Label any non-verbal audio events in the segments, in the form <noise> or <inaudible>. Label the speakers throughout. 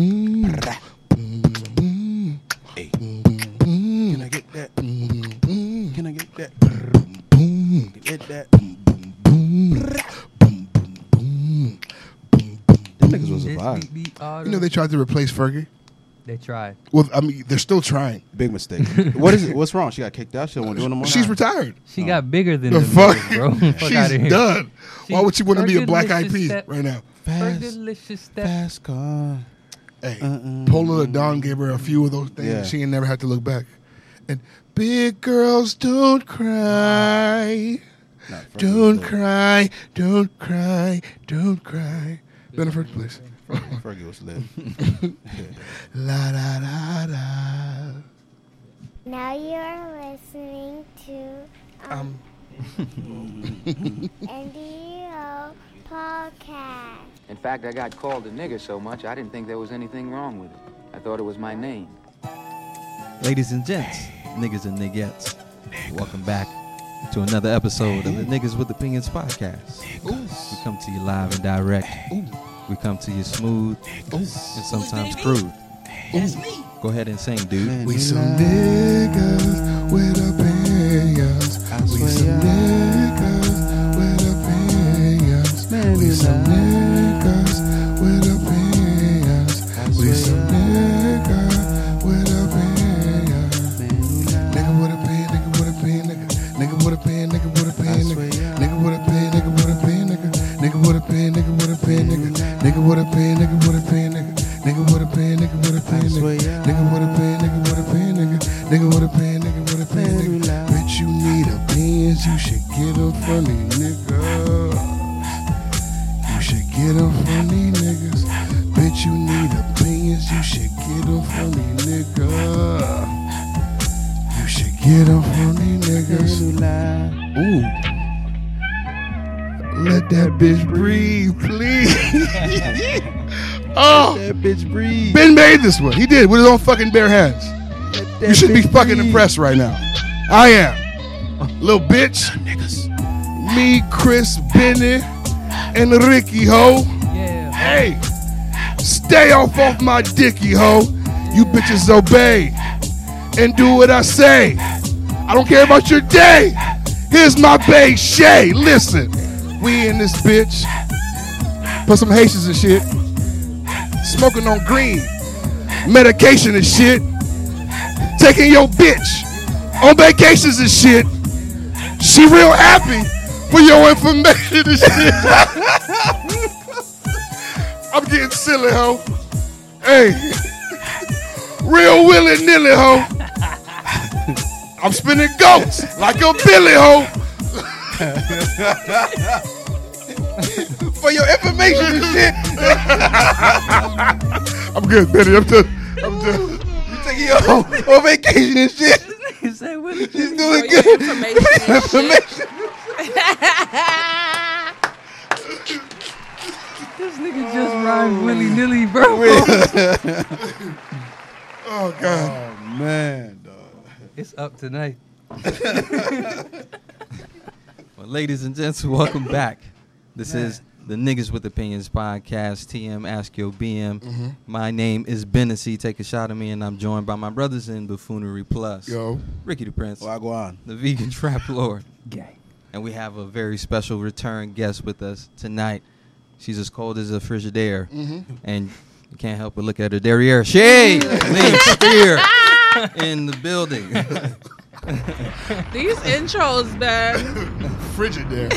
Speaker 1: Mm.
Speaker 2: Oh,
Speaker 1: You know
Speaker 2: no.
Speaker 1: they tried to replace Fergie.
Speaker 2: they tried.
Speaker 1: Well, I mean they're still trying.
Speaker 3: Big mistake.
Speaker 2: <laughs>
Speaker 3: what is it? What's wrong? She got kicked out. She don't want to do it no more.
Speaker 1: She's retired.
Speaker 3: Oh.
Speaker 2: She got bigger than
Speaker 1: The
Speaker 2: the
Speaker 1: fuck?
Speaker 2: bro. <laughs> fuck outta
Speaker 1: She's
Speaker 2: here.
Speaker 1: done. Why
Speaker 2: She-
Speaker 1: would she want to be a
Speaker 2: Fergie
Speaker 1: black eyed
Speaker 2: Licious
Speaker 1: peas
Speaker 2: Step-
Speaker 1: right now?
Speaker 2: Her
Speaker 3: fast,
Speaker 2: delicious step.
Speaker 3: fast car.
Speaker 1: Hey,
Speaker 3: Uh-uh.
Speaker 1: Paula Don gave her a few of those things.
Speaker 3: Yeah.
Speaker 1: She ain't never had to look back. And big girls don't cry.
Speaker 3: Not Fergie,
Speaker 1: Don't
Speaker 3: but
Speaker 1: cry, don't cry, don't cry. Benefit, please.
Speaker 3: Fergie was lit.
Speaker 1: <laughs> La da da da.
Speaker 4: Now you are listening to um,
Speaker 3: <laughs>
Speaker 4: NDO podcast.
Speaker 5: In fact, I got called a nigger so much I didn't think there was anything wrong with it. I thought it was my name.
Speaker 6: Ladies and gents, niggas and niggettes, welcome back to another episode of the Niggas with Opinions podcast. We come to you live and direct. We come to you smooth and sometimes crude. Go ahead and sing, dude.
Speaker 1: We some niggas with opinions. We some niggas with opinions. We some niggas with opinions. We some niggas with opinions. Nigga with a pen, nigga with a pen, nigga. Nigga with a pen, nigga with a pen, nigga. Nigga with a pen, nigga with a pen, nigga. Nigga with a pen, nigga with a pen, nigga. Nigga with a pen, nigga with a pen, nigga. Nigga with a pen, nigga with a pen, nigga. Nigga with a pen, nigga with a pen, nigga. Nigga with a pen, nigga with a pen, nigga. Bitch, you need a pens, you should get them from these niggas. You should get them from these niggas. Bitch, you need a pens, you should get them from these niggas. You should get up from these niggas. Ooh. Let that bitch breathe, please. <laughs> oh,
Speaker 3: That bitch breathe.
Speaker 1: Ben made this one. He did with his own fucking bare hands. You should be fucking impressed right now. I am. Little bitch. Me, Chris, Benny, and Ricky Ho.
Speaker 2: Yeah.
Speaker 1: Hey, stay off off my dicky hoe. You bitches obey and do what I say. I don't care about your day. Here's my bae Shay. Listen, we in this bitch. Put some Haitians and shit. Smoking on green. Medication and shit. Taking your bitch on vacations and shit. She real happy for your information and shit. <laughs> I'm getting silly, ho. Hey, real willy nilly, ho. I'm spinning goats like a billy, ho. <laughs> For your information and
Speaker 3: <laughs>
Speaker 1: shit. I'm good, Benny. I'm Oh. just, I'm just. You taking your on vacation and shit.
Speaker 2: He said, "What did you
Speaker 1: Doing
Speaker 7: Your information
Speaker 1: <laughs>
Speaker 7: and shit.
Speaker 2: This nigga just rhymed willy
Speaker 1: <laughs>
Speaker 2: nilly, bro.
Speaker 1: Oh God.
Speaker 3: Oh man, dog.
Speaker 2: It's up
Speaker 1: <laughs>
Speaker 2: tonight.
Speaker 6: <laughs> Well, ladies and gents, welcome back. This is the Niggas with Opinions podcast. TM Ask Your BM. My name is Bennessy. Take a shot at me, and I'm joined by my brothers in Buffoonery Plus.
Speaker 1: Yo.
Speaker 6: Ricky the Prince,
Speaker 3: Wagwan.
Speaker 6: the Vegan Trap Lord.
Speaker 2: Gang.
Speaker 6: And we have a very special return guest with us tonight. She's as cold as a Frigidaire. And you can't help but look at her derriere. Shay! Lynn Spear in the building.
Speaker 7: These intros, man.
Speaker 3: <coughs>
Speaker 7: <laughs>
Speaker 1: Frigid there.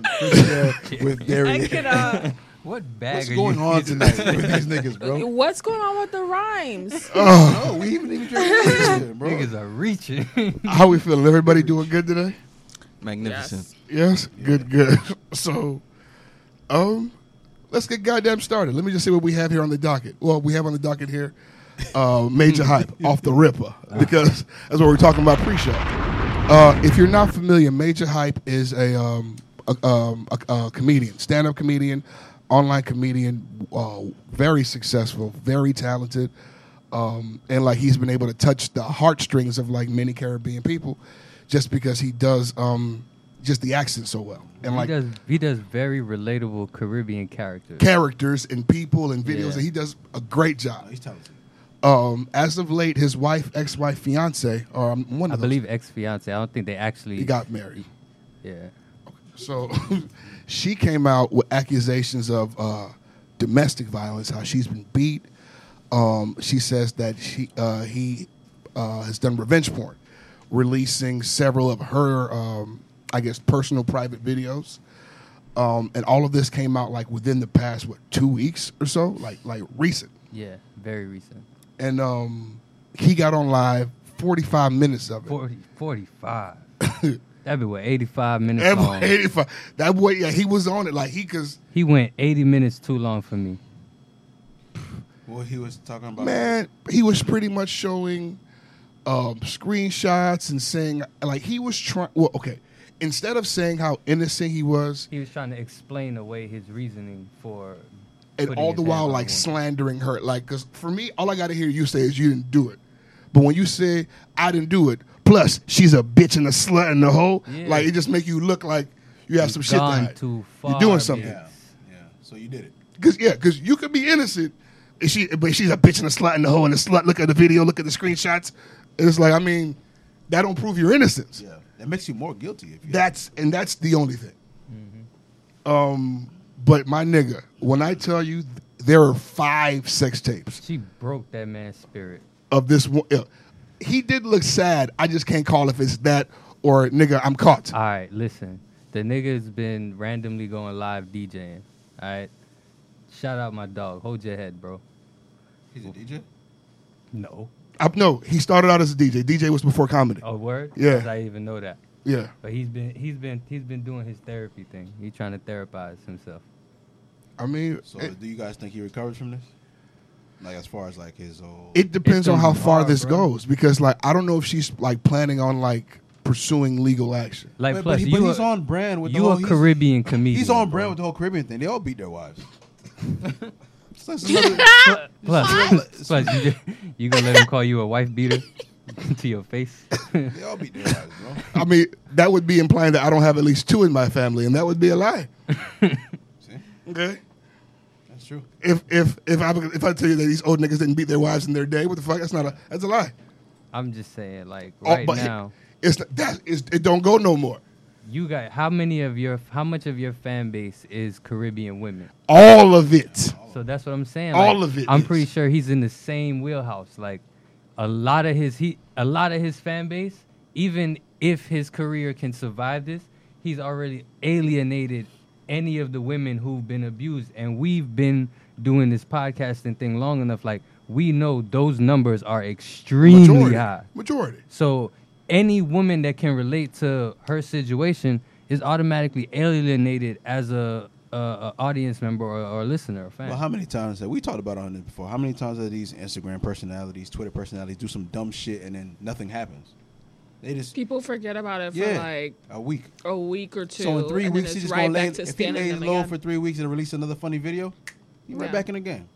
Speaker 3: with
Speaker 7: I
Speaker 3: dairy.
Speaker 7: cannot.
Speaker 2: <laughs> What bag
Speaker 3: What's
Speaker 2: are
Speaker 3: going
Speaker 2: you? <laughs>
Speaker 3: on tonight with these niggas,
Speaker 7: <laughs>
Speaker 3: bro? Oh,
Speaker 7: What's going on with the
Speaker 3: <laughs>
Speaker 7: rhymes?
Speaker 3: No, we even even drinking this shit, bro.
Speaker 2: Niggas are reaching.
Speaker 1: How we feeling? Everybody doing good today?
Speaker 6: <laughs> Magnificent.
Speaker 1: Yes, good, good. <laughs> So, um, let's get goddamn started. Let me just see what we have here on the docket. Well, we have on the docket here, uh, major hype off the ripper because that's what we we're talking about pre-show. Uh, if you're not familiar, major hype is a um, a, um, a, a comedian, stand-up comedian, online comedian, uh, very successful, very talented. Um, and like he's been able to touch the heartstrings of like many Caribbean people, just because he does um, just the accent so well, and
Speaker 2: he
Speaker 1: like
Speaker 2: does. He does very relatable Caribbean characters.
Speaker 1: characters and people and videos,
Speaker 2: Yeah.
Speaker 1: and he does a great job.
Speaker 3: He's talented.
Speaker 1: Um, as of late, his wife, ex-wife, fiance, or um, one
Speaker 2: I
Speaker 1: of those,
Speaker 2: believe ex fiance. I don't think they actually.
Speaker 1: he got married.
Speaker 2: Yeah.
Speaker 1: So she came out with accusations of uh, domestic violence, how she's been beat. Um, she says that she uh, he uh, has done revenge porn, releasing several of her, um, I guess, personal private videos. Um, and all of this came out like within the past what two weeks or so, like like recent.
Speaker 2: <laughs> Yeah, very recent.
Speaker 1: And um, he got on live forty five minutes of it.
Speaker 2: 40,
Speaker 1: <laughs>
Speaker 2: 45. That'd be what, 85 minutes
Speaker 1: That boy,
Speaker 2: long.
Speaker 1: 85. That boy, yeah, he was on it. Like he, cause
Speaker 2: He went 80 minutes too long for me.
Speaker 3: Well, he was talking about
Speaker 1: man, he was pretty much showing um, screenshots and saying, like he was trying. Well, okay, instead of saying how innocent he was,
Speaker 2: He was trying to explain away his reasoning for.
Speaker 1: and
Speaker 2: putting
Speaker 1: all
Speaker 2: his
Speaker 1: the while
Speaker 2: hands on
Speaker 1: like
Speaker 2: a woman.
Speaker 1: slandering her, like, cause for me, all I got to hear you say is you didn't do it. But when you say I didn't do it, plus she's a bitch and a slut and a hoe,
Speaker 2: Yeah.
Speaker 1: like it just make you look like you have some shit.
Speaker 2: Gone
Speaker 1: That
Speaker 2: too far.
Speaker 1: You're doing
Speaker 2: bitch.
Speaker 1: something.
Speaker 3: Yeah, so you did it.
Speaker 1: Cause yeah, cause you could be innocent. And she, but she's a bitch and a slut and a hoe and a slut. Look at the video. Look at the screenshots. And it's like, I mean, that don't prove your innocence.
Speaker 3: Yeah, that makes you more guilty if you. Mm-hmm.
Speaker 1: That's and that's the only thing. Um, but my nigga, when I tell you th- there are five sex tapes
Speaker 2: She broke that man's spirit.
Speaker 1: of this one, yeah, he did look sad. I just can't call if it's that or nigga, I'm caught.
Speaker 2: All right, listen. The nigga's been randomly going live DJing. All right. Shout out my dog. Hold your head, bro.
Speaker 3: he's a DJ.
Speaker 2: No.
Speaker 1: I, no, he started out as a DJ. DJ was before comedy.
Speaker 2: A Oh, word?
Speaker 1: Yeah.
Speaker 2: Did I even know that?
Speaker 1: Yeah,
Speaker 2: But he's been he's been he's been doing his therapy thing. He's trying to therapize himself.
Speaker 1: I mean,
Speaker 3: So
Speaker 1: it,
Speaker 3: do you guys think he recovers from this? Like as far as like his old.
Speaker 1: it depends on
Speaker 2: gonna
Speaker 1: how
Speaker 2: be
Speaker 1: far
Speaker 2: hard,
Speaker 1: this
Speaker 2: bro.
Speaker 1: goes because, like, I don't know if she's like planning on like pursuing legal action.
Speaker 2: Like
Speaker 3: Wait,
Speaker 2: plus
Speaker 3: but, he,
Speaker 2: you
Speaker 3: but
Speaker 2: a,
Speaker 3: he's on brand with the
Speaker 2: you
Speaker 3: whole,
Speaker 2: a
Speaker 3: he's-
Speaker 2: Caribbean comedian.
Speaker 3: He's on brand
Speaker 2: bro.
Speaker 3: with the whole Caribbean thing. They all beat their wives.
Speaker 2: <laughs>
Speaker 3: So it's another-
Speaker 2: Pl- Plus, <laughs> plus you, you gonna let him call you a wife beater <laughs> to
Speaker 1: <laughs>
Speaker 2: your face?
Speaker 3: they all beat
Speaker 2: <laughs>
Speaker 3: their wives, bro.
Speaker 1: I mean, that would be implying that I don't have at least two in my family, and that would be a
Speaker 2: <laughs>
Speaker 1: lie.
Speaker 3: See,
Speaker 1: Okay.
Speaker 3: that's true.
Speaker 1: If if if I if I tell you that these old niggas didn't beat their wives in their day, what the fuck? That's not a that's a lie.
Speaker 2: I'm just saying, like
Speaker 1: Oh,
Speaker 2: right
Speaker 1: but it-
Speaker 2: now,
Speaker 1: It's not- that is it don't go no more.
Speaker 2: you got how many of your how much of your fan base is Caribbean women?
Speaker 1: All of it.
Speaker 2: So that's what I'm saying.
Speaker 1: All
Speaker 2: like,
Speaker 1: of it
Speaker 2: I'm
Speaker 1: is.
Speaker 2: pretty sure he's in the same wheelhouse. Like a lot of his he a lot of his fan base, even if his career can survive this, he's already alienated any of the women who've been abused. And we've been doing this podcasting thing long enough. Like we know those numbers are extremely
Speaker 1: Majority.
Speaker 2: high.
Speaker 1: Majority.
Speaker 2: So any woman that can relate to her situation is automatically alienated as a, a, a audience member or, or listener or fan.
Speaker 3: Well, how many times have we talked about on this before? How many times have these Instagram personalities, Twitter personalities, do some dumb shit and then nothing happens? They just
Speaker 7: People forget about it for
Speaker 3: yeah,
Speaker 7: like
Speaker 3: a week.
Speaker 7: a week or two.
Speaker 3: So in three
Speaker 7: and then
Speaker 3: weeks,
Speaker 7: it's
Speaker 3: he's just
Speaker 7: right
Speaker 3: gonna lay.
Speaker 7: back to
Speaker 3: if he
Speaker 7: standing
Speaker 3: lays
Speaker 7: in the
Speaker 3: low
Speaker 7: again.
Speaker 3: for three weeks and release another funny video, you right
Speaker 7: Yeah.
Speaker 3: back in the game.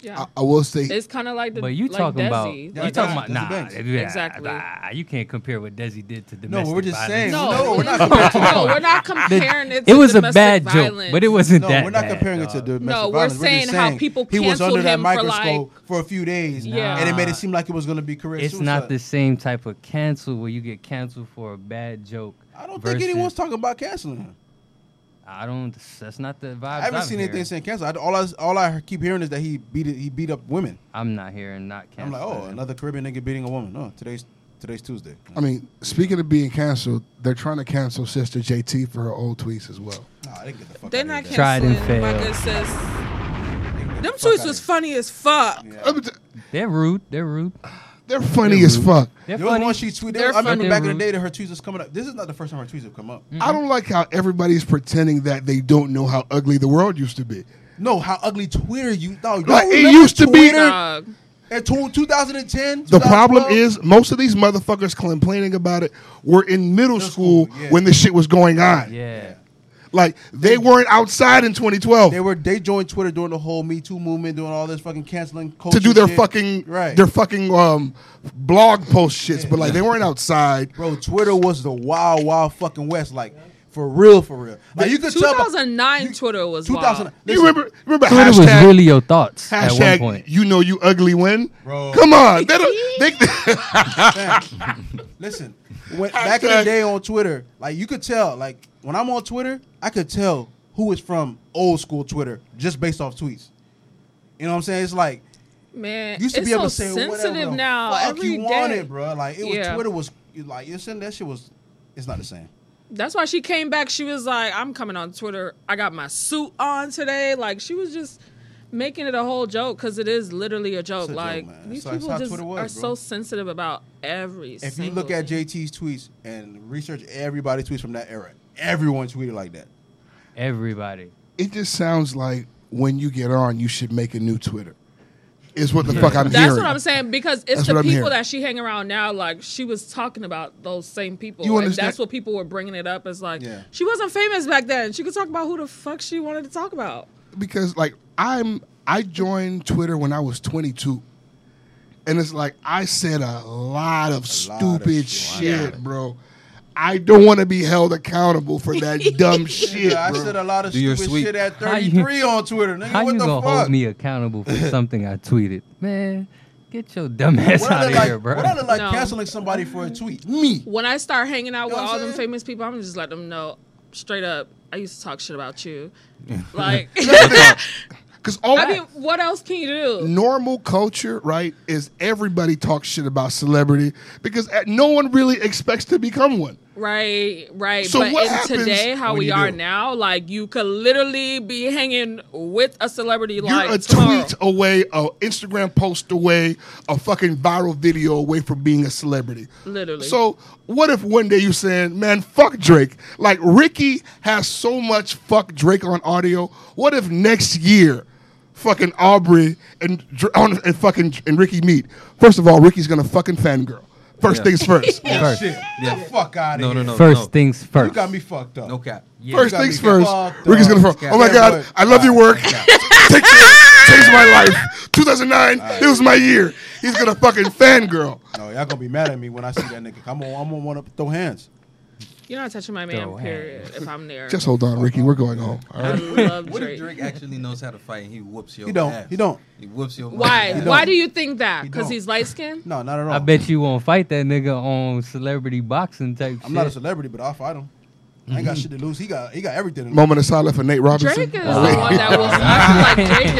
Speaker 7: Yeah.
Speaker 1: I, I will say
Speaker 7: it's kind of like the
Speaker 2: but you
Speaker 7: like
Speaker 2: talking
Speaker 7: Desi.
Speaker 2: about
Speaker 7: Like,
Speaker 2: you talking about
Speaker 3: Desi-
Speaker 2: nah,
Speaker 3: Desi Banks.
Speaker 2: yeah,
Speaker 7: Exactly.
Speaker 2: nah, you can't compare what Desi did to domestic
Speaker 3: No, we're just
Speaker 2: violence.
Speaker 3: saying-
Speaker 7: No,
Speaker 3: No, we're
Speaker 7: we're
Speaker 3: not
Speaker 7: not. <laughs>
Speaker 3: comparing-
Speaker 7: no, we're not comparing it. To
Speaker 2: it was a
Speaker 7: domestic
Speaker 2: bad
Speaker 7: violence.
Speaker 2: joke, but it wasn't
Speaker 3: No,
Speaker 2: that.
Speaker 3: we're not
Speaker 2: bad,
Speaker 3: comparing it to
Speaker 2: dog.
Speaker 3: domestic
Speaker 7: No, we're
Speaker 3: violence. just
Speaker 7: saying how people
Speaker 3: he was
Speaker 7: canceled
Speaker 3: under that
Speaker 7: him for, like-
Speaker 3: microscope for, a few days,
Speaker 7: Yeah.
Speaker 3: and it made it seem like it was going to be career.
Speaker 2: It's not the same type of cancel where you get canceled for a bad joke.
Speaker 3: I don't
Speaker 2: versus,
Speaker 3: think anyone's talking about canceling him.
Speaker 2: I don't. That's not the vibe.
Speaker 3: I haven't seen anything saying cancel. I, all I all I keep hearing is that he beat it, he beat up women.
Speaker 2: I'm not hearing not
Speaker 3: I'm
Speaker 2: canceled.
Speaker 3: like, oh, another Caribbean nigga beating a woman. No, today's today's Tuesday.
Speaker 1: I mean, speaking of being canceled, they're trying to cancel sister JT for her old tweets as well.
Speaker 3: Nah, they can get the fuck
Speaker 7: They're
Speaker 3: outta
Speaker 7: not
Speaker 3: here,
Speaker 2: Tried and
Speaker 7: canceling. My
Speaker 2: failed.
Speaker 7: good sis.
Speaker 3: They can
Speaker 7: Them
Speaker 3: get the fuck
Speaker 7: tweets
Speaker 3: outta
Speaker 7: was
Speaker 3: here.
Speaker 7: funny as fuck.
Speaker 1: Let me t-
Speaker 2: They're rude. They're rude.
Speaker 1: They're funny
Speaker 2: They're
Speaker 1: as
Speaker 2: rude.
Speaker 1: fuck.
Speaker 2: They're
Speaker 3: There was
Speaker 2: funny.
Speaker 3: one she tweeted.
Speaker 7: They're
Speaker 3: I remember
Speaker 2: funny.
Speaker 3: back in the day that her tweets was coming up. This is not the first time her tweets have come up.
Speaker 2: Mm-hmm.
Speaker 1: I don't like how everybody's pretending that they don't know how ugly the world used to be.
Speaker 3: No, how ugly Twitter you thought.
Speaker 1: Like, it used to be-
Speaker 7: Dog.
Speaker 3: in two- 2010.
Speaker 1: The problem
Speaker 3: 2012?
Speaker 1: is most of these motherfuckers complaining about it were in middle school,
Speaker 3: school, yeah.
Speaker 1: when this shit was going on. <laughs>
Speaker 2: yeah.
Speaker 1: Like they weren't outside in 2012
Speaker 3: they were they joined Twitter during the whole Me Too movement, doing all this fucking canceling culture
Speaker 1: to do their
Speaker 3: shit.
Speaker 1: fucking
Speaker 3: right.
Speaker 1: their fucking um, blog post shits, but like they weren't outside.
Speaker 3: Bro, Twitter was the wild, wild fucking west. Like for real, for real. Like you could tell. by-
Speaker 7: 2009 Twitter was
Speaker 3: 2000.
Speaker 7: wild.
Speaker 1: You remember remember
Speaker 2: Twitter was
Speaker 1: hashtag,
Speaker 2: really your thoughts at one
Speaker 1: hashtag
Speaker 2: point.
Speaker 1: you know you ugly when?
Speaker 3: Bro.
Speaker 1: Come on, they don't, they,
Speaker 3: Listen, when, back in the day on Twitter, like you could tell, like when I'm on Twitter, I could tell who is from old school Twitter just based off tweets.
Speaker 8: You know what I'm saying? It's like
Speaker 7: Man,
Speaker 8: you used to
Speaker 7: it's
Speaker 8: be able
Speaker 7: so
Speaker 8: to say
Speaker 7: sensitive
Speaker 8: whatever the
Speaker 7: now.
Speaker 8: Fuck
Speaker 7: Every
Speaker 8: you
Speaker 7: day.
Speaker 8: wanted, bro. Like it was
Speaker 7: Yeah.
Speaker 8: Twitter was you like you're saying that shit was. It's not the same.
Speaker 7: That's why she came back. She was like, I'm coming on Twitter. I got my suit on today. Like, she was just making it a whole joke because it is literally a joke.
Speaker 8: joke,
Speaker 7: like,
Speaker 8: man.
Speaker 7: these
Speaker 8: So that's
Speaker 7: people
Speaker 8: how
Speaker 7: just
Speaker 8: Twitter was,
Speaker 7: are
Speaker 8: bro.
Speaker 7: so sensitive about every
Speaker 8: If you look at JT's tweets and research everybody tweets from that era, everyone tweeted like that.
Speaker 2: Everybody.
Speaker 1: It just sounds like when you get on, you should make a new Twitter. Is what the fuck I'm
Speaker 7: That's
Speaker 1: hearing.
Speaker 7: what I'm saying because it's
Speaker 1: That's
Speaker 7: the
Speaker 1: what I'm
Speaker 7: people
Speaker 1: hearing.
Speaker 7: that she hang around now. Like she was talking about those same people,
Speaker 1: You
Speaker 7: and
Speaker 1: understand-
Speaker 7: that's what people were bringing it up as like
Speaker 8: Yeah.
Speaker 7: she wasn't famous back then. She could talk about who the fuck she wanted to talk about.
Speaker 1: because like I'm I joined Twitter when I was 22, and it's like I said a lot of
Speaker 8: lot of shit.
Speaker 1: stupid shit, bro. I don't want to be held accountable for
Speaker 7: <laughs>
Speaker 1: that dumb <laughs> shit,
Speaker 8: Yeah, I
Speaker 1: bro.
Speaker 8: said a lot of
Speaker 6: Do your
Speaker 8: stupid
Speaker 6: sweep.
Speaker 8: shit at
Speaker 2: How you-
Speaker 8: 33 on Twitter. Nigga,
Speaker 2: How
Speaker 8: what
Speaker 2: you
Speaker 8: the
Speaker 2: gonna
Speaker 8: fuck?
Speaker 2: hold me accountable for something I tweeted? Man, get your dumb ass
Speaker 8: What I
Speaker 2: out
Speaker 8: look
Speaker 2: of
Speaker 8: like,
Speaker 2: here, bro.
Speaker 8: What I look like
Speaker 7: No.
Speaker 8: canceling somebody for a tweet?
Speaker 1: Me,
Speaker 7: When I start hanging out with
Speaker 8: what I'm
Speaker 7: all them
Speaker 8: saying?
Speaker 7: famous people, I'm just let them know straight up. I used to talk shit about you,
Speaker 1: <laughs>
Speaker 7: like.
Speaker 1: because all
Speaker 7: <laughs> I mean, what else can you do?
Speaker 1: normal culture, right, is everybody talks shit about celebrity because uh, no one really expects to become one.
Speaker 7: Right, right.
Speaker 1: So
Speaker 7: but
Speaker 1: what
Speaker 7: in
Speaker 1: happens
Speaker 7: today, how
Speaker 1: when
Speaker 7: we
Speaker 1: you
Speaker 7: are
Speaker 1: do?
Speaker 7: now, like you could literally be hanging with a celebrity like
Speaker 1: You're a
Speaker 7: tomorrow.
Speaker 1: tweet away, a Instagram post away, a fucking viral video away from being a celebrity.
Speaker 7: Literally.
Speaker 1: So what if one day you saying, "Man, fuck Drake"? Like Ricky has so much "fuck Drake" on audio. What if next year, fucking Aubrey and Dr- on and fucking and Ricky meet? First of all, Ricky's gonna fucking fangirl. First
Speaker 6: Yeah.
Speaker 8: <laughs>
Speaker 1: things <laughs> first.
Speaker 2: First,
Speaker 8: Shit,
Speaker 6: Yeah.
Speaker 8: get the fuck out of
Speaker 6: No,
Speaker 8: here.
Speaker 6: no, no.
Speaker 2: first
Speaker 6: no.
Speaker 2: things first.
Speaker 8: You got me fucked up.
Speaker 6: No cap.
Speaker 2: Yeah.
Speaker 1: First
Speaker 8: gotta
Speaker 1: things
Speaker 8: be
Speaker 1: first.
Speaker 8: fucked
Speaker 1: Ricky's
Speaker 8: up.
Speaker 1: gonna fuck.
Speaker 8: Yeah,
Speaker 1: Oh my god,
Speaker 8: but-
Speaker 1: I love your work. Take <laughs> care. Changed my life. 2009, it was my year. He's gonna fucking fangirl.
Speaker 8: No, y'all gonna be mad at me when I see that nigga. I'm gonna, I'm gonna want to throw hands.
Speaker 7: You're not touching my man,
Speaker 2: Throw
Speaker 7: period. If I'm
Speaker 1: <laughs>
Speaker 7: there,
Speaker 1: Just hold on, Ricky. We're going home. All
Speaker 7: I
Speaker 1: right.
Speaker 6: <laughs>
Speaker 7: love
Speaker 6: What
Speaker 7: Drake.
Speaker 6: if Drake actually knows how to fight and he whoops your
Speaker 8: He don't.
Speaker 6: ass?
Speaker 8: He don't.
Speaker 6: He whoops your
Speaker 7: Why?
Speaker 8: He
Speaker 6: ass.
Speaker 8: don't.
Speaker 7: Why do you think that?
Speaker 8: He
Speaker 7: Because
Speaker 8: don't.
Speaker 7: he's light skinned.
Speaker 8: No, not at all.
Speaker 2: I bet you won't fight that nigga on celebrity boxing type shit.
Speaker 8: I'm not a celebrity, but I'll fight him. I ain't got shit to lose. He got he got everything. To lose.
Speaker 1: Mm-hmm. Moment of silence for Nate Robinson.
Speaker 7: Drake is the one that will.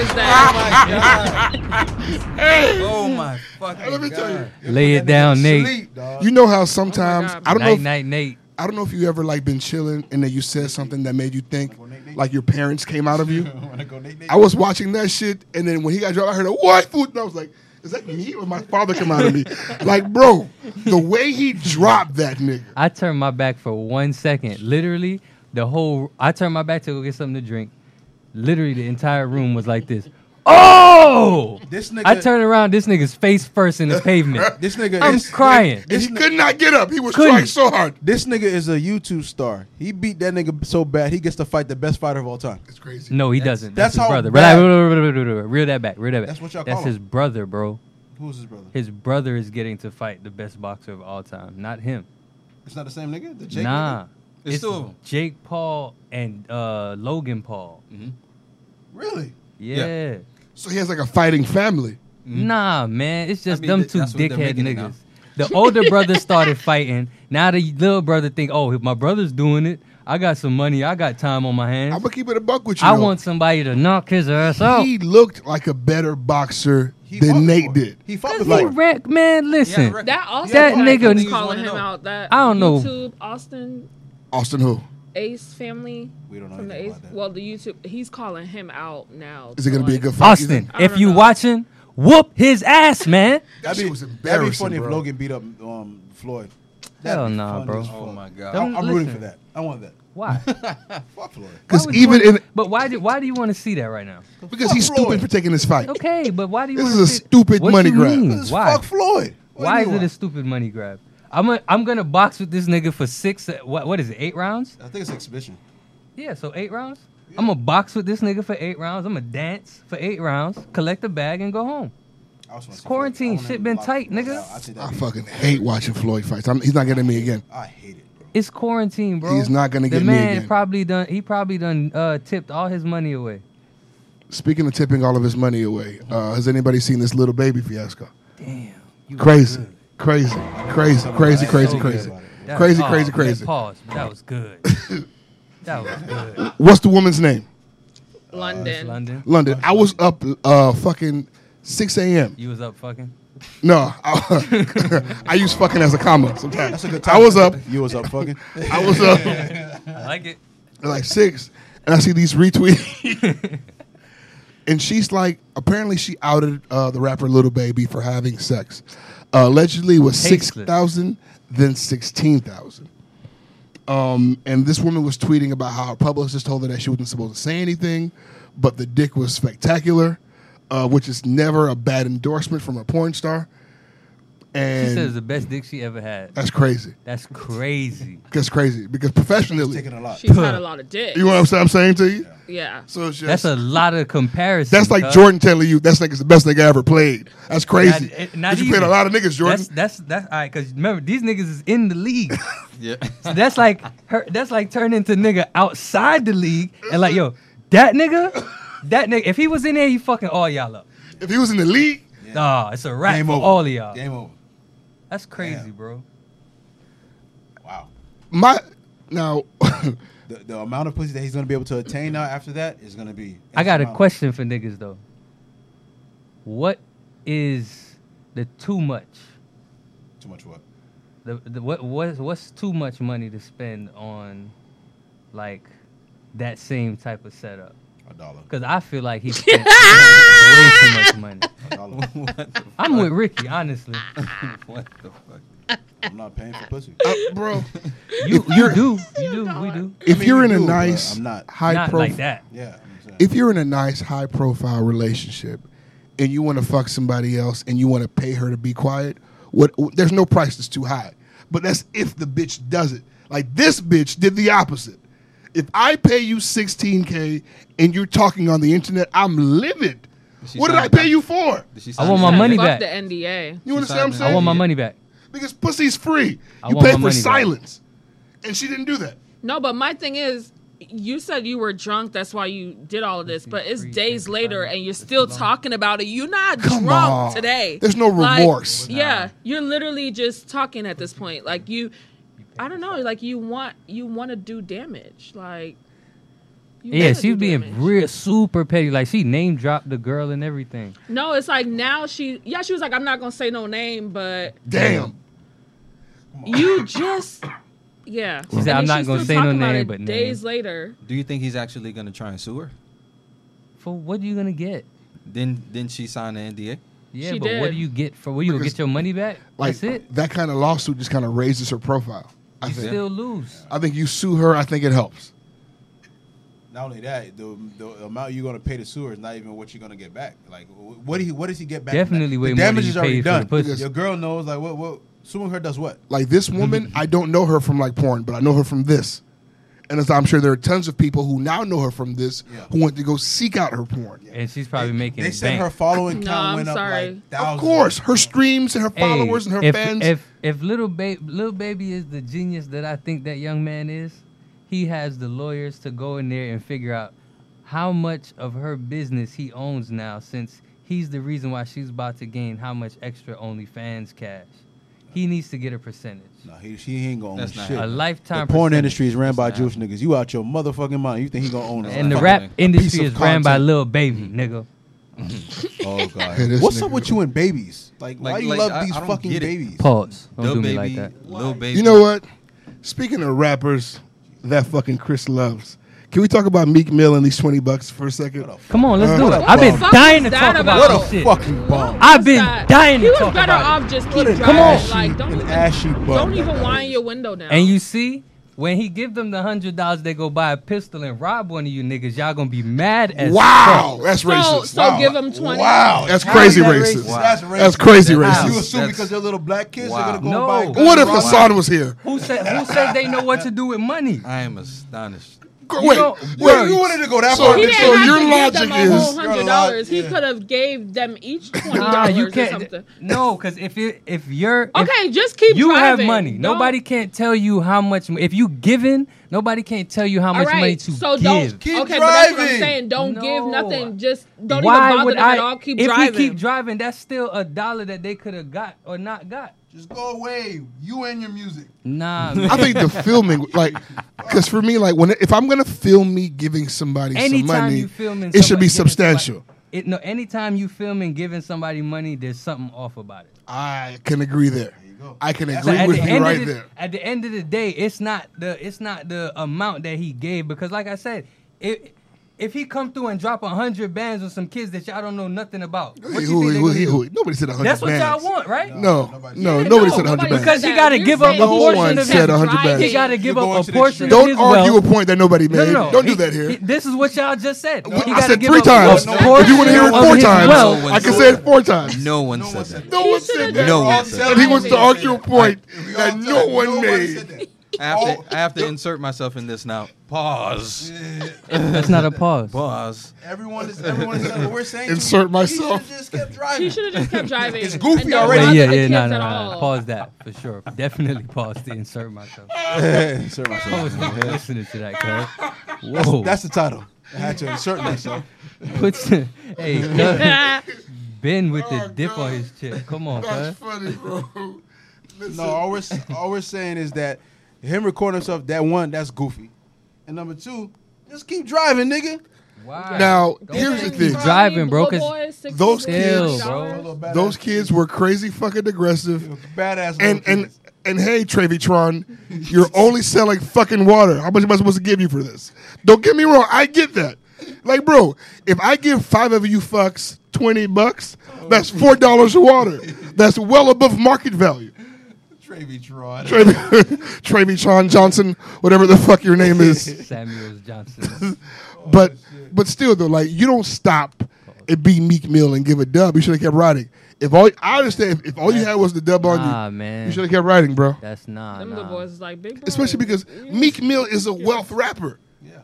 Speaker 7: I feel
Speaker 8: <laughs>
Speaker 7: like Drake is that.
Speaker 6: Oh my fucking
Speaker 1: Let me tell you.
Speaker 2: Lay it down, Nate.
Speaker 8: Sleep, dog.
Speaker 1: You know how
Speaker 8: Oh
Speaker 1: sometimes
Speaker 7: God.
Speaker 1: I don't know.
Speaker 2: Night,
Speaker 1: If,
Speaker 2: night, Nate.
Speaker 1: I don't know if you ever like been chilling and then you said something that made you think like your parents came out
Speaker 8: <laughs>
Speaker 1: of you.
Speaker 8: Wanna go Nate, Nate?
Speaker 1: I was watching that shit and then when he got dropped, I heard a what food, and I was like, is that me or my father come out of
Speaker 8: <laughs>
Speaker 1: me? like, bro, the way he dropped that nigga.
Speaker 2: I turned my back for one second. Literally, the whole I turned my back to go get something to drink. Literally, the entire room was like this. Oh!
Speaker 8: This nigga.
Speaker 2: I turned around. This nigga's face first <laughs> in the
Speaker 1: <laughs>
Speaker 2: pavement.
Speaker 8: <laughs> This nigga.
Speaker 2: I'm
Speaker 8: is-
Speaker 2: crying.
Speaker 1: And he could not get up. He was <laughs>
Speaker 2: Couldn't.
Speaker 1: trying so hard.
Speaker 8: This nigga is a YouTube star. He beat that nigga so bad he gets to fight the best fighter of all time.
Speaker 1: It's crazy.
Speaker 2: No, he doesn't.
Speaker 8: that's
Speaker 2: That's, his
Speaker 8: how
Speaker 2: brother.
Speaker 8: bad-
Speaker 2: Reel- reel- reel- reel- reel- Reel that back. Reel that back.
Speaker 8: That's what y'all
Speaker 2: That's
Speaker 8: call
Speaker 2: his
Speaker 8: him.
Speaker 2: brother, bro.
Speaker 8: Who's his brother?
Speaker 2: His brother is getting to fight the best boxer of all time, not him.
Speaker 8: It's not the same nigga. The Jake
Speaker 2: nah,
Speaker 6: It's two of 'em.
Speaker 2: Jake Paul and uh, Logan Paul.
Speaker 8: nigga? Really?
Speaker 2: Yeah.
Speaker 1: So he has like a fighting family.
Speaker 2: Nah, man, it's just
Speaker 6: mean,
Speaker 2: them
Speaker 6: th-
Speaker 2: two
Speaker 6: that's what they're
Speaker 2: dickhead
Speaker 6: making it now.
Speaker 2: niggas. The older brother started fighting. Now the little brother think, oh, if my brother's doing it, I got some money, I got time on my
Speaker 1: I'm
Speaker 2: hands.
Speaker 1: gonna keep it a buck with you.
Speaker 2: I
Speaker 1: though.
Speaker 2: want somebody to knock his ass out.
Speaker 1: He looked like a better boxer
Speaker 8: He fought
Speaker 1: than Nate
Speaker 8: before.
Speaker 1: did.
Speaker 8: He fought
Speaker 2: Cause
Speaker 8: before.
Speaker 2: he wreck, man. Listen,
Speaker 6: record.
Speaker 7: That also
Speaker 2: That
Speaker 7: that
Speaker 2: nigga-
Speaker 7: nigga
Speaker 6: Niggas
Speaker 7: calling
Speaker 6: wanna
Speaker 7: him
Speaker 6: know.
Speaker 7: out. That
Speaker 2: I don't know.
Speaker 7: YouTube Austin
Speaker 1: Austin who?
Speaker 7: Ace family.
Speaker 8: We don't know
Speaker 7: from the
Speaker 8: anything
Speaker 7: Ace.
Speaker 8: about that.
Speaker 7: Well, the YouTube. He's calling him out now.
Speaker 1: Is it gonna be a
Speaker 7: Like,
Speaker 1: good fight? you
Speaker 2: Austin,
Speaker 1: think?
Speaker 7: I
Speaker 2: if
Speaker 7: don't
Speaker 2: you
Speaker 7: know.
Speaker 2: watching, whoop his ass, man.
Speaker 1: That shit was
Speaker 8: That'd be
Speaker 1: embarrassing,
Speaker 8: funny if
Speaker 1: bro.
Speaker 8: Logan beat up um, Floyd.
Speaker 2: Hell
Speaker 8: be
Speaker 2: nah,
Speaker 8: funny
Speaker 2: bro.
Speaker 8: as fuck.
Speaker 6: Oh my god.
Speaker 2: Don't-
Speaker 8: I'm, I'm rooting
Speaker 2: listen.
Speaker 8: for that. I want that.
Speaker 2: Why?
Speaker 8: <laughs> Fuck Floyd.
Speaker 1: Because
Speaker 2: Why would you
Speaker 1: even in
Speaker 2: wanna- But why do why do you want to see that right now?
Speaker 1: because he's
Speaker 8: Fuck
Speaker 1: stupid
Speaker 8: Floyd.
Speaker 1: for taking this fight.
Speaker 2: Okay, but why do you?
Speaker 1: This
Speaker 2: wanna
Speaker 1: is a
Speaker 2: see-
Speaker 1: stupid
Speaker 2: What
Speaker 1: money
Speaker 2: you
Speaker 1: grab.
Speaker 2: mean?
Speaker 8: This is
Speaker 2: Why?
Speaker 8: Fuck Floyd. What
Speaker 2: Why is
Speaker 8: do you
Speaker 2: it a
Speaker 8: want?
Speaker 2: stupid money grab? I'm a, I'm gonna box with this nigga for six. What what is it? Eight rounds?
Speaker 8: I think it's exhibition.
Speaker 2: Yeah, so eight rounds. I'm gonna box with this nigga for eight rounds. I'm gonna dance for eight rounds, collect a bag, and go home.
Speaker 8: I also wanna see Floyd. I
Speaker 2: quarantine.
Speaker 8: wanna
Speaker 2: Shit been
Speaker 8: lock
Speaker 2: tight,
Speaker 8: Floyd
Speaker 2: nigga.
Speaker 8: out. I, think
Speaker 1: I
Speaker 8: that'd be-
Speaker 1: fucking hate watching Floyd fights. I'm, he's not getting me again.
Speaker 8: I hate it, bro.
Speaker 2: It's quarantine, bro.
Speaker 1: He's not gonna
Speaker 2: the
Speaker 1: get me
Speaker 2: man
Speaker 1: again.
Speaker 2: probably done. He probably done uh, tipped all his money away.
Speaker 1: Speaking of tipping all of his money away, uh, has anybody seen this little baby fiasco?
Speaker 2: Damn, you was
Speaker 1: Crazy,
Speaker 2: good.
Speaker 1: crazy, crazy, crazy, crazy,
Speaker 2: so good
Speaker 1: crazy,
Speaker 8: about it.
Speaker 2: That-
Speaker 1: crazy,
Speaker 2: oh,
Speaker 1: crazy,
Speaker 2: man,
Speaker 1: crazy. <laughs>
Speaker 2: Pause. That was good. that was good.
Speaker 1: What's the woman's name?
Speaker 7: London.
Speaker 2: London.
Speaker 1: London. I was up uh fucking six a.m.
Speaker 2: You was up fucking.
Speaker 1: No, I, <laughs> I use fucking as a comma sometimes.
Speaker 8: That's a good
Speaker 1: I was up.
Speaker 8: You was up fucking.
Speaker 1: <laughs> I was up.
Speaker 2: <laughs> I like it.
Speaker 1: at like six, and I see these retweets. <laughs> and she's like, apparently she outed uh, the rapper Little Baby for having sex. Uh, allegedly was six
Speaker 2: Tasteless.
Speaker 1: thousand, then sixteen thousand. Um, and this woman was tweeting about how her publicist told her that she wasn't supposed to say anything, but the dick was spectacular, uh, which is never a bad endorsement from a porn star.
Speaker 2: She
Speaker 1: And
Speaker 2: says the best dick she ever had.
Speaker 1: that's crazy.
Speaker 2: That's crazy.
Speaker 1: That's crazy because professionally,
Speaker 8: Taking a lot.
Speaker 7: She's had a lot of dick.
Speaker 1: you know what I'm saying to you.
Speaker 7: Yeah.
Speaker 1: So it's just,
Speaker 2: That's a lot of comparison.
Speaker 1: That's like
Speaker 2: cuz.
Speaker 1: Jordan telling you that's like it's the best nigga I ever played. That's crazy.
Speaker 2: Not- it- not
Speaker 1: 'Cause you played a
Speaker 2: even.
Speaker 1: lot of niggas, Jordan.
Speaker 2: That's that's that's all right. Cause remember these niggas is in
Speaker 1: <laughs>
Speaker 2: the league.
Speaker 6: Yeah.
Speaker 2: So that's like her. That's like turning to nigga outside the league and like yo that nigga, that nigga. If he was in there, he fucking all y'all up.
Speaker 1: if he was in the league,
Speaker 2: Nah, it's a wrap
Speaker 8: Game
Speaker 2: for
Speaker 8: over.
Speaker 2: all of y'all.
Speaker 8: Game over.
Speaker 2: That's crazy,
Speaker 8: Damn.
Speaker 2: bro.
Speaker 8: Wow.
Speaker 1: my now <laughs>
Speaker 8: The, the amount of pussy that he's gonna be able to attain now after that is gonna be.
Speaker 2: I got a
Speaker 8: insurmountable.
Speaker 2: question for niggas though. What is the too much?
Speaker 8: Too much what?
Speaker 2: The, the what what's, what's too much money to spend on, like, that same type of setup?
Speaker 8: A dollar.
Speaker 2: Because I feel like
Speaker 7: <laughs>
Speaker 2: he spent way too much money.
Speaker 8: A dollar.
Speaker 2: I'm with Ricky, honestly.
Speaker 6: <laughs> what the fuck?
Speaker 8: I'm not paying for pussy.
Speaker 1: uh, bro,
Speaker 2: You,
Speaker 1: If
Speaker 2: you
Speaker 1: you're-
Speaker 2: do, you do, we do.
Speaker 1: if
Speaker 8: mean,
Speaker 1: you're
Speaker 8: you
Speaker 1: in a
Speaker 8: do, but
Speaker 1: nice
Speaker 8: I'm not.
Speaker 1: high
Speaker 2: Not
Speaker 1: profile
Speaker 2: like that.
Speaker 1: <laughs>
Speaker 8: Yeah. I'm saying.
Speaker 1: if you're in a nice high profile relationship and you want to fuck somebody else and you want to pay her to be quiet, what there's no price that's too high. But that's if the bitch does it. Like this bitch did the opposite. If I pay you 16k and you're talking on the internet, I'm livid.
Speaker 6: She
Speaker 1: what did I
Speaker 6: signed
Speaker 1: pay
Speaker 6: that.
Speaker 1: you for?
Speaker 6: Did she
Speaker 2: I
Speaker 6: sign
Speaker 2: want
Speaker 6: it?
Speaker 2: my
Speaker 7: Yeah,
Speaker 2: money
Speaker 7: fuck
Speaker 2: back.
Speaker 7: the NDA.
Speaker 1: You understand
Speaker 6: signed
Speaker 1: what I'm
Speaker 6: it.
Speaker 1: saying?
Speaker 2: I want my money back.
Speaker 1: Because pussy's free.
Speaker 2: I
Speaker 1: You
Speaker 2: want
Speaker 1: pay
Speaker 2: my
Speaker 1: for
Speaker 2: money back.
Speaker 1: silence. And she didn't do that.
Speaker 7: No, but my thing is, you said you were drunk. That's why you did all of this. But it's
Speaker 2: free,
Speaker 7: days
Speaker 2: thank
Speaker 7: later,
Speaker 2: God.
Speaker 7: and you're
Speaker 2: It's
Speaker 7: still
Speaker 2: too long.
Speaker 7: talking about it. You're not
Speaker 1: Come
Speaker 7: drunk
Speaker 1: on.
Speaker 7: today.
Speaker 1: There's no
Speaker 7: Like,
Speaker 1: remorse.
Speaker 7: yeah, you're literally just talking at this point. Like you, I don't know. Like you want you want to do damage. Like you
Speaker 2: Yeah,
Speaker 7: wanna
Speaker 2: she's
Speaker 7: do
Speaker 2: being
Speaker 7: damage.
Speaker 2: real super petty. Like she name dropped the girl and everything.
Speaker 7: No, it's like now she. Yeah, she was like, I'm not gonna say no name, but
Speaker 1: Damn.
Speaker 7: you just. Yeah,
Speaker 2: She
Speaker 7: And
Speaker 2: said,
Speaker 7: then
Speaker 2: "I'm not
Speaker 7: she's
Speaker 2: gonna
Speaker 7: still
Speaker 2: say no
Speaker 7: talking about
Speaker 2: name,
Speaker 7: it
Speaker 2: but name."
Speaker 7: days later,
Speaker 6: Do you think he's actually gonna try and sue her?
Speaker 2: For what are you gonna get?
Speaker 6: Then didn't she sign the NDA?
Speaker 2: Yeah,
Speaker 7: She
Speaker 2: but what
Speaker 7: did.
Speaker 2: do you get for? What you gonna
Speaker 1: Because-
Speaker 2: get your money back?
Speaker 1: Like
Speaker 2: That's it.
Speaker 1: that kind of lawsuit just kind of raises her profile. I
Speaker 2: You
Speaker 1: think.
Speaker 2: still lose.
Speaker 1: I think you sue her, I think it helps.
Speaker 8: Not only that, the, the amount you're gonna pay to sewer is not even what you're gonna get back. Like, wh- what do he, what does he get back? from that?
Speaker 2: Definitely way
Speaker 8: the
Speaker 2: more than
Speaker 8: damage
Speaker 2: you
Speaker 8: is already
Speaker 2: paid for the
Speaker 8: done.
Speaker 2: pussy.
Speaker 8: Your girl knows, like, what what suing her does what?
Speaker 1: Like this
Speaker 8: Mm-hmm.
Speaker 1: woman, I don't know her from like porn, but I know her from this. And as I'm sure there are tons of people who now know her from this
Speaker 8: Yeah.
Speaker 1: who want to go seek out her porn.
Speaker 2: And she's probably making
Speaker 8: They said
Speaker 2: bank.
Speaker 8: her following
Speaker 7: <laughs> No,
Speaker 8: count
Speaker 7: I'm
Speaker 8: went
Speaker 7: sorry.
Speaker 8: up like
Speaker 1: Of
Speaker 8: thousands.
Speaker 1: course, her streams and her
Speaker 2: Hey,
Speaker 1: followers and her
Speaker 2: if,
Speaker 1: fans.
Speaker 2: If if little baby little baby is the genius that I think that young man is, he has the lawyers to go in there and figure out how much of her business he owns now, since he's the reason why she's about to gain how much extra OnlyFans cash. He needs to get a percentage,
Speaker 8: No, he, she ain't gonna own
Speaker 6: That's not
Speaker 8: shit.
Speaker 2: a lifetime.
Speaker 8: The porn
Speaker 2: percentage.
Speaker 8: industry is ran by Jewish niggas. You out your motherfucking mind. You think he gonna own it?
Speaker 2: and the
Speaker 6: Fucking
Speaker 2: rap
Speaker 6: thing. A
Speaker 2: industry
Speaker 1: piece
Speaker 2: is
Speaker 1: of
Speaker 2: ran by
Speaker 1: content.
Speaker 2: little baby, nigga.
Speaker 8: Mm-hmm. Oh god.
Speaker 1: <laughs> Hey, this
Speaker 8: What's
Speaker 1: nigga.
Speaker 8: up with you and babies? Like, why
Speaker 6: Like-
Speaker 8: you
Speaker 6: like,
Speaker 8: love
Speaker 6: I-
Speaker 8: these
Speaker 6: I don't
Speaker 8: fucking
Speaker 6: get it.
Speaker 8: babies?
Speaker 2: Pause. Don't
Speaker 6: Lil
Speaker 2: do me
Speaker 6: baby,
Speaker 2: like that.
Speaker 6: Lil baby.
Speaker 1: you know what? Speaking of rappers that fucking Chris loves, can we talk about Meek Mill and these 20 bucks for a second?
Speaker 8: What
Speaker 2: Come on, let's
Speaker 1: Uh,
Speaker 2: do
Speaker 1: what
Speaker 2: it.
Speaker 1: a
Speaker 2: I've been
Speaker 1: bum.
Speaker 7: Fuck
Speaker 2: dying
Speaker 7: is
Speaker 2: to
Speaker 7: that
Speaker 2: talk
Speaker 7: about?
Speaker 8: What
Speaker 2: about
Speaker 8: a
Speaker 2: this shit.
Speaker 8: fucking bomb.
Speaker 2: I've been
Speaker 7: Stop.
Speaker 2: <laughs> dying to
Speaker 7: He was
Speaker 2: talk
Speaker 7: better
Speaker 2: about it.
Speaker 7: off just keep
Speaker 8: What an
Speaker 7: driving.
Speaker 8: ashy-
Speaker 7: like don't
Speaker 8: an
Speaker 7: even,
Speaker 8: ashy bum
Speaker 7: don't
Speaker 8: that
Speaker 7: even
Speaker 8: that
Speaker 7: wind
Speaker 8: is.
Speaker 7: your window down.
Speaker 2: And you see, when he give them the hundred dollars, they go buy a pistol and rob one of you niggas. Y'all gonna be mad as
Speaker 1: Wow, that's
Speaker 7: so
Speaker 1: racist.
Speaker 7: so give him twenty.
Speaker 8: Wow,
Speaker 1: That's crazy
Speaker 8: How is that
Speaker 1: racist.
Speaker 8: That's racist.
Speaker 1: That's crazy
Speaker 2: That's-
Speaker 8: You
Speaker 1: racist.
Speaker 8: assume
Speaker 6: That's-
Speaker 8: because they're little black kids,
Speaker 6: Wow.
Speaker 8: they're gonna go
Speaker 2: No.
Speaker 8: and buy. a gun
Speaker 1: What if
Speaker 8: and rob
Speaker 1: Hassan was here?
Speaker 2: Who said who says they know what to do with money?
Speaker 6: I am astonished.
Speaker 1: Go-
Speaker 2: You
Speaker 1: Wait,
Speaker 2: know,
Speaker 1: wait,
Speaker 8: You wanted to go that
Speaker 1: So
Speaker 8: far?
Speaker 7: He didn't
Speaker 1: So
Speaker 7: have
Speaker 1: your
Speaker 7: to give
Speaker 1: logic
Speaker 7: them a whole
Speaker 1: is-
Speaker 7: hundred dollars. He could have gave them each twenty
Speaker 2: Nah,
Speaker 7: dollars
Speaker 2: you
Speaker 7: or <laughs>
Speaker 2: can't.
Speaker 7: something.
Speaker 2: No, because if you if you're if
Speaker 7: Okay, just keep.
Speaker 2: you have
Speaker 7: driving.
Speaker 2: money.
Speaker 7: Don't-
Speaker 2: Nobody can't tell you how much. If you giving, nobody can't tell you how
Speaker 7: All
Speaker 2: much money
Speaker 7: right,
Speaker 2: to
Speaker 7: so
Speaker 2: give.
Speaker 7: don't.
Speaker 8: Keep
Speaker 7: okay, but that's what I'm
Speaker 8: driving.
Speaker 7: saying. Don't give
Speaker 2: No.
Speaker 7: nothing. Just don't
Speaker 2: Why
Speaker 7: even bother
Speaker 2: would
Speaker 7: them
Speaker 2: I?
Speaker 7: at all. Keep
Speaker 2: if
Speaker 7: driving.
Speaker 2: you keep driving, that's still a dollar that they could have got or not got.
Speaker 8: Just go away. You and your music.
Speaker 2: Nah, man.
Speaker 1: I think the filming, like, because for me, like, when if I'm gonna film me giving somebody
Speaker 2: anytime
Speaker 1: some money,
Speaker 2: you filming,
Speaker 1: it should be
Speaker 2: somebody- giving
Speaker 1: substantial.
Speaker 2: somebody- it, no, anytime you filming giving somebody money, there's something off about it.
Speaker 1: I can agree there. I can
Speaker 8: That's-
Speaker 2: So
Speaker 1: agree
Speaker 2: at
Speaker 1: with
Speaker 2: the
Speaker 1: you
Speaker 2: end
Speaker 1: right
Speaker 2: of the,
Speaker 1: there.
Speaker 2: At the end of the day, it's not the it's not the amount that he gave because, like I said, if if he come through and drop hundred bands on some kids that y'all don't know nothing about, what
Speaker 1: Hey,
Speaker 2: you
Speaker 1: hoo,
Speaker 2: think they
Speaker 1: hoo,
Speaker 2: gonna
Speaker 1: hoo,
Speaker 2: do?
Speaker 1: hoo. Nobody said a hundred.
Speaker 2: That's what y'all
Speaker 1: bands.
Speaker 2: want, right?
Speaker 1: No,
Speaker 8: Nobody
Speaker 1: no,
Speaker 8: said-
Speaker 1: nobody
Speaker 7: No,
Speaker 1: said a hundred
Speaker 7: nobody
Speaker 1: bands.
Speaker 2: Because you got to give up a
Speaker 1: No one
Speaker 2: portion of
Speaker 1: said
Speaker 2: his.
Speaker 1: a hundred
Speaker 7: driving.
Speaker 2: He
Speaker 1: bands.
Speaker 2: got to give
Speaker 8: going
Speaker 2: up
Speaker 8: to
Speaker 2: a
Speaker 8: the extreme.
Speaker 2: portion. Of
Speaker 1: Don't
Speaker 2: his
Speaker 1: argue
Speaker 2: wealth.
Speaker 1: a point that nobody made.
Speaker 2: No, no, no.
Speaker 1: Don't do
Speaker 2: He-
Speaker 1: that here.
Speaker 2: he- this is what y'all just said.
Speaker 1: I
Speaker 2: He
Speaker 1: said
Speaker 2: gotta give
Speaker 1: three
Speaker 2: up a
Speaker 1: times.
Speaker 2: portion
Speaker 1: If you want to hear it
Speaker 2: of
Speaker 1: four
Speaker 2: his
Speaker 1: times,
Speaker 2: wealth.
Speaker 1: I can say it four times.
Speaker 6: No one
Speaker 8: No
Speaker 6: said
Speaker 8: one
Speaker 6: that.
Speaker 8: said that.
Speaker 1: No one said that.
Speaker 6: No one
Speaker 8: said
Speaker 1: And he wants to
Speaker 8: that.
Speaker 1: argue a point
Speaker 8: We all
Speaker 1: that
Speaker 8: said
Speaker 1: no one
Speaker 8: Nobody
Speaker 1: made.
Speaker 8: said that.
Speaker 6: I have, to, I have to insert myself in this now. Pause.
Speaker 2: That's not a pause.
Speaker 6: Pause.
Speaker 8: Everyone is everyone is what we're saying.
Speaker 1: Insert
Speaker 8: to-
Speaker 1: myself.
Speaker 8: He should've just kept driving.
Speaker 7: He should have
Speaker 8: <laughs>
Speaker 7: just kept driving.
Speaker 8: It's goofy
Speaker 7: and don't
Speaker 8: already.
Speaker 7: bother
Speaker 2: yeah,
Speaker 7: the
Speaker 2: yeah,
Speaker 7: kids
Speaker 2: no,
Speaker 7: at
Speaker 2: no, no,
Speaker 7: all.
Speaker 2: Pause that for sure. Definitely pause to insert myself.
Speaker 8: <laughs> Insert
Speaker 2: I was not listening to that, cuz. Whoa.
Speaker 8: That's the title. I had to insert myself.
Speaker 2: Puts, hey, cuz,
Speaker 8: <laughs>
Speaker 7: Yeah.
Speaker 2: Ben with the
Speaker 1: Oh,
Speaker 2: dip on
Speaker 1: God.
Speaker 2: his chip. Come on,
Speaker 1: That's
Speaker 2: cuz.
Speaker 1: funny, bro.
Speaker 8: No, all we're s- all we're saying is that him recording himself. That one, that's goofy. And number two, just keep driving, nigga.
Speaker 2: Wow.
Speaker 1: Now,
Speaker 2: Don't
Speaker 1: here's the
Speaker 2: think
Speaker 1: thing.
Speaker 2: he's driving, bro, 'cause
Speaker 1: those
Speaker 2: kids-
Speaker 1: Those kids were crazy fucking aggressive.
Speaker 8: badass.
Speaker 1: And
Speaker 8: little
Speaker 1: and
Speaker 8: kids.
Speaker 1: and hey, Travitron, you're only selling fucking water. How much am I supposed to give you for this? Don't get me wrong, I get that. Like, bro, if I give five of you fucks twenty bucks, that's four dollars of water. That's well above market value.
Speaker 8: Travi Tron.
Speaker 1: Travi- Travitron Johnson, whatever the fuck your name is.
Speaker 2: <laughs> Samuels Johnson.
Speaker 1: But but still though, like you don't stop and be Meek Mill and give a dub. You should have kept riding. If all I understand, if, if all you had was the dub on
Speaker 2: Nah,
Speaker 1: you,
Speaker 2: man.
Speaker 1: you should have kept riding, bro.
Speaker 2: That's not.
Speaker 7: Them
Speaker 2: Nah,
Speaker 7: little
Speaker 2: nah.
Speaker 7: boys is like big.
Speaker 1: Especially because Meek Mill is a wealth rapper.
Speaker 8: yeah.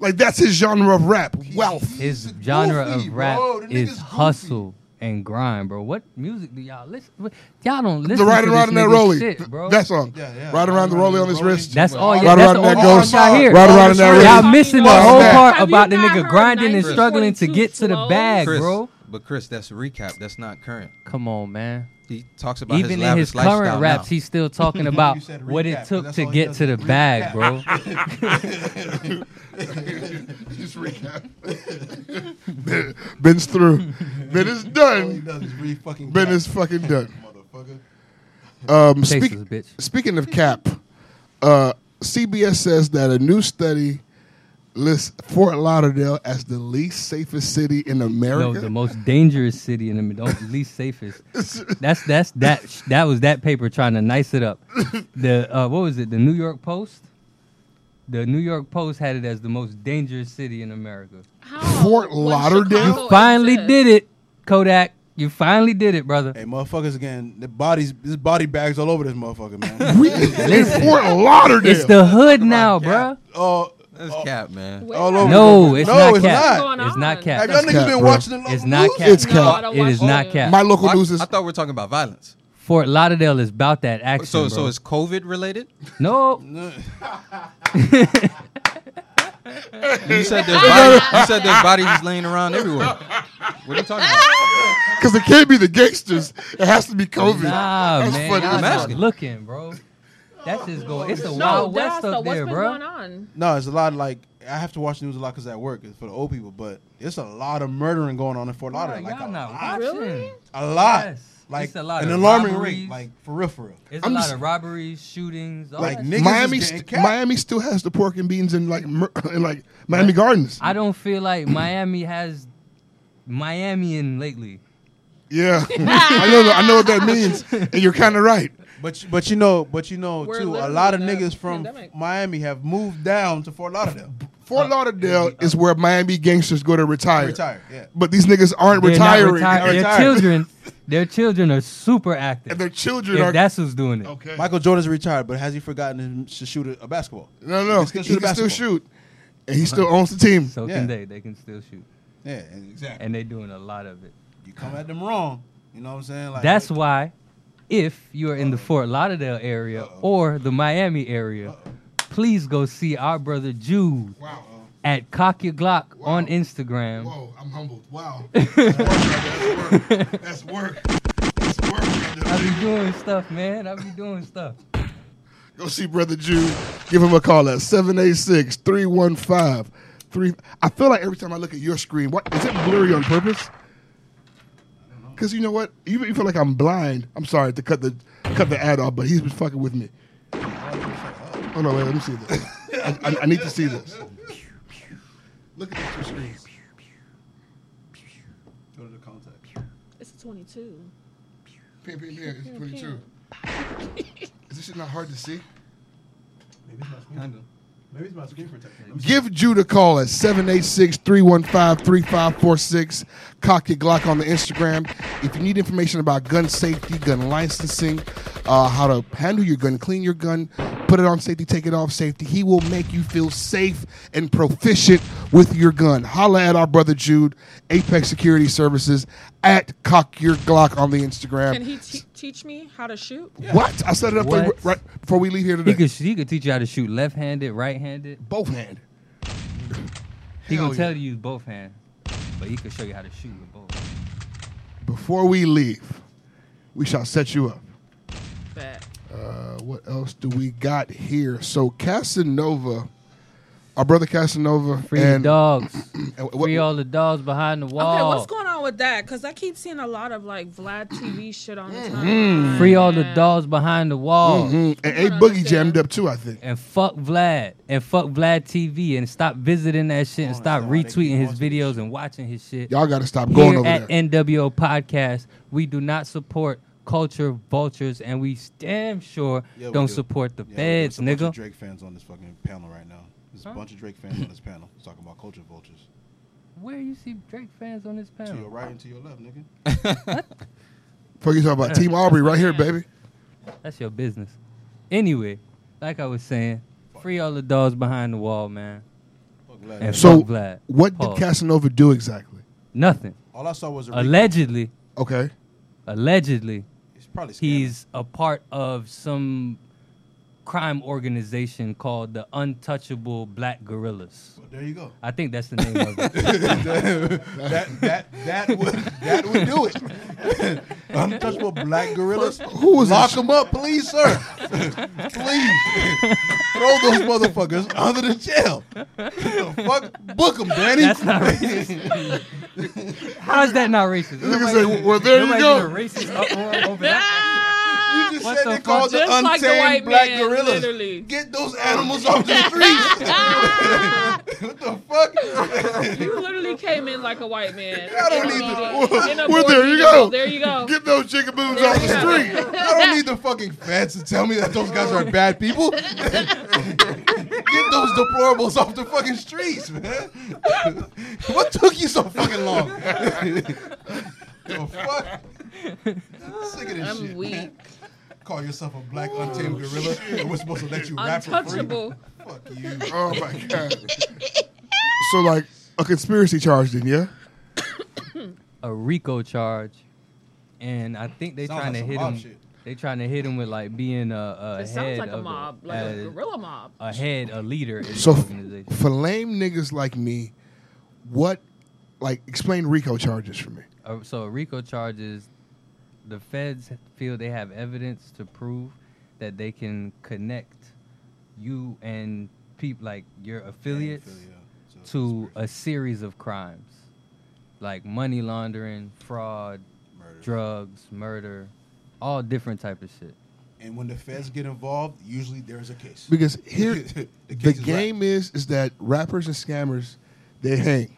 Speaker 1: Like that's his genre of rap, wealth.
Speaker 2: His
Speaker 8: It's
Speaker 2: genre
Speaker 8: goofy,
Speaker 2: of rap
Speaker 8: bro. The
Speaker 2: is
Speaker 8: nigga's goofy.
Speaker 2: hustle and grind, bro. What music do y'all listen? what- Y'all don't
Speaker 1: The
Speaker 2: listen
Speaker 1: ride
Speaker 2: to
Speaker 1: around
Speaker 2: this
Speaker 1: in that
Speaker 2: nigga's
Speaker 1: rollie,
Speaker 2: shit, bro.
Speaker 1: that song.
Speaker 8: Yeah, yeah.
Speaker 1: Ride around the rollie on his
Speaker 8: Rollie.
Speaker 1: wrist.
Speaker 2: That's all.
Speaker 1: Ride
Speaker 2: Y'all, that's
Speaker 1: around
Speaker 2: all
Speaker 1: that
Speaker 2: y'all
Speaker 1: goes.
Speaker 2: hear.
Speaker 1: Ride around in that
Speaker 8: Y'all
Speaker 2: Y'all
Speaker 1: rollie.
Speaker 2: missing the
Speaker 1: Fuck
Speaker 2: whole
Speaker 1: that.
Speaker 7: <laughs>
Speaker 2: part
Speaker 7: Have
Speaker 2: about the
Speaker 7: you not
Speaker 2: nigga
Speaker 7: heard
Speaker 2: grinding and
Speaker 7: 1922
Speaker 2: struggling to get to the
Speaker 7: flows?
Speaker 2: bag,
Speaker 6: Chris,
Speaker 2: bro.
Speaker 6: But Chris, that's recap. That's not current.
Speaker 2: Come on, man.
Speaker 6: He talks about
Speaker 2: Even
Speaker 6: his
Speaker 2: in
Speaker 6: lavish
Speaker 2: his
Speaker 6: lifestyle
Speaker 2: current raps,
Speaker 6: now.
Speaker 2: he's
Speaker 8: <laughs>
Speaker 2: still talking about
Speaker 8: You said
Speaker 2: what
Speaker 8: recap,
Speaker 2: it
Speaker 8: but
Speaker 2: took
Speaker 8: that's
Speaker 2: to
Speaker 8: all he
Speaker 2: get
Speaker 8: does
Speaker 2: to the
Speaker 8: is
Speaker 2: bag, bro.
Speaker 8: <laughs>
Speaker 2: <laughs>
Speaker 1: <laughs> Just recap. Ben- Ben's through. Ben is
Speaker 8: All he
Speaker 1: done.
Speaker 8: does is really fucking.
Speaker 1: Ben
Speaker 8: cap,
Speaker 1: is fucking
Speaker 8: <laughs>
Speaker 1: done.
Speaker 8: motherfucker.
Speaker 1: Um,
Speaker 2: Chase
Speaker 1: speak-
Speaker 2: this bitch.
Speaker 1: Speaking of cap, uh, CBS says that a new study lists Fort Lauderdale as the least safest city in America.
Speaker 2: No, the most dangerous city in the don't least
Speaker 8: <laughs>
Speaker 2: safest. That's that's that that was that paper trying to nice it up. The uh, what was it? The New York Post. The New York Post had it as the most dangerous city in America.
Speaker 1: Fort Lauderdale?
Speaker 2: You finally did it, Kodak. You finally did it, brother.
Speaker 8: Hey, motherfuckers again. The bodies, this body bags all over this motherfucker, man.
Speaker 1: we in Fort Lauderdale.
Speaker 2: It's the hood now, bruh.
Speaker 8: Oh,
Speaker 6: That's cap, man.
Speaker 8: all over.
Speaker 2: No, it's
Speaker 8: No,
Speaker 2: not
Speaker 8: it's
Speaker 2: cap.
Speaker 7: not.
Speaker 2: It's not
Speaker 8: Have
Speaker 2: cap.
Speaker 8: y'all
Speaker 1: That's
Speaker 8: niggas
Speaker 1: cap,
Speaker 8: been
Speaker 1: bro.
Speaker 8: watching the local
Speaker 2: It's not
Speaker 8: news?
Speaker 2: cap.
Speaker 1: It's
Speaker 7: No,
Speaker 1: cap.
Speaker 7: I don't
Speaker 2: It
Speaker 7: watch
Speaker 2: is not
Speaker 7: it.
Speaker 2: cap.
Speaker 1: My local
Speaker 6: Oh, I,
Speaker 1: news is
Speaker 6: I thought we were talking about violence.
Speaker 2: Fort Lauderdale is about that action.
Speaker 6: So,
Speaker 2: bro.
Speaker 6: so it's COVID related?
Speaker 7: Oh.
Speaker 2: no.
Speaker 6: You
Speaker 2: <laughs>
Speaker 6: said there's bodies, you said there's bodies laying around everywhere. What are you talking about?
Speaker 1: because it can't be the gangsters. It has to be COVID.
Speaker 2: Nah,
Speaker 1: That's
Speaker 2: Oh, man.
Speaker 1: funny.
Speaker 2: y'all
Speaker 6: I'm
Speaker 2: not
Speaker 6: asking.
Speaker 2: looking, bro. That's just going. It's the
Speaker 7: No,
Speaker 2: Wild
Speaker 7: dead
Speaker 2: West
Speaker 7: ass though.
Speaker 2: up there,
Speaker 7: What's
Speaker 2: bro.
Speaker 7: been going on?
Speaker 8: No, it's a lot. Of, like I have to watch news a lot because at work it's for the old people, but it's a lot of murdering going on in Fort
Speaker 2: Bro,
Speaker 8: Lauderdale. Like
Speaker 2: y'all
Speaker 8: a,
Speaker 2: not
Speaker 8: lot,
Speaker 2: watching.
Speaker 7: Really?
Speaker 8: a lot.
Speaker 2: Yes.
Speaker 8: Like
Speaker 2: It's a lot
Speaker 8: an
Speaker 2: of
Speaker 8: alarming
Speaker 2: robberies.
Speaker 8: rate. Like for real, for real.
Speaker 2: It's
Speaker 1: I'm
Speaker 2: a lot
Speaker 1: just-
Speaker 2: of robberies, shootings. All
Speaker 8: Like
Speaker 2: that
Speaker 8: niggas
Speaker 2: shit.
Speaker 8: is
Speaker 1: Miami,
Speaker 8: getting
Speaker 1: st-
Speaker 8: capped.
Speaker 1: Miami still has the pork and beans in like Mer- <laughs> in like Miami Gardens.
Speaker 2: I don't feel
Speaker 1: <clears throat>
Speaker 2: like Miami has Miami in lately. <laughs>
Speaker 1: yeah,
Speaker 8: <laughs>
Speaker 1: I know. I know what that means, and you're kind of right.
Speaker 8: But you- but you know but you know
Speaker 7: We're
Speaker 8: too a
Speaker 7: literally
Speaker 8: lot of
Speaker 7: in a
Speaker 8: niggas from
Speaker 7: pandemic.
Speaker 8: Miami have moved down to Fort Lauderdale. uh,
Speaker 1: Fort Lauderdale is where Miami gangsters go to retire.
Speaker 8: Retired, yeah.
Speaker 1: But these niggas aren't
Speaker 2: They're not
Speaker 1: retiring,
Speaker 2: retired. Their
Speaker 8: retired.
Speaker 2: children, their children are super active.
Speaker 1: and their children
Speaker 2: if
Speaker 1: are
Speaker 2: that's who's doing it.
Speaker 1: okay.
Speaker 8: Michael Jordan's retired, but has he forgotten to shoot a, a basketball?
Speaker 1: No,
Speaker 8: He
Speaker 1: no,
Speaker 8: still
Speaker 1: he,
Speaker 8: shoot
Speaker 1: can still
Speaker 8: basketball.
Speaker 1: shoot, and he still owns the team.
Speaker 2: So
Speaker 8: Yeah.
Speaker 2: can they? They can still shoot,
Speaker 8: Yeah, exactly.
Speaker 2: and they're doing a lot of it.
Speaker 8: you come at them wrong. You know what I'm saying? Like
Speaker 2: That's why, if you are in the Fort Lauderdale area or the Miami area, please go see our brother Jude
Speaker 1: Wow.
Speaker 2: at Cock Your Glock
Speaker 1: Wow.
Speaker 2: on Instagram. <laughs>
Speaker 1: I'm humbled. Wow. That's work. That's work. That's work. That's
Speaker 2: I be doing stuff, man. I be doing stuff.
Speaker 1: <laughs> Go see Brother Jude. Give him a call at 786 315 3. I feel like every time I look at your screen, what is it blurry on purpose? Because you know what? You, you feel like I'm blind. I'm sorry to cut the cut the ad off, but he's been fucking with me. Oh no, wait, let me see this. I, I, I need to see this. Look at these two screens.
Speaker 3: Go to the contact.
Speaker 7: It's a 22.
Speaker 1: Pin, pin, pin. It's 22. Is this shit not hard to see?
Speaker 3: Maybe it's my screen. Maybe it's my screen protector. Let me see.
Speaker 1: Give Jude a call at 786 315 3546. Cock your Glock on the Instagram. If you need information about gun safety, gun licensing, uh, how to handle your gun, clean your gun, put it on safety, take it off safety, he will make you feel safe and proficient with your gun. Holla at our brother Jude, Apex Security Services, at Cock Your Glock on the Instagram.
Speaker 7: Can he te- teach me how to shoot?
Speaker 1: what? I set it up there
Speaker 2: What?
Speaker 1: right before we leave here today.
Speaker 2: He could he could teach you how to shoot left-handed, right-handed.
Speaker 1: Both hand.
Speaker 2: He
Speaker 1: Hell
Speaker 2: gonna
Speaker 1: yeah.
Speaker 2: tell you use both hands, but he can show you how to shoot with both.
Speaker 1: Before we leave, we shall set you up.
Speaker 7: Bet.
Speaker 1: Uh, what else do we got here? So Casanova, our brother Casanova,
Speaker 2: Free
Speaker 1: and Mm-hmm.
Speaker 2: the dogs.
Speaker 1: <clears throat> and what-
Speaker 2: Free all the dogs behind the wall.
Speaker 7: Okay, what's going on with that? Because I keep seeing a lot of like Vlad TV shit on the
Speaker 1: Mm-hmm.
Speaker 7: time.
Speaker 2: Free all the dogs behind the wall.
Speaker 1: Mm, and A Boogie jammed up too, I think.
Speaker 2: And fuck Vlad. And fuck Vlad TV. And stop visiting that shit.
Speaker 3: Oh,
Speaker 2: And stop retweeting his videos and watching his shit.
Speaker 1: Y'all got to stop going
Speaker 2: Here
Speaker 1: over
Speaker 2: at
Speaker 1: there.
Speaker 2: NWO Podcast, we do not support culture vultures, and we damn sure
Speaker 3: Yeah, we
Speaker 2: don't
Speaker 3: do.
Speaker 2: support the
Speaker 3: Yeah,
Speaker 2: feds,
Speaker 3: there's a bunch
Speaker 2: nigga.
Speaker 3: of Drake fans on this fucking panel right now. There's a bunch of Drake fans on this panel talking about culture vultures.
Speaker 2: Where you see Drake fans on this
Speaker 3: To your
Speaker 2: panel?
Speaker 3: right and to your left, nigga.
Speaker 2: <laughs>
Speaker 1: Fuck you talking about Team Aubrey right here, baby.
Speaker 2: That's your business. Anyway, like I was saying, free all the dogs behind the wall, man.
Speaker 3: Fuck
Speaker 2: <laughs>
Speaker 3: Vlad.
Speaker 2: And
Speaker 1: So
Speaker 2: fuck Vlad.
Speaker 1: what did
Speaker 2: Pause.
Speaker 1: Casanova do exactly?
Speaker 2: Nothing.
Speaker 3: All I saw was a re-
Speaker 2: Allegedly,
Speaker 1: Okay,
Speaker 2: allegedly,
Speaker 3: It's probably scamming.
Speaker 2: he's a part of some crime organization called the Untouchable Black Gorillas.
Speaker 3: Well, there you go.
Speaker 2: I think that's the name of
Speaker 3: <laughs>
Speaker 2: it.
Speaker 3: that that that would that would do it. Untouchable black gorillas.
Speaker 1: who was
Speaker 3: Lock
Speaker 1: in-
Speaker 3: them up, please, sir. <laughs> please throw those motherfuckers under the jail. Fuck, book them, Danny.
Speaker 2: That's not racist.
Speaker 3: <laughs>
Speaker 2: How is that not racist?
Speaker 1: nigga
Speaker 2: Nobody-
Speaker 1: said, "Well, there you
Speaker 2: nobody
Speaker 1: go."
Speaker 2: did a racist uproar over that.
Speaker 3: <laughs> you just
Speaker 2: What
Speaker 3: said
Speaker 2: the
Speaker 3: they
Speaker 2: fuck?
Speaker 3: called the
Speaker 7: Just
Speaker 3: untamed
Speaker 7: like the white
Speaker 3: black
Speaker 7: man,
Speaker 3: gorillas.
Speaker 7: literally.
Speaker 3: Get those animals off
Speaker 7: <laughs>
Speaker 3: the streets. what the fuck?
Speaker 7: <laughs> You literally came in like a white man.
Speaker 3: I don't
Speaker 7: In a-
Speaker 3: need <laughs> to-
Speaker 7: in a
Speaker 1: Well,
Speaker 7: board
Speaker 1: there you
Speaker 7: meeting.
Speaker 1: go.
Speaker 7: There you go.
Speaker 1: get those chickaboos off the
Speaker 7: <laughs>
Speaker 1: street.
Speaker 3: I don't need the fucking feds to tell me that those guys are bad people. <laughs> Get those deplorables off the fucking streets, man. <laughs> what took you so fucking long? <laughs> the fuck? Sick of this
Speaker 7: I'm
Speaker 3: shit.
Speaker 7: weak. Oh,
Speaker 3: man. Call yourself a black untamed gorilla, and we're supposed to let you rap for free?
Speaker 7: Untouchable.
Speaker 3: Fuck you.
Speaker 1: Oh my god.
Speaker 7: <laughs>
Speaker 1: so like a conspiracy charge, then yeah.
Speaker 2: A Rico charge, and I think they
Speaker 3: Sounds
Speaker 2: trying
Speaker 3: like
Speaker 2: to
Speaker 3: some
Speaker 2: hit
Speaker 3: mob
Speaker 2: him.
Speaker 3: shit.
Speaker 2: They trying to hit him with like being a, a
Speaker 7: It
Speaker 2: head
Speaker 7: sounds like
Speaker 2: of
Speaker 7: a mob, like a gorilla mob.
Speaker 2: a head, a leader in
Speaker 1: So
Speaker 2: the
Speaker 1: f-
Speaker 2: organization.
Speaker 1: for lame niggas like me, what like explain RICO charges for me?
Speaker 2: Uh, so a RICO charges the feds feel they have evidence to prove that they can connect you and people like your affiliates to a series of crimes like money laundering, fraud,
Speaker 3: Murder.
Speaker 2: drugs, murder, all different type of shit.
Speaker 3: And when the feds get involved, usually there's a case.
Speaker 1: Because here the,
Speaker 3: <laughs> The case is
Speaker 1: game is is that rappers and scammers they hang.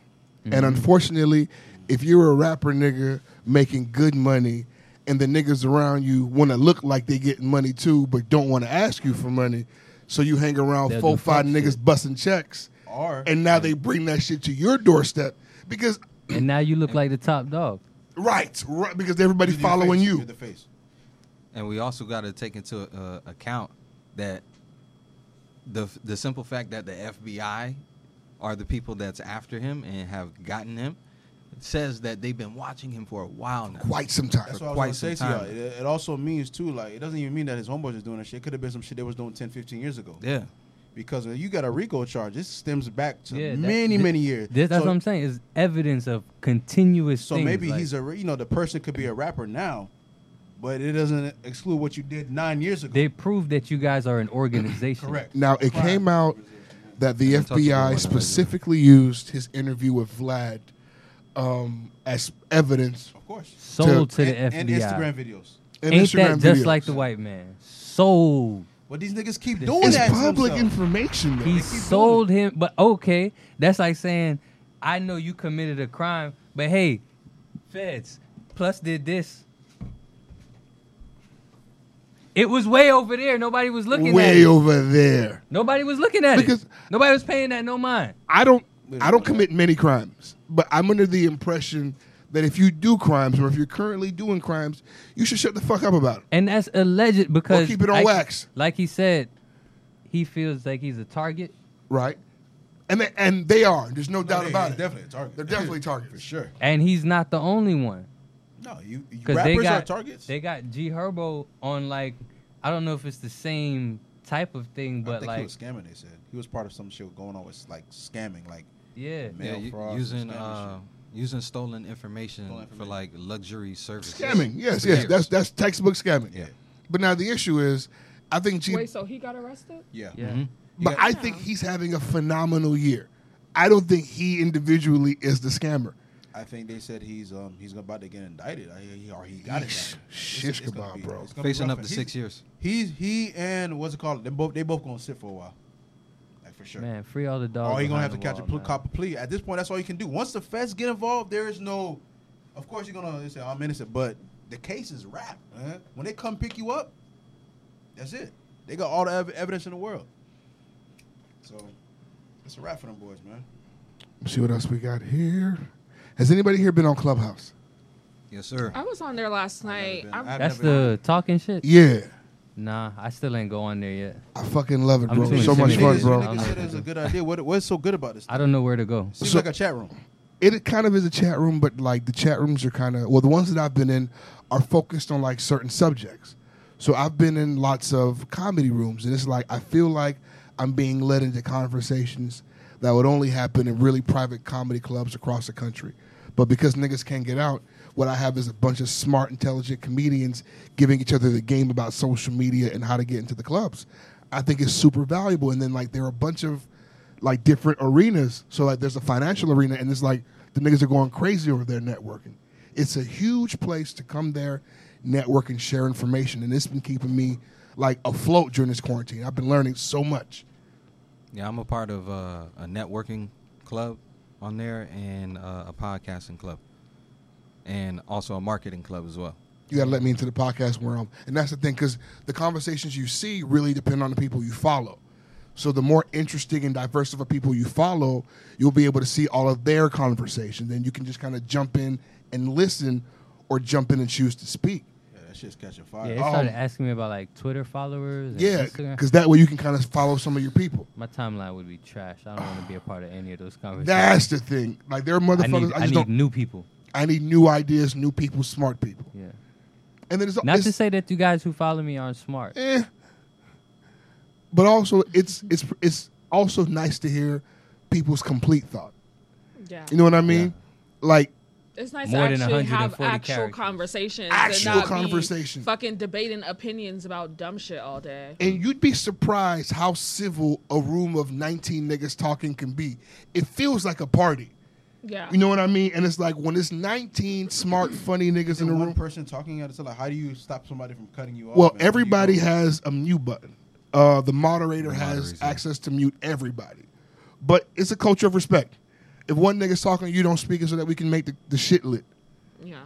Speaker 1: And unfortunately, if you're a rapper nigga making good money and the niggas around you want to look like they getting money too but don't want to ask you for money, so you hang around
Speaker 2: They'll
Speaker 1: four
Speaker 2: do
Speaker 1: five
Speaker 2: fuck
Speaker 1: niggas
Speaker 2: shit.
Speaker 1: busting checks
Speaker 3: Or-
Speaker 1: and now they bring that shit to your doorstep because
Speaker 2: <clears throat> And now you look like the top dog.
Speaker 1: right, right because everybody
Speaker 3: You're the
Speaker 1: following
Speaker 3: face.
Speaker 1: you.
Speaker 3: You're the face.
Speaker 6: And we also got to take into uh, account that the the simple fact that the FBI are the people that's after him and have gotten him says that they've been watching him for a while now.
Speaker 1: Quite sometimes.
Speaker 3: That's what I
Speaker 6: quite
Speaker 3: was gonna say
Speaker 6: some
Speaker 3: to y'all.
Speaker 6: time.
Speaker 3: It, it also means too, like it doesn't even mean that his homeboys is doing that shit. It could have been some shit they was doing 10, 15 years ago.
Speaker 6: Yeah.
Speaker 3: Because when you got a RICO charge, this stems back to
Speaker 2: Yeah, that-
Speaker 3: many,
Speaker 2: thi-
Speaker 3: many years.
Speaker 2: This, that's
Speaker 3: so,
Speaker 2: what I'm saying. Is evidence of continuous.
Speaker 3: So
Speaker 2: things,
Speaker 3: maybe
Speaker 2: like-
Speaker 3: he's a, you know, the person could be a rapper now, but it doesn't exclude what you did nine years ago.
Speaker 2: They prove that you guys are an organization.
Speaker 3: Correct.
Speaker 1: Now it came out that the
Speaker 6: touch the one
Speaker 1: FBI
Speaker 6: right
Speaker 1: specifically used his interview with Vlad um, as evidence.
Speaker 3: Of course.
Speaker 2: Sold to, the
Speaker 3: and,
Speaker 2: FBI.
Speaker 3: and Instagram videos.
Speaker 1: in
Speaker 2: Ain't
Speaker 1: Instagram
Speaker 2: that just
Speaker 1: videos.
Speaker 2: like the white man? Sold.
Speaker 3: But these niggas keep
Speaker 2: This
Speaker 3: doing
Speaker 1: It's
Speaker 3: that. to
Speaker 1: public
Speaker 3: themselves.
Speaker 1: information. Though.
Speaker 2: He sold him, but okay, that's like saying, I know you committed a crime, but hey, feds, plus did this. It was way over there. Nobody was looking at
Speaker 1: way
Speaker 2: it.
Speaker 1: over there.
Speaker 2: Nobody was looking at
Speaker 1: Because-
Speaker 2: it. Nobody was paying that no mind.
Speaker 1: I don't I don't commit many crimes, but I'm under the impression that if you do crimes or if you're currently doing crimes, you should shut the fuck up about it.
Speaker 2: And that's alleged because
Speaker 1: keep it on
Speaker 2: like-
Speaker 1: wax.
Speaker 2: Like he said, he feels like he's a target.
Speaker 1: Right? And they, and they are. There's no doubt
Speaker 3: They-
Speaker 1: about it.
Speaker 3: they're Definitely a target.
Speaker 1: They're definitely targeted.
Speaker 3: <laughs> for sure.
Speaker 2: And he's not the only one.
Speaker 3: No, you, you
Speaker 2: Because
Speaker 3: rappers
Speaker 2: they got
Speaker 3: are targets.
Speaker 2: They got G Herbo on like I don't know if it's the same type of thing,
Speaker 3: I
Speaker 2: but
Speaker 3: think he
Speaker 2: like
Speaker 3: was scamming. They said he was part of some shit going on with like scamming, like
Speaker 2: yeah,
Speaker 3: Mail
Speaker 6: u-
Speaker 3: fraud and
Speaker 6: using
Speaker 3: scamming
Speaker 6: uh, using stolen information,
Speaker 3: Stolen
Speaker 6: for like luxury services.
Speaker 1: Scamming. Yes,
Speaker 6: For
Speaker 1: yes.
Speaker 6: years.
Speaker 1: That's that's textbook scamming.
Speaker 3: Yeah.
Speaker 1: But now the issue is I think G
Speaker 7: Wait, so he got arrested?
Speaker 3: yeah.
Speaker 2: yeah.
Speaker 1: but I think he's having a phenomenal year. I don't think he individually is the scammer.
Speaker 3: I think they said he's um he's about to get indicted. I, he or he got indicted.
Speaker 1: Shish
Speaker 3: It's gonna
Speaker 1: kebab,
Speaker 3: be-
Speaker 1: bro.
Speaker 3: it's gonna be
Speaker 6: Facing up
Speaker 3: rough, man.
Speaker 6: to
Speaker 3: He's-
Speaker 6: six years.
Speaker 3: He's he and what's it called? They both they both gonna sit for a while, like for sure.
Speaker 2: Man, free all the dogs.
Speaker 3: Or he gonna
Speaker 2: behind
Speaker 3: have to
Speaker 2: the
Speaker 3: catch a
Speaker 2: wall,
Speaker 3: pl-
Speaker 2: man.
Speaker 3: cop a plea. At this point, that's all you can do. Once the feds get involved, there is no. Of course, you're gonna say I'm innocent, but the case is wrapped. man. When they come pick you up, that's it. They got all the ev- evidence in the world. So it's a wrap for them boys, man.
Speaker 1: Let's see what else we got here. Has anybody here been on Clubhouse?
Speaker 6: Yes, sir.
Speaker 7: I was on there last night.
Speaker 3: been.
Speaker 7: I,
Speaker 3: I've
Speaker 2: That's
Speaker 3: never-
Speaker 2: the talking shit.
Speaker 1: Yeah.
Speaker 2: Nah, I still ain't go on there yet.
Speaker 1: I fucking love it,
Speaker 2: I'm
Speaker 1: bro.
Speaker 2: just
Speaker 1: So much fun,
Speaker 3: Niggas-
Speaker 1: bro.
Speaker 3: niggas said it's a good idea. What, what's so good about this?
Speaker 2: I don't know where to go.
Speaker 3: Seems
Speaker 1: So-
Speaker 3: like a chat room.
Speaker 1: it kind of is a chat room, but like the chat rooms are kind of well, the ones that I've been in are focused on like certain subjects. So I've been in lots of comedy rooms, and it's like I feel like I'm being led into conversations that would only happen in really private comedy clubs across the country. But because niggas can't get out, what I have is a bunch of smart, intelligent comedians giving each other the game about social media and how to get into the clubs. I think it's super valuable. And then like there are a bunch of like different arenas. So like there's a financial arena and it's like the niggas are going crazy over there networking. It's a huge place to come there, network and share information. And it's been keeping me like afloat during this quarantine. I've been learning so much.
Speaker 6: Yeah, I'm a part of uh, a networking club on there and uh, a podcasting club, and also a marketing club as well.
Speaker 1: You gotta let me into the podcast world. And that's the thing, because the conversations you see really depend on the people you follow. So the more interesting and diverse of a people you follow, you'll be able to see all of their conversation. Then you can just kind of jump in and listen or jump in and choose to speak.
Speaker 3: Yeah, that shit's catching
Speaker 2: Yeah,
Speaker 3: fire. Um,
Speaker 2: they started asking me about like Twitter followers. And
Speaker 1: um, Yeah,
Speaker 2: Instagram.
Speaker 1: because that way you can kind of follow some of your people.
Speaker 2: my timeline would be trash. I don't want to be a part of any
Speaker 1: <sighs>
Speaker 2: of those conversations.
Speaker 1: That's the thing. Like there are
Speaker 2: I
Speaker 1: motherfuckers.
Speaker 2: need,
Speaker 1: I,
Speaker 2: I
Speaker 1: just
Speaker 2: need
Speaker 1: don't.
Speaker 2: new people.
Speaker 1: I need new ideas, new people, smart people.
Speaker 2: Yeah.
Speaker 1: And then it's
Speaker 2: Not
Speaker 1: it's,
Speaker 2: to say that you guys who follow me aren't smart.
Speaker 1: eh. But also, it's it's it's also nice to hear people's complete thought.
Speaker 7: yeah.
Speaker 1: You know what I mean? Like
Speaker 7: It's nice
Speaker 2: More
Speaker 7: to
Speaker 2: than
Speaker 7: actually have
Speaker 2: 140
Speaker 7: actual
Speaker 2: characters.
Speaker 7: conversations
Speaker 1: Actual
Speaker 7: and not
Speaker 1: conversation.
Speaker 7: be fucking debating opinions about dumb shit all day.
Speaker 1: and you'd be surprised how civil a room of 19 niggas talking can be. It feels like a party.
Speaker 7: Yeah.
Speaker 1: You know what I mean? And it's like when it's 19 smart, funny niggas in the
Speaker 3: Isn't one
Speaker 1: room.
Speaker 3: person talking at a time? Like, how do you stop somebody from cutting you off?
Speaker 1: Well,
Speaker 3: man?
Speaker 1: everybody
Speaker 3: You go-
Speaker 1: has a mute button. Uh, the moderator has
Speaker 6: moderator.
Speaker 1: access to mute everybody. But it's a culture of respect. If one nigga's talking, you don't speak it so that we can make the, the shit lit.
Speaker 7: yeah.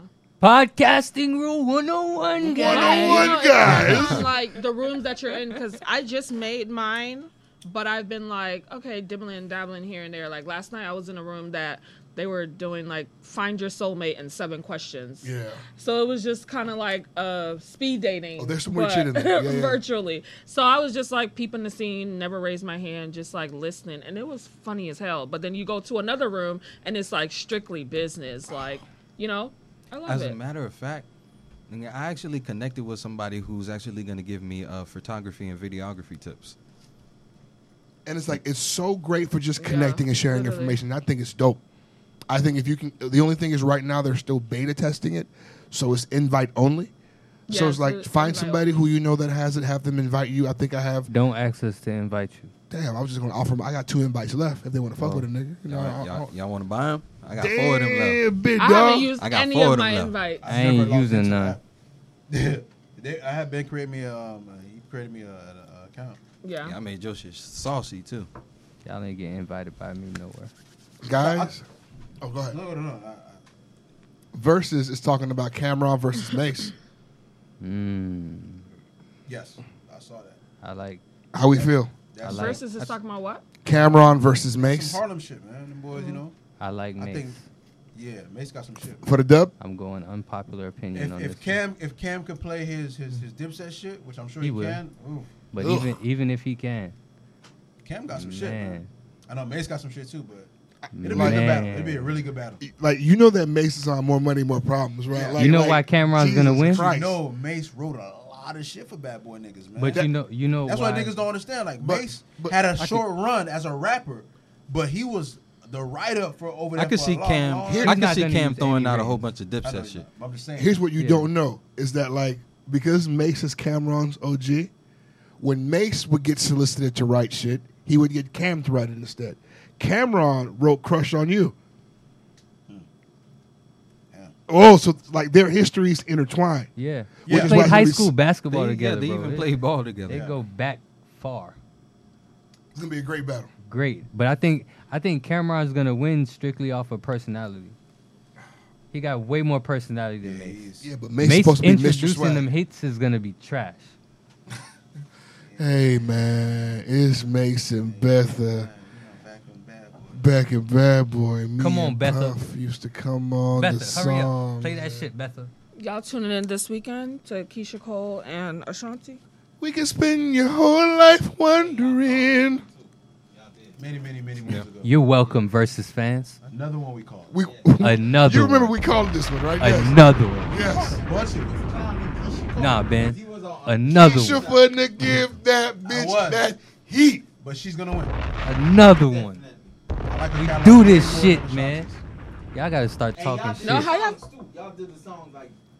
Speaker 2: Podcasting rule 101, guys.
Speaker 7: You know,
Speaker 1: One
Speaker 7: it's
Speaker 1: guy. <laughs>
Speaker 7: not like the rooms that you're in, because I just made mine, but I've been like, okay, dibbling and dabbling here and there. Like last night, I was in a room that they were doing like find your soulmate and seven questions.
Speaker 1: Yeah.
Speaker 7: So it was just kind of like uh, speed dating.
Speaker 1: Oh, there's some weird
Speaker 7: but
Speaker 1: shit in
Speaker 7: <laughs>
Speaker 1: there. Yeah, yeah.
Speaker 7: virtually. So I was just like peeping the scene, never raised my hand, just like listening, and it was funny as hell. But then you go to another room and it's like strictly business, like you know. I love
Speaker 6: As
Speaker 7: it.
Speaker 6: a matter of fact, nigga, I actually connected with somebody who's actually going to give me uh, photography and videography tips.
Speaker 1: And it's like, it's so great for just
Speaker 7: Yeah,
Speaker 1: connecting and sharing
Speaker 7: literally.
Speaker 1: information. I think it's dope. I think if you can, the only thing is right now they're still beta testing it. So it's invite only. so
Speaker 7: Yeah,
Speaker 1: it's like
Speaker 7: it's a-
Speaker 1: find
Speaker 7: invite
Speaker 1: somebody who you know that has it, have them invite you. I think I have.
Speaker 2: Don't ask us to invite you.
Speaker 1: Damn, I was just gonna offer. 'em- I got two invites left if they want to fuck
Speaker 6: Well,
Speaker 1: with a nigga. You know, I- I-
Speaker 6: Y'all,
Speaker 1: I
Speaker 6: y'all,
Speaker 1: don't-
Speaker 6: y'all want to buy them? I got four of them left.
Speaker 1: Damn, big
Speaker 7: I
Speaker 1: dog.
Speaker 7: haven't used
Speaker 6: I got
Speaker 7: any
Speaker 6: four
Speaker 7: of
Speaker 6: of them
Speaker 7: my
Speaker 6: left.
Speaker 7: invites.
Speaker 2: I ain't using none.
Speaker 3: they, I have been creating me a, um, uh, he created me a, a- a account.
Speaker 7: yeah.
Speaker 6: Yeah, I made your shit saucy too.
Speaker 2: Y'all ain't getting invited by me nowhere.
Speaker 1: guys. Oh, go ahead.
Speaker 3: No, no, no. I, I,
Speaker 1: Versus is talking about Cameron
Speaker 3: <laughs>
Speaker 1: versus Mace.
Speaker 3: Hmm.
Speaker 2: Mm,
Speaker 3: yes, I saw that.
Speaker 2: I like.
Speaker 1: How we feel?
Speaker 3: That's
Speaker 2: like-
Speaker 7: Versus is talking about what? Mm-hmm.
Speaker 1: Cameron versus
Speaker 3: some
Speaker 1: Mace
Speaker 3: Harlem shit, man. Them boys, you know.
Speaker 2: I like
Speaker 3: I
Speaker 2: Mace.
Speaker 3: think, yeah, Mace got some shit.
Speaker 1: for the dub.
Speaker 2: I'm going unpopular opinion
Speaker 3: If,
Speaker 2: on
Speaker 3: if
Speaker 2: this. one.
Speaker 3: Cam if Cam could play his his his Dipset shit, which I'm sure
Speaker 2: He
Speaker 3: he,
Speaker 2: will.
Speaker 3: can. Ooh,
Speaker 2: but
Speaker 1: Ugh.
Speaker 2: even even if he can,
Speaker 3: Cam got some
Speaker 2: man,
Speaker 3: shit. Man. I know Mace got some shit too, but it'll be a good battle.
Speaker 2: man.
Speaker 3: It'll be a really good battle.
Speaker 1: Like you know that Mace is on more money, more problems, right?
Speaker 3: Yeah.
Speaker 1: Like,
Speaker 2: You know
Speaker 1: like,
Speaker 2: why Cameron's gonna
Speaker 1: Jesus
Speaker 2: win?
Speaker 3: You
Speaker 1: Christ.
Speaker 3: know, Mace wrote a lot of shit for bad boy niggas, man.
Speaker 2: But you know, you know
Speaker 3: That's why niggas don't understand. Like
Speaker 1: But-
Speaker 3: Mace
Speaker 1: but
Speaker 3: had a
Speaker 1: could-
Speaker 3: short run as a rapper, but he was the writer up for over there.
Speaker 6: I could
Speaker 3: for a
Speaker 6: see
Speaker 3: long,
Speaker 6: Cam.
Speaker 3: long
Speaker 6: I
Speaker 2: He's
Speaker 6: could
Speaker 2: not
Speaker 6: see
Speaker 2: gonna
Speaker 6: Cam
Speaker 2: use
Speaker 6: throwing
Speaker 2: any
Speaker 6: out a
Speaker 2: rating.
Speaker 6: whole bunch of
Speaker 3: I know
Speaker 6: Dipset
Speaker 3: he's
Speaker 6: shit.
Speaker 3: not, but I'm just saying.
Speaker 1: Here's what you
Speaker 2: Yeah.
Speaker 1: don't know is that like because Mace is Cameron's OG, when Mace would get solicited to write shit, he would get Cam to write it instead. Cameron wrote "Crush on You."
Speaker 3: Hmm. Yeah.
Speaker 1: Oh, so like their histories intertwine.
Speaker 2: Yeah,
Speaker 3: Which
Speaker 2: we
Speaker 3: is
Speaker 1: why
Speaker 2: played high
Speaker 1: he was-
Speaker 2: school basketball
Speaker 6: They, yeah,
Speaker 2: together.
Speaker 6: they
Speaker 2: bro.
Speaker 6: even
Speaker 2: They-
Speaker 6: play ball together.
Speaker 2: They go back far.
Speaker 1: It's gonna be a great battle.
Speaker 2: great. But I think I think Cameron's gonna win strictly off of personality. He got way more personality than
Speaker 3: Yeah,
Speaker 2: Mace.
Speaker 3: he's-
Speaker 1: Yeah, but
Speaker 2: Mace,
Speaker 1: Mace, supposed to be Mr.
Speaker 2: introducing
Speaker 1: Swag.
Speaker 2: them hits is gonna be trash.
Speaker 1: Hey man, it's Mace and Betha.
Speaker 3: Man, you know, back when Bad Boy-
Speaker 1: Back in Bad Boy, me
Speaker 2: Come on,
Speaker 1: and
Speaker 2: Betha.
Speaker 1: Puff used to come on the
Speaker 2: Betha, hurry
Speaker 1: song.
Speaker 2: up, play that shit, Betha.
Speaker 7: Y'all tuning in this weekend to Keisha Cole and Ashanti.
Speaker 1: We can spend your whole life wondering.
Speaker 3: Many, many, many
Speaker 2: <laughs>
Speaker 3: moons ago.
Speaker 2: You're welcome, versus fans.
Speaker 3: Another one we called.
Speaker 1: We
Speaker 2: <laughs> Another.
Speaker 1: You remember
Speaker 2: one.
Speaker 1: we called this one, right? Yes.
Speaker 2: Another one.
Speaker 1: yes.
Speaker 3: Bunch of-
Speaker 2: Nah, Ben. Another
Speaker 1: Keisha
Speaker 2: one.
Speaker 1: finna give that
Speaker 3: was.
Speaker 1: bitch that heat.
Speaker 3: but she's gonna win. I
Speaker 2: Another one.
Speaker 3: like her
Speaker 2: We
Speaker 3: catalog
Speaker 2: do
Speaker 3: way
Speaker 2: this
Speaker 3: more
Speaker 2: shit,
Speaker 3: than the
Speaker 2: man.
Speaker 3: Shanties.
Speaker 2: Y'all gotta start talking shit.
Speaker 7: No, how y'all?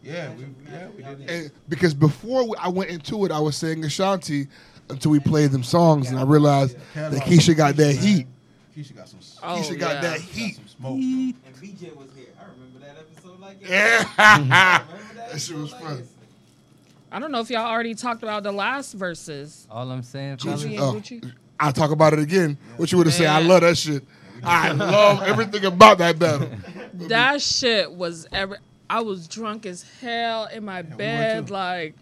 Speaker 3: Yeah, we, yeah, we did. it.
Speaker 1: And because before we- I went into it, I was saying Ashanti until we played them songs, and I realized that
Speaker 3: Catalog.
Speaker 1: Keisha got that
Speaker 3: man.
Speaker 1: heat.
Speaker 3: Keisha got some. s-
Speaker 7: Oh,
Speaker 1: Keisha got
Speaker 7: yeah.
Speaker 1: that
Speaker 3: Keisha got
Speaker 1: heat.
Speaker 3: some smoke. Heat.
Speaker 9: And BJ was here. I remember that episode like that.
Speaker 3: <laughs>
Speaker 1: Yeah. that shit was fun.
Speaker 7: I don't know if y'all already talked about the last verses.
Speaker 3: Oh,
Speaker 2: All I'm saying, fellas,
Speaker 7: Gucci and
Speaker 1: Oh.
Speaker 7: Gucci.
Speaker 1: I'll talk about it again. What you would have said? I
Speaker 7: Man.
Speaker 1: love that shit. I love everything about that battle.
Speaker 7: That shit was every. I was drunk as hell in my bed.
Speaker 3: too. <laughs>
Speaker 7: like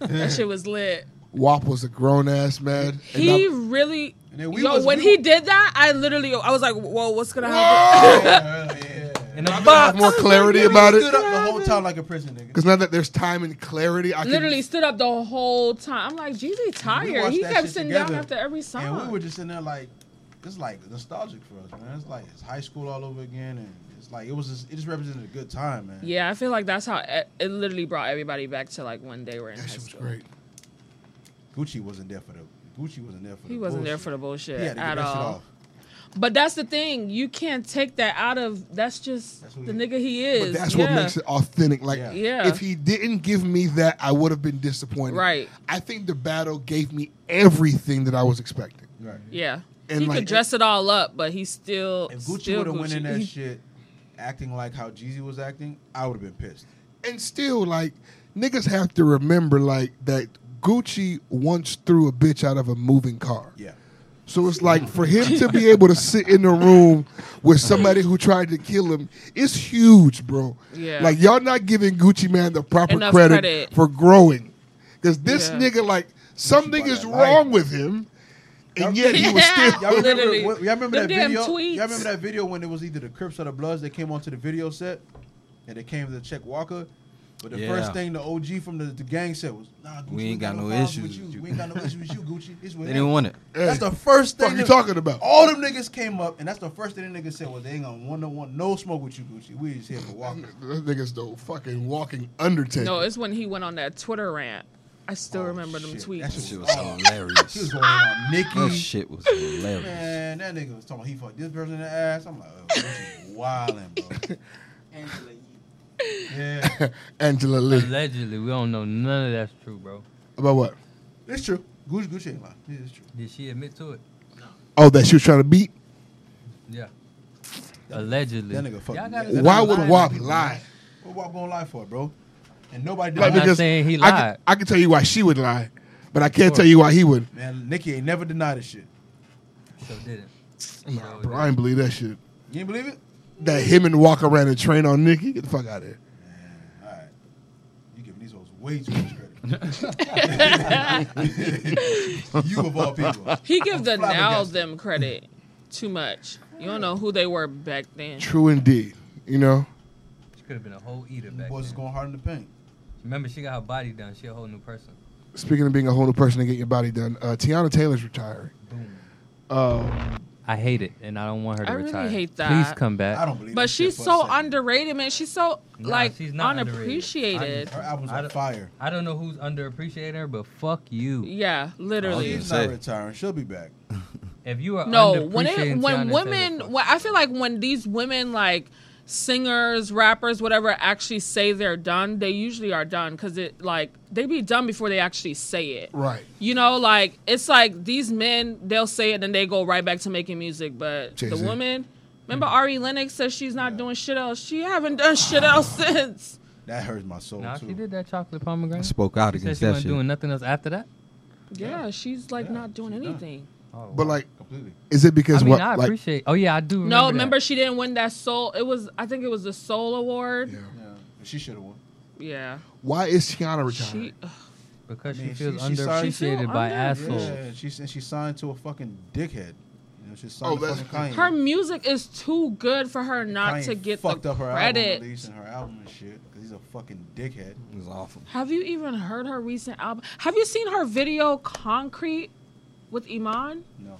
Speaker 7: that shit was lit.
Speaker 1: WAP was a grown ass man.
Speaker 7: He really.
Speaker 3: And then we
Speaker 7: yo,
Speaker 3: was-
Speaker 7: when
Speaker 3: we
Speaker 7: he
Speaker 3: wa-
Speaker 7: did that, I literally, I was like, "Whoa, what's gonna happen?"
Speaker 3: Yeah, yeah.
Speaker 2: in a
Speaker 1: I have
Speaker 2: box.
Speaker 1: more clarity
Speaker 3: We
Speaker 1: about
Speaker 3: stood up
Speaker 1: it
Speaker 3: the whole time like a prison nigga.
Speaker 1: because now that there's time and clarity, I can
Speaker 7: <laughs> Literally stood up the whole time. I'm like, "Jeezy tired."
Speaker 3: watched
Speaker 7: He
Speaker 3: that
Speaker 7: kept
Speaker 3: shit
Speaker 7: sitting down
Speaker 3: together,
Speaker 7: after every song.
Speaker 3: And we were just in there like, it's like nostalgic for us, man. It's like it's high school all over again, and it's like it was. Just, it just represented a good time, man.
Speaker 7: Yeah, I feel like that's how it, it literally brought everybody back to like when they were in
Speaker 1: That
Speaker 7: high
Speaker 1: shit was
Speaker 7: school.
Speaker 1: great.
Speaker 3: Gucci wasn't there for the. Gucci wasn't there for.
Speaker 7: He
Speaker 3: the
Speaker 7: wasn't there
Speaker 3: bullshit.
Speaker 7: for the bullshit
Speaker 3: He had to get
Speaker 7: at
Speaker 3: that shit
Speaker 7: all.
Speaker 3: off.
Speaker 7: But that's the thing. You can't take that out of. That's just
Speaker 3: That's who
Speaker 7: the
Speaker 3: he is.
Speaker 7: nigga he is.
Speaker 1: But that's
Speaker 7: yeah.
Speaker 1: what makes it authentic. Like,
Speaker 3: Yeah.
Speaker 7: Yeah.
Speaker 1: if he didn't give me that, I would have been disappointed.
Speaker 7: Right.
Speaker 1: I think the battle gave me everything that I was expecting.
Speaker 3: Right.
Speaker 7: Yeah.
Speaker 1: And
Speaker 7: he
Speaker 1: like-
Speaker 7: could dress it all up, but he's still.
Speaker 3: If Gucci
Speaker 7: still
Speaker 3: would have went in
Speaker 7: Gucci.
Speaker 3: that
Speaker 7: He-
Speaker 3: shit, acting like how Jeezy was acting, I would have been pissed.
Speaker 1: And still, like, niggas have to remember, like, that Gucci once threw a bitch out of a moving car.
Speaker 3: Yeah.
Speaker 1: So it's like for him to be able to sit in the room with somebody who tried to kill him, it's huge, bro.
Speaker 7: Yeah.
Speaker 1: Like y'all not giving Gucci Man the proper
Speaker 7: Enough
Speaker 1: credit,
Speaker 7: credit.
Speaker 1: for growing. Because this
Speaker 7: Yeah.
Speaker 1: nigga, like, something
Speaker 3: bought
Speaker 1: is
Speaker 3: that
Speaker 1: wrong
Speaker 3: life.
Speaker 1: with him. And yet he was
Speaker 7: Yeah.
Speaker 1: still
Speaker 3: <laughs> Y'all remember,
Speaker 7: Literally.
Speaker 3: what, y'all remember
Speaker 7: Them
Speaker 3: that
Speaker 7: damn
Speaker 3: video?
Speaker 7: tweets.
Speaker 3: Y'all remember that video when it was either the Crips or the Bloods that came onto the video set, and they came to check Walker. But the
Speaker 6: Yeah.
Speaker 3: first thing the OG from the, the gang said was, "Nah, Gucci,
Speaker 6: We ain't got no
Speaker 3: problems
Speaker 6: issues
Speaker 3: with you.
Speaker 6: with you."
Speaker 3: We ain't got no issues with you, Gucci. It's with
Speaker 6: <laughs> They didn't want it.
Speaker 3: That's the first
Speaker 1: Fuck
Speaker 3: thing
Speaker 1: you
Speaker 3: that-
Speaker 1: talking about?
Speaker 3: All them niggas came up, and that's the first thing the niggas said was, "They ain't gonna want no one, no smoke with you, Gucci. We just here for Walker."
Speaker 1: Those niggas the fucking walking undertaker.
Speaker 7: No, it's when he went on that Twitter rant. I still
Speaker 3: Oh,
Speaker 7: remember them
Speaker 3: shit. That
Speaker 6: That
Speaker 7: tweets.
Speaker 6: shit was
Speaker 7: <laughs>
Speaker 3: He was
Speaker 6: hilarious.
Speaker 3: going in on
Speaker 6: That
Speaker 3: Nicki.
Speaker 6: shit was hilarious.
Speaker 3: Man, that nigga <laughs> was talking. He fucked this person in the ass. I'm like, oh, Gucci wildin', bro.
Speaker 9: Angela,
Speaker 2: Yeah.
Speaker 1: <laughs> Angela Lee.
Speaker 2: Allegedly, we don't know none of that's true, bro.
Speaker 1: About what?
Speaker 3: It's true. Gucci, Gucci ain't lying. It's true.
Speaker 2: Did she admit to it?
Speaker 1: Oh, that she was trying to beat.
Speaker 2: Yeah. Allegedly.
Speaker 3: That nigga fucking-
Speaker 2: Y'all gotta
Speaker 1: Why
Speaker 2: stop
Speaker 1: would
Speaker 2: lying to
Speaker 1: WAP
Speaker 2: people,
Speaker 1: lie?
Speaker 3: What Wop gonna lie for, bro? And nobody did
Speaker 1: Like,
Speaker 3: that.
Speaker 1: because I can, I can tell you why she would lie, but I can't tell you why he would.
Speaker 3: Man, Nikki ain't never denied this shit.
Speaker 2: So didn't.
Speaker 1: Nah, bro, I ain't believe that shit.
Speaker 3: You
Speaker 2: <laughs>
Speaker 3: ain't believe it?
Speaker 1: That him and Walker ran a train on Nikki. Get the fuck out of here.
Speaker 3: You giving these hoes way too much credit. you of all people.
Speaker 7: He gives the
Speaker 3: Flabbergasted.
Speaker 7: now them credit too much. You don't know who they were back then.
Speaker 1: True indeed. You know.
Speaker 2: She could have been a whole eater back
Speaker 3: Boys is
Speaker 2: then.
Speaker 3: going hard in the paint.
Speaker 2: Remember, she got her body done. She a whole new person.
Speaker 1: Speaking of being a whole new person and getting your body done, uh, Tiana Taylor's retiring.
Speaker 2: Boom. Oh.
Speaker 1: Uh,
Speaker 2: I hate it, and I don't want her to
Speaker 7: I really
Speaker 2: retire.
Speaker 7: hate
Speaker 2: Please
Speaker 7: that.
Speaker 2: come back.
Speaker 3: I don't believe that
Speaker 7: But
Speaker 3: shit
Speaker 7: she's
Speaker 3: for a
Speaker 7: so
Speaker 3: second.
Speaker 7: underrated, man. She's so
Speaker 2: Nah,
Speaker 7: like
Speaker 2: she's not
Speaker 7: unappreciated.
Speaker 2: underrated.
Speaker 3: Her albums
Speaker 2: I
Speaker 3: on
Speaker 2: don't-
Speaker 3: fire.
Speaker 2: I don't know who's underappreciating her, but fuck you.
Speaker 7: Yeah, literally.
Speaker 3: She's
Speaker 6: say.
Speaker 3: not retiring. She'll
Speaker 6: <laughs>
Speaker 3: be back.
Speaker 2: If you are
Speaker 7: No, when
Speaker 2: underappreciating
Speaker 7: it
Speaker 2: Tiana
Speaker 7: when
Speaker 2: Taylor,
Speaker 7: women,
Speaker 2: fuck
Speaker 7: when, I feel like when these women like singers, rappers, whatever, actually say they're done, they usually are done because it like they be done before they actually say it.
Speaker 1: right.
Speaker 7: You know, like it's like these men, they'll say it and then they go right back to making music. But the
Speaker 1: Jay-Z.
Speaker 7: woman,
Speaker 2: Mm.
Speaker 7: remember Ari Lennox says she's not doing shit else. She haven't done shit else <laughs> since.
Speaker 3: That hurts my soul
Speaker 2: Nah,
Speaker 3: too.
Speaker 2: she did that chocolate pomegranate.
Speaker 6: Spoke out
Speaker 2: She said
Speaker 6: against
Speaker 2: she
Speaker 6: that
Speaker 2: wasn't
Speaker 6: shit.
Speaker 2: doing nothing else after that.
Speaker 7: Yeah, she's like not doing anything.
Speaker 2: Oh,
Speaker 1: But like,
Speaker 3: Completely.
Speaker 1: is it
Speaker 2: I
Speaker 1: because
Speaker 2: mean,
Speaker 1: what?
Speaker 2: I
Speaker 1: like,
Speaker 2: appreciate. Oh yeah, I do. Remember
Speaker 7: no,
Speaker 2: that.
Speaker 7: remember she didn't win that soul. It was I think it was the soul award.
Speaker 1: yeah.
Speaker 3: Yeah. She should have won.
Speaker 7: Yeah,
Speaker 1: Why is Tiana retiring?
Speaker 7: she
Speaker 2: because
Speaker 3: Man,
Speaker 2: she feels
Speaker 3: she- she started-
Speaker 2: underappreciated
Speaker 3: She
Speaker 7: feel
Speaker 2: by
Speaker 7: under-
Speaker 2: assholes.
Speaker 3: Yeah, she's and she signed to a fucking dickhead. You know, she signed
Speaker 1: Oh,
Speaker 3: to
Speaker 1: that's-
Speaker 3: fucking Kanye.
Speaker 7: her music is too good for her not
Speaker 3: Kanye
Speaker 7: to get
Speaker 3: fucked
Speaker 7: the
Speaker 3: up her album
Speaker 7: credit.
Speaker 3: release and her album and shit. 'cause he's a fucking dickhead.
Speaker 6: It was awful.
Speaker 7: Have you even heard her recent album? Have you seen her video Concrete with Iman?
Speaker 3: No.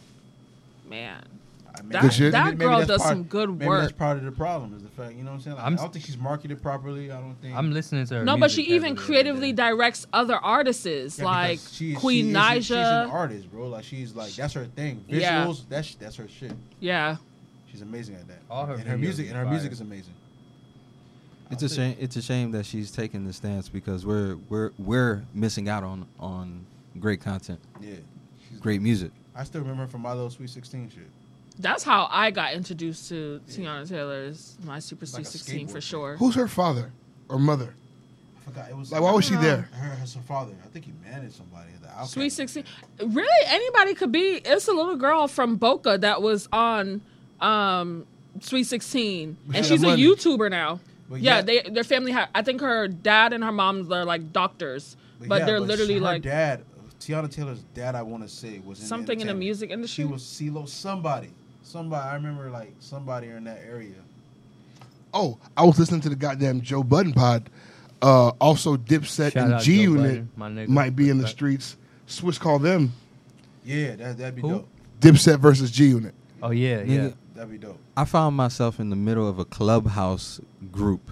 Speaker 7: Man,
Speaker 3: I mean,
Speaker 7: That-
Speaker 1: Good shit.
Speaker 7: that girl
Speaker 3: that's
Speaker 7: does some good
Speaker 3: maybe
Speaker 7: work.
Speaker 3: That's part of the problem is the fact you know what I'm saying. Like,
Speaker 2: I'm
Speaker 3: I
Speaker 2: s-
Speaker 3: don't think she's marketed properly. I don't think.
Speaker 2: I'm listening to her.
Speaker 7: no, but she
Speaker 2: music
Speaker 7: even
Speaker 2: heavily every
Speaker 7: creatively
Speaker 2: day.
Speaker 7: directs other artists
Speaker 3: Yeah,
Speaker 7: like
Speaker 3: because she-
Speaker 7: Queen
Speaker 3: she is- She's an
Speaker 7: Nija.
Speaker 3: artist, bro. Like she's like that's her thing. Visuals.
Speaker 7: Yeah.
Speaker 3: That's that's her shit.
Speaker 7: Yeah,
Speaker 3: She's amazing at that.
Speaker 2: All her
Speaker 3: and her
Speaker 2: videos
Speaker 3: music
Speaker 2: is
Speaker 3: and her
Speaker 2: fire.
Speaker 3: music is amazing.
Speaker 6: It's a shame. It's a shame that she's taking this stance because we're we're we're missing out on on great content,
Speaker 3: Yeah. She's
Speaker 6: great music.
Speaker 3: I still remember her from my little Sweet Sixteen shit.
Speaker 7: that's how I got introduced to Tiana Taylor's My Super
Speaker 3: Like a
Speaker 7: Sweet 16
Speaker 3: skateboard.
Speaker 7: for sure.
Speaker 1: Who's her father or mother?
Speaker 3: I forgot it was
Speaker 1: Like, why was she there?
Speaker 3: Her, her father. I think he managed somebody. at The Outcast.
Speaker 7: Sweet 16. Really, anybody could be. It's a little girl from Boca that was on um, Sweet 16,
Speaker 3: Yeah,
Speaker 7: and she's a
Speaker 3: money.
Speaker 7: YouTuber now.
Speaker 3: But
Speaker 7: yeah,
Speaker 3: yeah-
Speaker 7: they their family. Ha- I think her dad and her mom are like doctors, but,
Speaker 3: yeah,
Speaker 7: they're
Speaker 3: but
Speaker 7: literally
Speaker 3: her
Speaker 7: like
Speaker 3: dad. Tiana Taylor's dad, I want to say, was in
Speaker 7: something in the
Speaker 3: entertainment.
Speaker 7: music industry.
Speaker 3: She was CeeLo somebody. Somebody. I remember like somebody in that area.
Speaker 1: Oh, I was listening to the goddamn Joe Budden pod. Uh, also, Dipset
Speaker 2: Shout out
Speaker 1: and G
Speaker 2: Joe
Speaker 1: Unit
Speaker 2: Budden, my nigga.
Speaker 1: might be in the
Speaker 2: Respect.
Speaker 1: streets. Swiss call them
Speaker 3: Yeah, that that'd be
Speaker 2: Who?
Speaker 3: dope.
Speaker 1: Dipset versus G Unit.
Speaker 2: Oh yeah, yeah.
Speaker 6: Nigga,
Speaker 3: That'd be dope.
Speaker 6: I found myself in the middle of a clubhouse group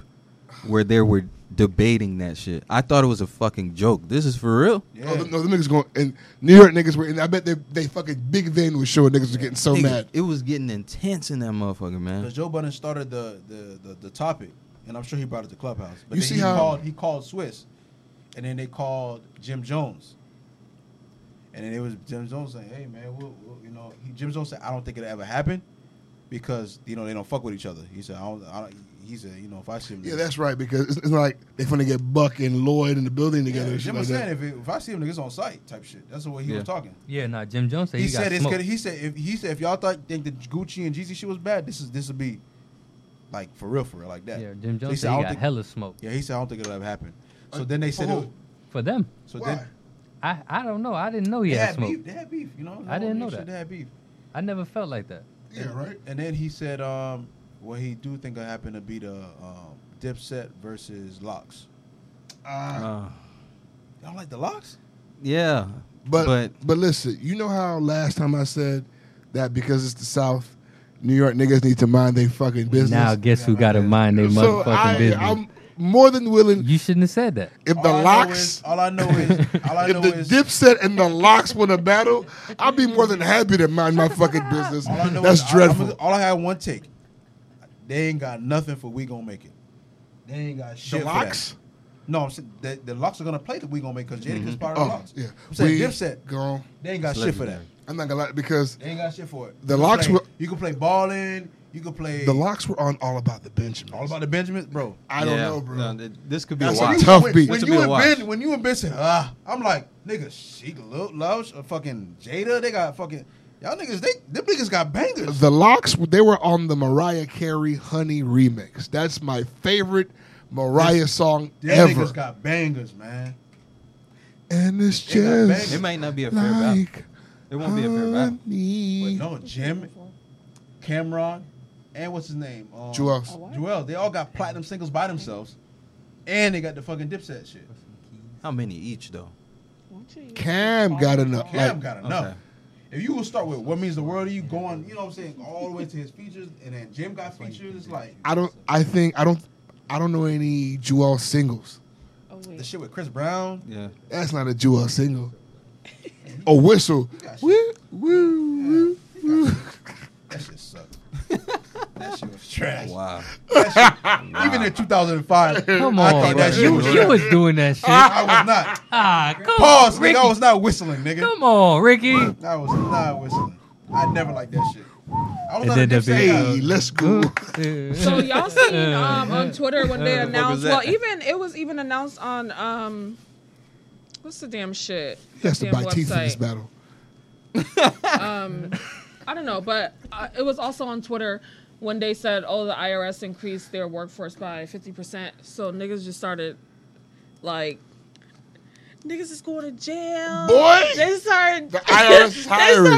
Speaker 6: where they were debating that shit. I thought it was a fucking joke. This is for real.
Speaker 3: Yeah.
Speaker 1: Oh, no, the niggas going and New York niggas were. And I bet they they fucking Big Van was sure niggas was getting so
Speaker 6: Nigga,
Speaker 1: mad.
Speaker 6: It was getting intense in that motherfucker, man.
Speaker 3: Because Joe Budden started the, the the the topic, and I'm sure he brought it to Clubhouse. But
Speaker 1: You
Speaker 3: then
Speaker 1: see
Speaker 3: he
Speaker 1: how-
Speaker 3: called he called Swiss, and then they called Jim Jones, and then it was Jim Jones saying, "Hey man, we'll, we'll, you know." He, Jim Jones said, "I don't think it ever happened because you know they don't fuck with each other." He said, "I don't." I don't he said, "You know, if I see him,
Speaker 1: Yeah, that's right because it's, it's not like they finna get Buck and Lloyd in the building
Speaker 3: yeah,
Speaker 1: together. and shit
Speaker 3: Jim was
Speaker 1: like
Speaker 3: saying
Speaker 1: that.
Speaker 3: if, it, if I see him niggas on site type shit. That's the way he
Speaker 6: Yeah.
Speaker 3: was talking.
Speaker 2: Yeah, nah. Jim Jones said
Speaker 3: He,
Speaker 2: he, got
Speaker 3: said it's
Speaker 2: smoked.
Speaker 3: good. He said if he said if y'all thought think the Gucci and Jeezy shit was bad, this is this would be like for real for real like that.
Speaker 2: yeah, Jim
Speaker 3: So
Speaker 2: Jones said
Speaker 3: said, "I
Speaker 2: he
Speaker 3: don't
Speaker 2: got
Speaker 3: think-
Speaker 2: hella smoked
Speaker 3: Yeah, he said I don't think it'll ever happen. So then they said, it
Speaker 1: Oh.
Speaker 3: was,
Speaker 2: for them.
Speaker 3: so
Speaker 1: Why?
Speaker 3: then
Speaker 2: I I don't know. I didn't know he
Speaker 3: they
Speaker 2: had
Speaker 3: had
Speaker 2: Oh, smoke.
Speaker 3: beef. They had beef, you know.
Speaker 2: I didn't know
Speaker 3: Shit,
Speaker 2: that.
Speaker 3: They had beef.
Speaker 2: I never felt like that.
Speaker 1: yeah, right.
Speaker 3: And then he said, um, what he do think will happen to be the um, Dipset versus Locks.
Speaker 6: Uh,
Speaker 3: Y'all like the Locks?
Speaker 6: yeah,
Speaker 1: But,
Speaker 6: but
Speaker 1: but listen, you know how last time I said that because it's the South, New York niggas need to mind their fucking business.
Speaker 2: Now guess who got to mind their
Speaker 1: so
Speaker 2: motherfucking
Speaker 1: I,
Speaker 2: business?
Speaker 1: I'm more than willing
Speaker 2: you shouldn't have said that.
Speaker 1: if the
Speaker 3: all I know
Speaker 1: locks.
Speaker 3: is- all I know is, all I know
Speaker 1: If the
Speaker 3: is,
Speaker 1: Dipset and the Locks win a battle, I'd be more than happy to mind my fucking business.
Speaker 3: all I know
Speaker 1: That's
Speaker 3: is, I- I'm-
Speaker 1: dreadful.
Speaker 3: all I had one take. They ain't got nothing for we gonna make it. They They ain't got shit. for that.
Speaker 1: locks?
Speaker 3: No, I'm saying the, the locks are gonna play that we gonna make because Jadakiss part of
Speaker 1: Oh,
Speaker 3: the locks.
Speaker 1: yeah.
Speaker 3: I'm saying
Speaker 1: We
Speaker 3: Dipset.
Speaker 1: gone.
Speaker 3: They ain't got
Speaker 1: It's
Speaker 3: shit for that.
Speaker 1: legendary. I'm not gonna lie because
Speaker 3: They ain't got shit for it.
Speaker 1: The
Speaker 3: You can
Speaker 1: locks
Speaker 3: play-
Speaker 1: were-
Speaker 3: You can play balling. You can play
Speaker 1: the locks were on all about the Benjamins. All
Speaker 3: about the Benjamins, bro.
Speaker 1: I don't
Speaker 6: Yeah.
Speaker 1: know, bro.
Speaker 6: No, th- this could be
Speaker 1: That's
Speaker 6: a watch.
Speaker 1: tough
Speaker 3: when,
Speaker 1: beat.
Speaker 3: When
Speaker 6: This
Speaker 3: you
Speaker 6: will be a
Speaker 3: and
Speaker 6: watch.
Speaker 3: Ben, when you and Ben said, ah, I'm like, nigga, she look love uh, fucking Jada. They got fucking y'all niggas. They them niggas got bangers.
Speaker 1: The locks they were on the Mariah Carey Honey remix. That's my favorite Mariah song
Speaker 3: Them
Speaker 1: ever.
Speaker 3: niggas got bangers, man.
Speaker 1: and it's
Speaker 3: They got
Speaker 1: just
Speaker 3: bangers.
Speaker 6: It might not be a fair battle.
Speaker 1: like
Speaker 6: It won't be a fair battle.
Speaker 3: But
Speaker 1: honey.
Speaker 3: no, Jim, Cameron, and what's his name? Um,
Speaker 1: Jewel.
Speaker 3: Jewel. They all got platinum singles by themselves, and they got the fucking Dipset shit.
Speaker 6: How many each though?
Speaker 1: Cam got enough.
Speaker 3: Cam
Speaker 1: like,
Speaker 3: got enough.
Speaker 6: okay.
Speaker 3: If you will start with what means the world to you, going, you know what I'm saying, all the way to his features, and then Jim got features, it's like
Speaker 1: I don't. I think I don't. I don't know any Jewel singles.
Speaker 10: Oh,
Speaker 3: the
Speaker 10: wait.
Speaker 3: shit with Chris Brown.
Speaker 6: Yeah.
Speaker 1: That's not a Jewel single. A whistle. Woo, woo, woo, woo.
Speaker 3: That shit sucked. that shit was trash.
Speaker 6: Wow.
Speaker 3: Even in 2005,
Speaker 2: Come on,
Speaker 3: I thought that
Speaker 2: bro.
Speaker 3: shit
Speaker 2: you,
Speaker 3: was
Speaker 2: you
Speaker 3: trash.
Speaker 2: was doing that shit.
Speaker 3: I was not.
Speaker 2: ah, come
Speaker 3: Pause,
Speaker 2: on, Ricky.
Speaker 3: nigga. I was not whistling, nigga.
Speaker 2: Come on, Ricky.
Speaker 3: I was not whistling. I never liked that shit. I was
Speaker 2: And
Speaker 3: not a
Speaker 2: then the
Speaker 3: Dipset
Speaker 2: big-
Speaker 3: guy.
Speaker 1: Hey, let's
Speaker 7: <laughs>
Speaker 1: go.
Speaker 7: <laughs> So
Speaker 1: <laughs>
Speaker 7: y'all seen um, on Twitter when they
Speaker 6: fuck was
Speaker 7: announced?
Speaker 6: that?
Speaker 7: Well, even it was even announced on um, what's the damn shit?
Speaker 1: He has to
Speaker 7: Damn
Speaker 1: buy teeth in this
Speaker 7: website.
Speaker 1: battle.
Speaker 7: Um, I don't know, but uh, it was also on Twitter when they said, "Oh, the IRS increased their workforce by fifty percent." So niggas just started like. Niggas is going to jail.
Speaker 1: Boy!
Speaker 7: they start.
Speaker 1: The IRS is hiring.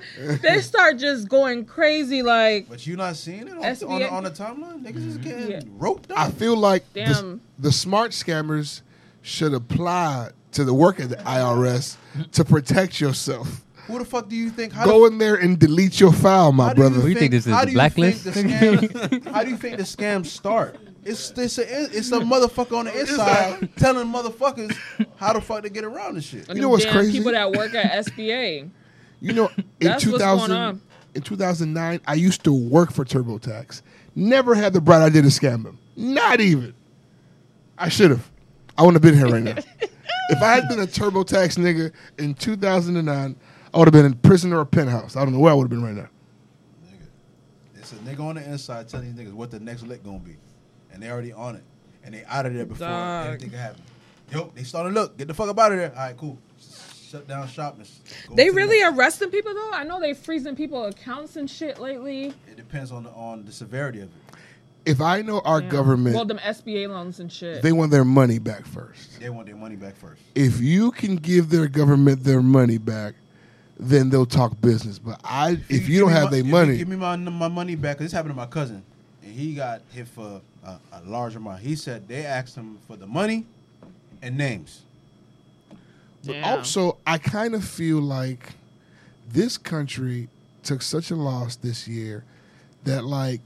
Speaker 7: <laughs> They start, just, <laughs>
Speaker 1: <laughs>
Speaker 7: they start just going crazy. Like
Speaker 3: But you not seeing it on,
Speaker 7: SBA?
Speaker 3: on, the- on the timeline? Niggas is getting
Speaker 7: Yeah.
Speaker 3: roped up.
Speaker 1: I feel like the,
Speaker 7: Damn.
Speaker 1: the smart scammers should apply to the work at the IRS to protect yourself.
Speaker 3: Who the fuck do you think? How
Speaker 1: Go
Speaker 3: the,
Speaker 1: in there and delete your file, my
Speaker 3: how do you
Speaker 1: brother.
Speaker 2: you think this is,
Speaker 3: how
Speaker 2: the
Speaker 3: do
Speaker 2: blacklist?
Speaker 3: You think the
Speaker 2: <laughs>
Speaker 3: scam, how do you think the scams start? It's it's a, it's a motherfucker on the
Speaker 2: <laughs>
Speaker 3: inside telling motherfuckers how the fuck to get around this shit.
Speaker 7: you
Speaker 1: know what's crazy?
Speaker 7: People that work at
Speaker 3: <laughs>
Speaker 7: SBA. <laughs>
Speaker 1: You know, in
Speaker 7: That's what's going
Speaker 1: 2000,
Speaker 7: on.
Speaker 1: in 2009, I used to work for TurboTax. Never had the bright idea to scam him. Not even. I should have. I wouldn't have been here
Speaker 7: <laughs>
Speaker 1: right now. if I had been a TurboTax nigga in 2009, I would have been in prison or a penthouse. I don't know where I would have been right now.
Speaker 3: It's a nigga on the inside telling these niggas what the next lick gonna be, and they already on it, and they out of there before
Speaker 7: Dog.
Speaker 3: anything can happen. Yo, they starting to look. Get the fuck up out of there. All right, cool. Shut down shop. and go
Speaker 7: They
Speaker 3: to the
Speaker 7: really
Speaker 3: next.
Speaker 7: arresting people though. I know they freezing people accounts and shit lately.
Speaker 3: It depends on the on the severity of it.
Speaker 1: If I know our
Speaker 7: Yeah.
Speaker 1: government,
Speaker 7: Well, them SBA loans and shit.
Speaker 1: they want their money back first.
Speaker 3: They want their money back first.
Speaker 1: If you can give their government their money back, then they'll talk business. But I, if you
Speaker 3: give
Speaker 1: don't
Speaker 3: me
Speaker 1: have
Speaker 3: my-
Speaker 1: their
Speaker 3: if you
Speaker 1: money,
Speaker 3: give me my my money back. 'cause this happened to my cousin, and he got hit for a, a large amount. He said they asked him for the money and names.
Speaker 1: But
Speaker 7: Yeah.
Speaker 1: also, I kind of feel like this country took such a loss this year that, like,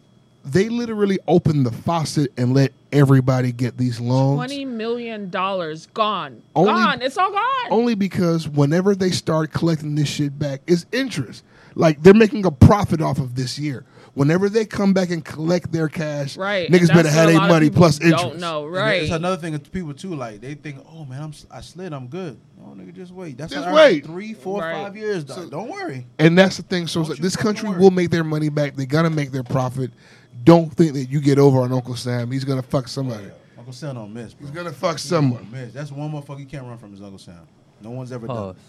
Speaker 1: they literally opened the faucet and let everybody get these loans.
Speaker 7: Twenty million dollars gone,
Speaker 1: Only-
Speaker 7: gone. It's all gone.
Speaker 1: <laughs> Only because whenever they start collecting this shit back, it's interest. Like, they're making a profit off of this year. Whenever they come back and collect their cash,
Speaker 7: right.
Speaker 1: niggas
Speaker 7: That's
Speaker 1: better
Speaker 7: what
Speaker 1: have
Speaker 7: a
Speaker 1: their
Speaker 7: lot of
Speaker 1: money
Speaker 7: people
Speaker 1: plus interest.
Speaker 7: Don't know.
Speaker 3: And
Speaker 7: Right.
Speaker 3: It's another thing with people too. Like they think, oh man, I'm s- I slid, I'm good. No nigga, just wait. That's
Speaker 1: Just
Speaker 3: what I earned
Speaker 1: wait.
Speaker 3: Three, four,
Speaker 7: Right.
Speaker 3: five years. dog. Don't worry.
Speaker 1: And that's the thing. So it's like
Speaker 3: you
Speaker 1: this
Speaker 3: fucking
Speaker 1: country
Speaker 3: worry.
Speaker 1: will make their money back. They're gonna make their profit. Don't think that you get over on Uncle Sam. He's gonna fuck somebody.
Speaker 3: Uncle Sam don't miss. Bro.
Speaker 1: He's gonna fuck
Speaker 3: Don't
Speaker 1: someone.
Speaker 3: miss. That's one motherfucker you can't run from is Uncle Sam. No one's ever done.
Speaker 2: Pause.
Speaker 3: it.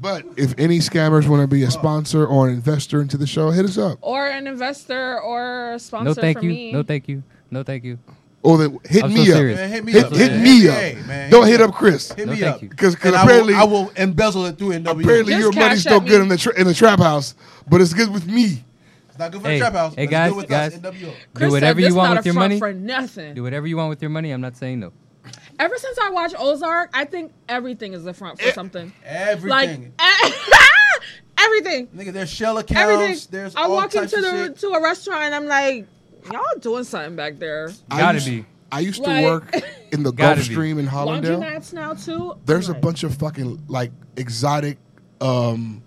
Speaker 1: But if any scammers want to be a sponsor or an investor into the show, hit us up.
Speaker 7: or an investor or a sponsor
Speaker 2: No, thank
Speaker 7: for
Speaker 2: you.
Speaker 7: me.
Speaker 2: No, thank you. No, thank you.
Speaker 1: Or Oh, then hit
Speaker 2: I'm
Speaker 1: me
Speaker 2: so
Speaker 1: up.
Speaker 2: serious.
Speaker 3: Man, hit me
Speaker 1: Hit,
Speaker 3: up.
Speaker 1: hit
Speaker 3: man.
Speaker 1: me
Speaker 3: Hey,
Speaker 1: up.
Speaker 3: man.
Speaker 1: Don't hit up Chris
Speaker 3: Hit
Speaker 2: No,
Speaker 3: me
Speaker 2: thank
Speaker 3: up.
Speaker 2: you.
Speaker 1: because
Speaker 3: And I
Speaker 1: apparently
Speaker 3: will, I will embezzle it through NW.
Speaker 1: apparently
Speaker 7: Just
Speaker 1: your
Speaker 7: cash
Speaker 1: money's
Speaker 7: at
Speaker 1: no
Speaker 7: me.
Speaker 1: good in the tra- in the trap house, but it's good with me.
Speaker 3: It's not good for
Speaker 2: Hey,
Speaker 3: the trap house.
Speaker 2: hey,
Speaker 3: but it's
Speaker 2: guys,
Speaker 3: good with
Speaker 2: guys.
Speaker 3: us, NWO.
Speaker 7: Chris
Speaker 2: Do whatever
Speaker 7: said,
Speaker 2: you
Speaker 7: "This
Speaker 2: want
Speaker 7: not
Speaker 2: with
Speaker 7: a
Speaker 2: your
Speaker 7: front
Speaker 2: money.
Speaker 7: for nothing."
Speaker 2: Do whatever you want with your money. I'm not saying no.
Speaker 7: Ever since I watched Ozark, I think everything is the front for something. Like
Speaker 3: Eh, Everything.
Speaker 7: <laughs> everything.
Speaker 3: Nigga, there's shell accounts.
Speaker 7: everything.
Speaker 3: There's
Speaker 7: I
Speaker 3: all
Speaker 7: walk
Speaker 3: types
Speaker 7: into
Speaker 3: of
Speaker 7: the
Speaker 3: shit.
Speaker 7: to a restaurant and I'm like, y'all doing something back there.
Speaker 1: I
Speaker 2: Gotta
Speaker 1: used-
Speaker 2: be.
Speaker 1: I used to
Speaker 7: Like- <laughs>
Speaker 1: work in the
Speaker 2: Gotta
Speaker 1: Gulf
Speaker 2: be.
Speaker 1: Stream in Hollandale.
Speaker 7: Laundromats now too.
Speaker 1: There's
Speaker 7: I'm
Speaker 1: a
Speaker 7: like,
Speaker 1: bunch of fucking like exotic um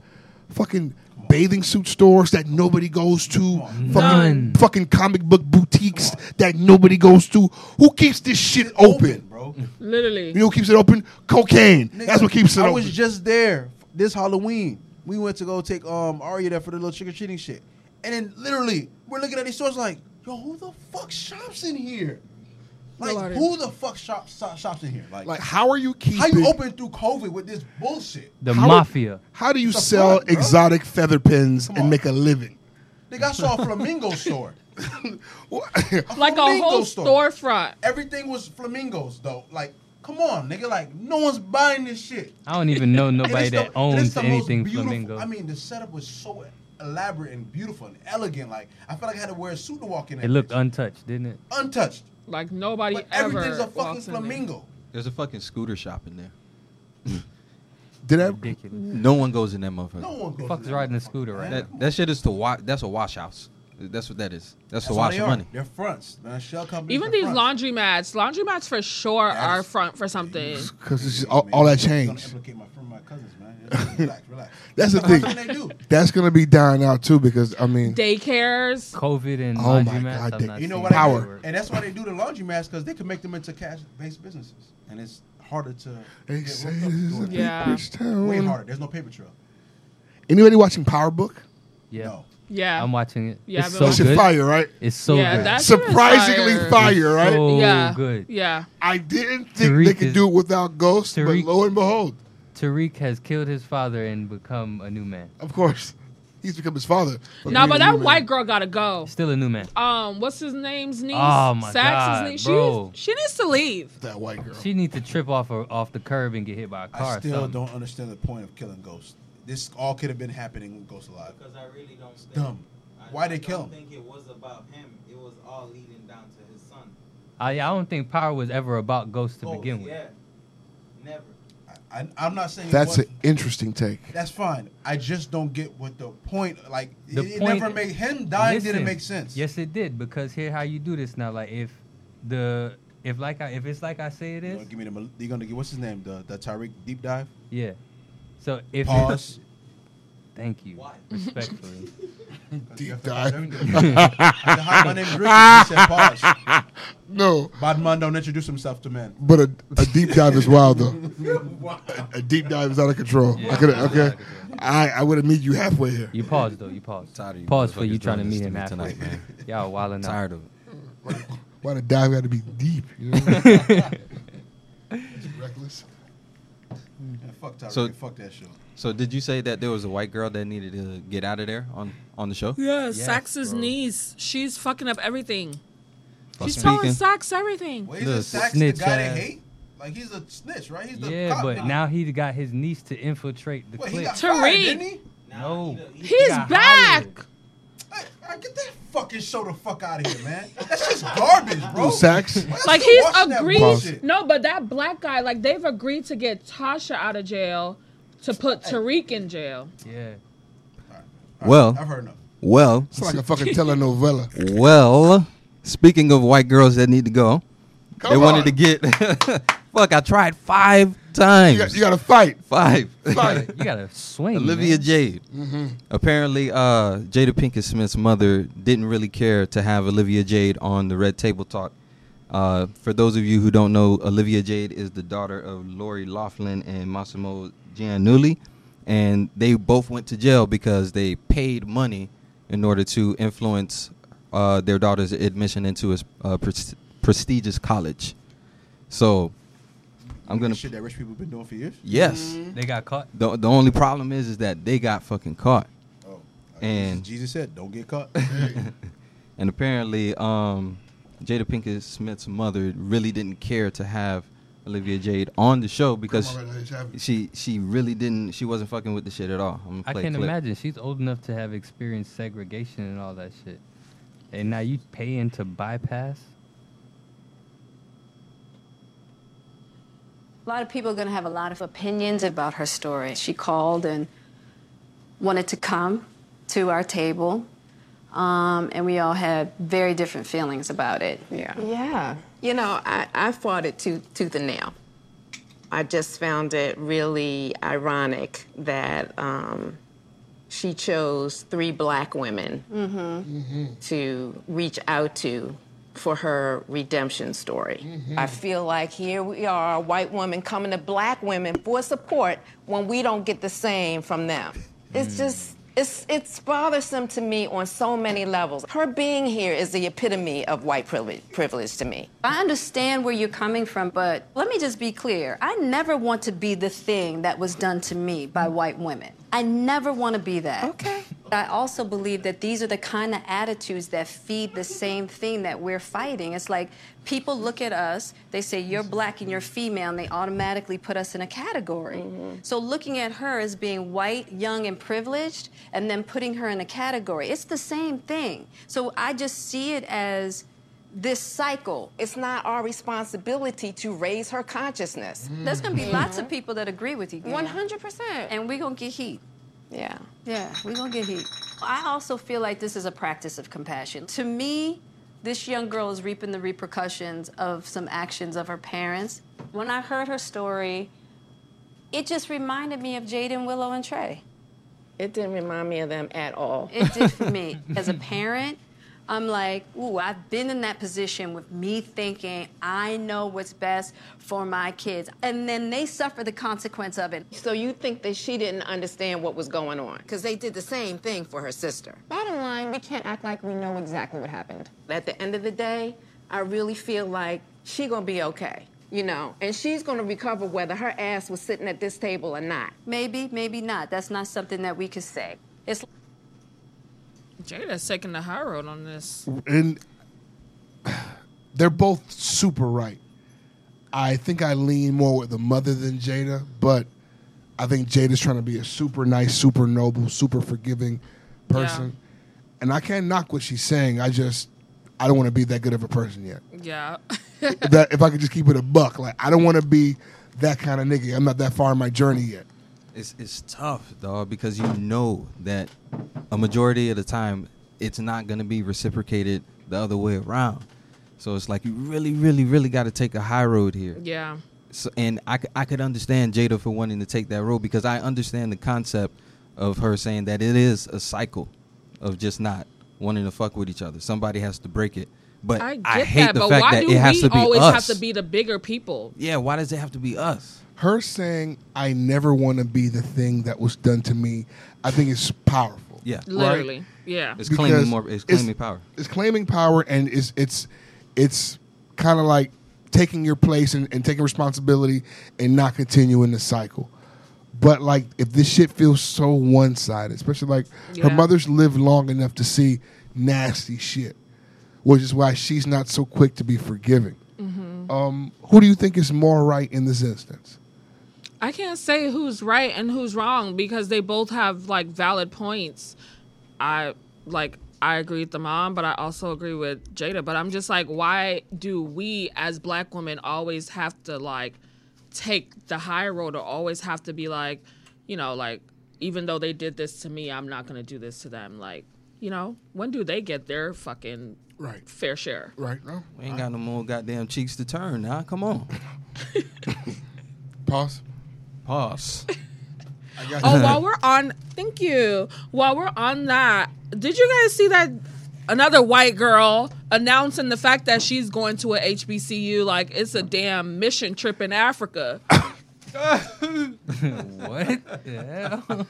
Speaker 1: fucking bathing suit stores that nobody goes to, fucking, fucking comic book boutiques that nobody goes to. Who keeps this shit open?
Speaker 3: bro.
Speaker 7: Literally.
Speaker 1: You know who keeps it open? Cocaine. That's what keeps it
Speaker 3: I
Speaker 1: open.
Speaker 3: was just there this Halloween. We went to go take um Arya there for the little trick or treating shit, and then literally we're looking at these stores like, yo, who the fuck shops in here? Like,
Speaker 1: Nobody.
Speaker 3: who the fuck shop, shop, shops in here? Like,
Speaker 1: Like, how are you keeping?
Speaker 3: how you open through COVID with this bullshit?
Speaker 1: how- How do you
Speaker 3: It's a
Speaker 1: sell
Speaker 3: front, bro.
Speaker 1: exotic feather pins and make a living?
Speaker 3: Nigga, I saw a flamingo
Speaker 1: <laughs>
Speaker 3: store.
Speaker 7: Like a
Speaker 3: flamingo
Speaker 7: whole storefront.
Speaker 3: Everything was flamingos though. Like, come on, nigga. Like, no one's buying this shit.
Speaker 2: I don't even know
Speaker 3: And
Speaker 2: nobody
Speaker 3: it's
Speaker 2: that
Speaker 3: the- and it's
Speaker 2: owns
Speaker 3: the most
Speaker 2: anything
Speaker 3: beautiful-
Speaker 2: flamingo.
Speaker 3: I mean, the setup was so elaborate and beautiful and elegant. Like, I felt like I had to wear a suit to walk in there.
Speaker 2: It looked untouched, didn't it?
Speaker 3: untouched.
Speaker 7: Like nobody
Speaker 3: But
Speaker 7: ever.
Speaker 3: everything's a fucking
Speaker 7: walks in there.
Speaker 3: flamingo.
Speaker 6: There's a fucking scooter shop in there.
Speaker 3: <laughs>
Speaker 1: Did I?
Speaker 6: No one goes in that motherfucker.
Speaker 3: No one goes.
Speaker 2: Fuck's riding a scooter right now.
Speaker 6: That, that shit is to wash. That's a wash house. That's what that is. That's, to
Speaker 3: how
Speaker 6: wash
Speaker 3: they
Speaker 6: your
Speaker 3: are.
Speaker 6: money.
Speaker 3: They're fronts, man. Shell companies.
Speaker 7: Even
Speaker 3: they're
Speaker 7: these
Speaker 3: fronts.
Speaker 7: laundry mats, laundry mats for sure are front for something.
Speaker 1: Because it's just all, all that
Speaker 3: Gonna
Speaker 1: change.
Speaker 3: implicate my friend, my cousins, man.
Speaker 1: <laughs>
Speaker 3: Relax, relax.
Speaker 1: That's the
Speaker 3: That's what they do.
Speaker 1: thing. That's gonna be dying out too because I mean,
Speaker 7: Daycares.
Speaker 2: COVID and
Speaker 1: Oh my
Speaker 2: laundromats,
Speaker 1: God,
Speaker 2: I've
Speaker 1: they-
Speaker 2: not
Speaker 3: You know
Speaker 2: seen
Speaker 3: what?
Speaker 2: that
Speaker 3: I
Speaker 2: work.
Speaker 3: mean? And that's why they do the laundry masks because they can make them into cash-based businesses, and it's harder to.
Speaker 1: They
Speaker 3: get
Speaker 1: say
Speaker 3: roped up
Speaker 1: this is
Speaker 3: doing
Speaker 1: a
Speaker 3: that.
Speaker 1: big Yeah. bitch town.
Speaker 3: Way harder. There's no paper trail.
Speaker 1: anybody watching Power Book?
Speaker 2: Yeah.
Speaker 7: Yeah.
Speaker 2: I'm watching it.
Speaker 7: Yeah, I've
Speaker 2: it's
Speaker 7: been
Speaker 2: so
Speaker 1: That shit
Speaker 2: good.
Speaker 1: fire, right?
Speaker 2: It's so
Speaker 7: Yeah,
Speaker 2: good.
Speaker 7: that shit is
Speaker 1: surprisingly
Speaker 7: fire.
Speaker 1: fire, right?
Speaker 2: So
Speaker 7: yeah.
Speaker 2: good.
Speaker 7: Yeah.
Speaker 1: I didn't think they
Speaker 2: Tariq
Speaker 1: could
Speaker 2: is-
Speaker 1: do it without Ghost,
Speaker 2: Tariq-
Speaker 1: but lo and behold,
Speaker 2: Tariq has killed his father and become a new man.
Speaker 1: of course, he's become his father.
Speaker 7: No, but that white girl gotta go.
Speaker 2: Still a new man.
Speaker 7: Um, what's his name's niece?
Speaker 2: Oh, my God,
Speaker 7: Sax's niece. She
Speaker 2: bro.
Speaker 7: she needs to leave.
Speaker 1: that white girl.
Speaker 2: She needs to trip off her, off the curb and get hit by a car.
Speaker 3: I
Speaker 2: or
Speaker 3: still
Speaker 2: something.
Speaker 3: don't understand the point of killing ghosts. This all could have been happening with Ghost alive.
Speaker 9: Because I really don't think.
Speaker 3: dumb.
Speaker 9: I-
Speaker 3: Why they
Speaker 9: I
Speaker 3: kill
Speaker 9: don't
Speaker 3: him?
Speaker 9: think it was about him. It was all leading down to his son.
Speaker 2: I, I don't think power was ever about ghosts to
Speaker 3: Oh,
Speaker 2: begin with.
Speaker 9: Yeah. Never.
Speaker 3: I, I'm not saying
Speaker 1: That's
Speaker 3: what,
Speaker 1: an interesting take.
Speaker 3: That's fine. I just don't get what the point. Like
Speaker 2: The
Speaker 3: it, it
Speaker 2: point-
Speaker 3: never made him dying
Speaker 2: Listen,
Speaker 3: didn't make sense.
Speaker 2: Yes, it did because here how you do this now. Like if the if like I, if it's like I say it
Speaker 3: You
Speaker 2: is,
Speaker 3: gonna give me the. mal- You gonna give what's his name? The the Tyreek deep dive.
Speaker 2: yeah. So if
Speaker 3: Pause.
Speaker 2: it's <laughs> thank you respectfully.
Speaker 3: <laughs>
Speaker 1: Deep dive.
Speaker 3: Hi, my name's Richard. He said pause.
Speaker 1: <laughs> No,
Speaker 3: Bad man don't introduce himself to men.
Speaker 1: but a, a deep dive is wild
Speaker 2: <laughs>
Speaker 3: <laughs>
Speaker 1: though. A, a deep dive is out of control. I could okay. I I would have meet you halfway here.
Speaker 2: You pause though. You pause.
Speaker 6: Tired of you
Speaker 2: pause for you
Speaker 6: motherfuckers
Speaker 2: trying to
Speaker 6: doing
Speaker 2: meet
Speaker 6: this
Speaker 2: him
Speaker 6: to me
Speaker 2: halfway.
Speaker 6: tonight, man.
Speaker 2: <laughs> Y'all wilding out.
Speaker 6: Tired of it.
Speaker 1: Why the dive got to be deep? You know? what I mean? It's reckless.
Speaker 3: Yeah, fuck Tyreek.
Speaker 6: So-
Speaker 3: and fuck that shit.
Speaker 6: So did you say that there was a white girl that needed to get out of there on on the show?
Speaker 7: Yeah,
Speaker 2: Yes,
Speaker 7: Sax's
Speaker 2: bro.
Speaker 7: niece. She's fucking up everything.
Speaker 6: For
Speaker 7: She's telling
Speaker 6: speaking.
Speaker 7: Sax everything.
Speaker 3: Wait,
Speaker 6: Little
Speaker 3: is Sax the
Speaker 2: snitch
Speaker 3: guy they
Speaker 2: ass.
Speaker 3: hate? Like he's a snitch, right? He's the
Speaker 2: Yeah,
Speaker 3: cop
Speaker 2: but
Speaker 3: nigga.
Speaker 2: now he got his niece to infiltrate the
Speaker 3: Wait, he
Speaker 2: clique.
Speaker 3: got fired,
Speaker 7: Tariq.
Speaker 3: didn't he?
Speaker 2: No,
Speaker 7: He's
Speaker 2: got
Speaker 7: back.
Speaker 3: Hey, hey, get that fucking show the fuck out of here, man. That's just garbage, bro.
Speaker 1: Ooh, Sax.
Speaker 3: Why
Speaker 7: Like
Speaker 3: still
Speaker 7: he's
Speaker 3: watching that
Speaker 7: agreed.
Speaker 3: bullshit?
Speaker 7: No, but that black guy, like they've agreed to get Tasha out of jail to put Tariq in jail.
Speaker 2: yeah.
Speaker 6: Well,
Speaker 3: I've heard enough.
Speaker 6: well,
Speaker 1: It's like a fucking telenovela.
Speaker 6: well. Speaking of white girls that need to go,
Speaker 1: Come
Speaker 6: they wanted
Speaker 1: on.
Speaker 6: to get. <laughs> fuck! I tried five times.
Speaker 1: You got, you got to fight.
Speaker 6: five.
Speaker 1: <laughs> Fight. Mm-hmm.
Speaker 2: You gotta swing.
Speaker 6: Olivia
Speaker 2: man.
Speaker 6: Jade. Apparently, uh, Jada Pinkett Smith's mother didn't really care to have Olivia Jade on the Red Table Talk. Uh, for those of you who don't know, Olivia Jade is the daughter of Lori Laughlin and Massimo Giannulli, and they both went to jail because they paid money in order to influence uh, their daughter's admission into a s- uh, pres- prestigious college. So, I'm gonna
Speaker 3: shit that rich people been doing for years.
Speaker 6: yes.
Speaker 3: Mm-hmm.
Speaker 2: They got caught.
Speaker 6: The the only problem is is that they got fucking caught.
Speaker 3: Oh,
Speaker 6: And-
Speaker 3: Jesus said, "Don't get caught." <laughs>
Speaker 6: And apparently, um, Jada Pinkett Smith's mother really didn't care to have Olivia Jade on the show because
Speaker 1: Come on, let's have it.
Speaker 6: she she really didn't she wasn't fucking with the shit at all. I'm gonna
Speaker 2: I
Speaker 6: play
Speaker 2: can
Speaker 6: a clip.
Speaker 2: imagine she's old enough to have experienced segregation and all that shit. And now you paying to bypass?
Speaker 11: A lot of people are going to have a lot of opinions about her story. She called and wanted to come to our table, um, and we all had very different feelings about it. Yeah.
Speaker 12: Yeah. You know, I, I fought it tooth, tooth and nail. I just found it really ironic that um, she chose three black women
Speaker 1: Mm-hmm.
Speaker 12: to reach out to for her redemption story. I feel like here we are, a white woman coming to black women for support when we don't get the same from them. It's
Speaker 13: Mm.
Speaker 12: just it's it's bothersome to me on so many levels. Her being here is the epitome of white privilege, privilege to me.
Speaker 11: I understand where you're coming from, but let me just be clear. I never want to be the thing that was done to me by white women. I never want to be that. Okay. I also believe that these are the kind of attitudes that feed the same thing that we're fighting. It's like people look at us, they say, You're black and you're female, and they automatically put us in a category. So looking at her as being white, young, and privileged, and then putting her in a category, it's the same thing. So I just see it as this cycle.
Speaker 12: It's not our responsibility to raise her consciousness.
Speaker 11: There's going to
Speaker 12: Mm-hmm.
Speaker 11: be lots of people that agree with you.
Speaker 12: One hundred percent.
Speaker 11: And we're going to get heat.
Speaker 12: Yeah.
Speaker 11: Yeah, we're going to get heat. I also feel like this is a practice of compassion. To me, this young girl is reaping the repercussions of some actions of her parents. When I heard her story, it just reminded me of Jaden, Willow, and Trey.
Speaker 12: It didn't remind me of them at all.
Speaker 11: It did for <laughs> me. As a parent, I'm like, ooh, I've been in that position with me thinking I know what's best for my kids. And then they suffer the consequence of it.
Speaker 12: So you think that she didn't understand what was going on? Because they did the same thing for her sister.
Speaker 13: Bottom line, we can't act like we know exactly what happened.
Speaker 12: At the end of the day, I really feel like she gonna be okay, you know, and she's gonna recover whether her ass was sitting at this table or not.
Speaker 11: Maybe, maybe not. That's not something that we could say. It's
Speaker 7: Jada's taking the high road on this.
Speaker 1: and they're both super right. I think I lean more with the mother than Jada, but I think Jada's trying to be a super nice, super noble, super forgiving person. And I can't knock what she's saying. I just I don't want to be that good of a person yet. <laughs>
Speaker 7: Yeah. <laughs>
Speaker 1: that if I could just keep it a buck, like I don't want to be that kind of nigga. I'm not that far in my journey yet.
Speaker 6: It's it's tough, dog, because you know that a majority of the time it's not gonna be reciprocated the other way around. So it's like you really, really, really got to take a high road here.
Speaker 7: Yeah.
Speaker 6: So, and I, c- I could understand Jada for wanting to take that road because I understand the concept of her saying that it is a cycle of just not wanting to fuck with each other. Somebody has to break it. But I,
Speaker 7: I get
Speaker 6: hate
Speaker 7: that,
Speaker 6: the
Speaker 7: but
Speaker 6: fact
Speaker 7: why
Speaker 6: that
Speaker 7: do
Speaker 6: it has
Speaker 7: we
Speaker 6: to be
Speaker 7: always
Speaker 6: us.
Speaker 7: have to be the bigger people?
Speaker 6: yeah, why does it have to be us?
Speaker 1: Her saying I never want to be the thing that was done to me, I think it's powerful.
Speaker 6: Yeah.
Speaker 7: Literally. Yeah.
Speaker 6: It's claiming
Speaker 1: Because
Speaker 6: more- it's claiming power.
Speaker 1: It's claiming power, and it's it's it's kind of like taking your place and, and taking responsibility and not continuing the cycle. But like, if this shit feels so one sided, especially like
Speaker 14: Yeah.
Speaker 1: her mother's lived long enough to see nasty shit, which is why she's not so quick to be forgiving.
Speaker 7: Mm-hmm.
Speaker 1: Um, who do you think is more right in this instance?
Speaker 7: I can't say who's right and who's wrong because they both have like valid points. I like I agree with the mom, but I also agree with Jada. But I'm just like, why do we as black women always have to like take the high road or always have to be like, you know, like even though they did this to me, I'm not gonna do this to them. Like, you know, when do they get their fucking
Speaker 1: right
Speaker 7: fair share?
Speaker 1: Right. No.
Speaker 6: We ain't got no more goddamn cheeks to turn now. Come on.
Speaker 1: <laughs> Pause.
Speaker 6: Pause.
Speaker 7: <laughs>
Speaker 6: <laughs>
Speaker 7: Oh, while we're on, thank you. While we're on that, did you guys see that another white girl announcing the fact that she's going to a HBCU? Like it's a damn mission trip in Africa.
Speaker 2: what the hell?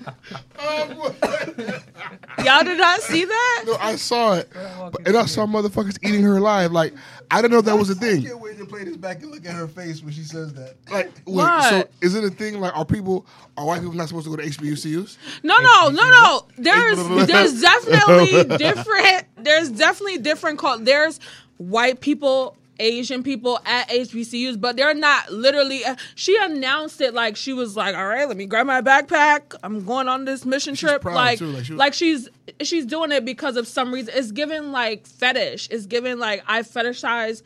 Speaker 7: <laughs> Y'all did not see that?
Speaker 1: No, I saw it, but- and I saw motherfuckers eating her alive. Like I didn't know that was a
Speaker 8: I
Speaker 1: thing.
Speaker 8: can't wait to play this back and look at her face when she says that.
Speaker 1: Like, wait, so is it a thing? Like, are people, are white people not supposed to go to HBCUs?
Speaker 7: No, no, no, no. There's
Speaker 1: <laughs>
Speaker 7: there's definitely different. There's definitely different. Cult. There's white people, Asian people at HBCUs, but they're not literally. uh, she announced it like she was like, "All right, let me grab my backpack. I'm going on this mission trip."
Speaker 1: proud,
Speaker 7: Like,
Speaker 1: too, like
Speaker 7: like,
Speaker 1: she was-
Speaker 7: she's she's doing it because of some reason. It's given like fetish. It's given like I fetishize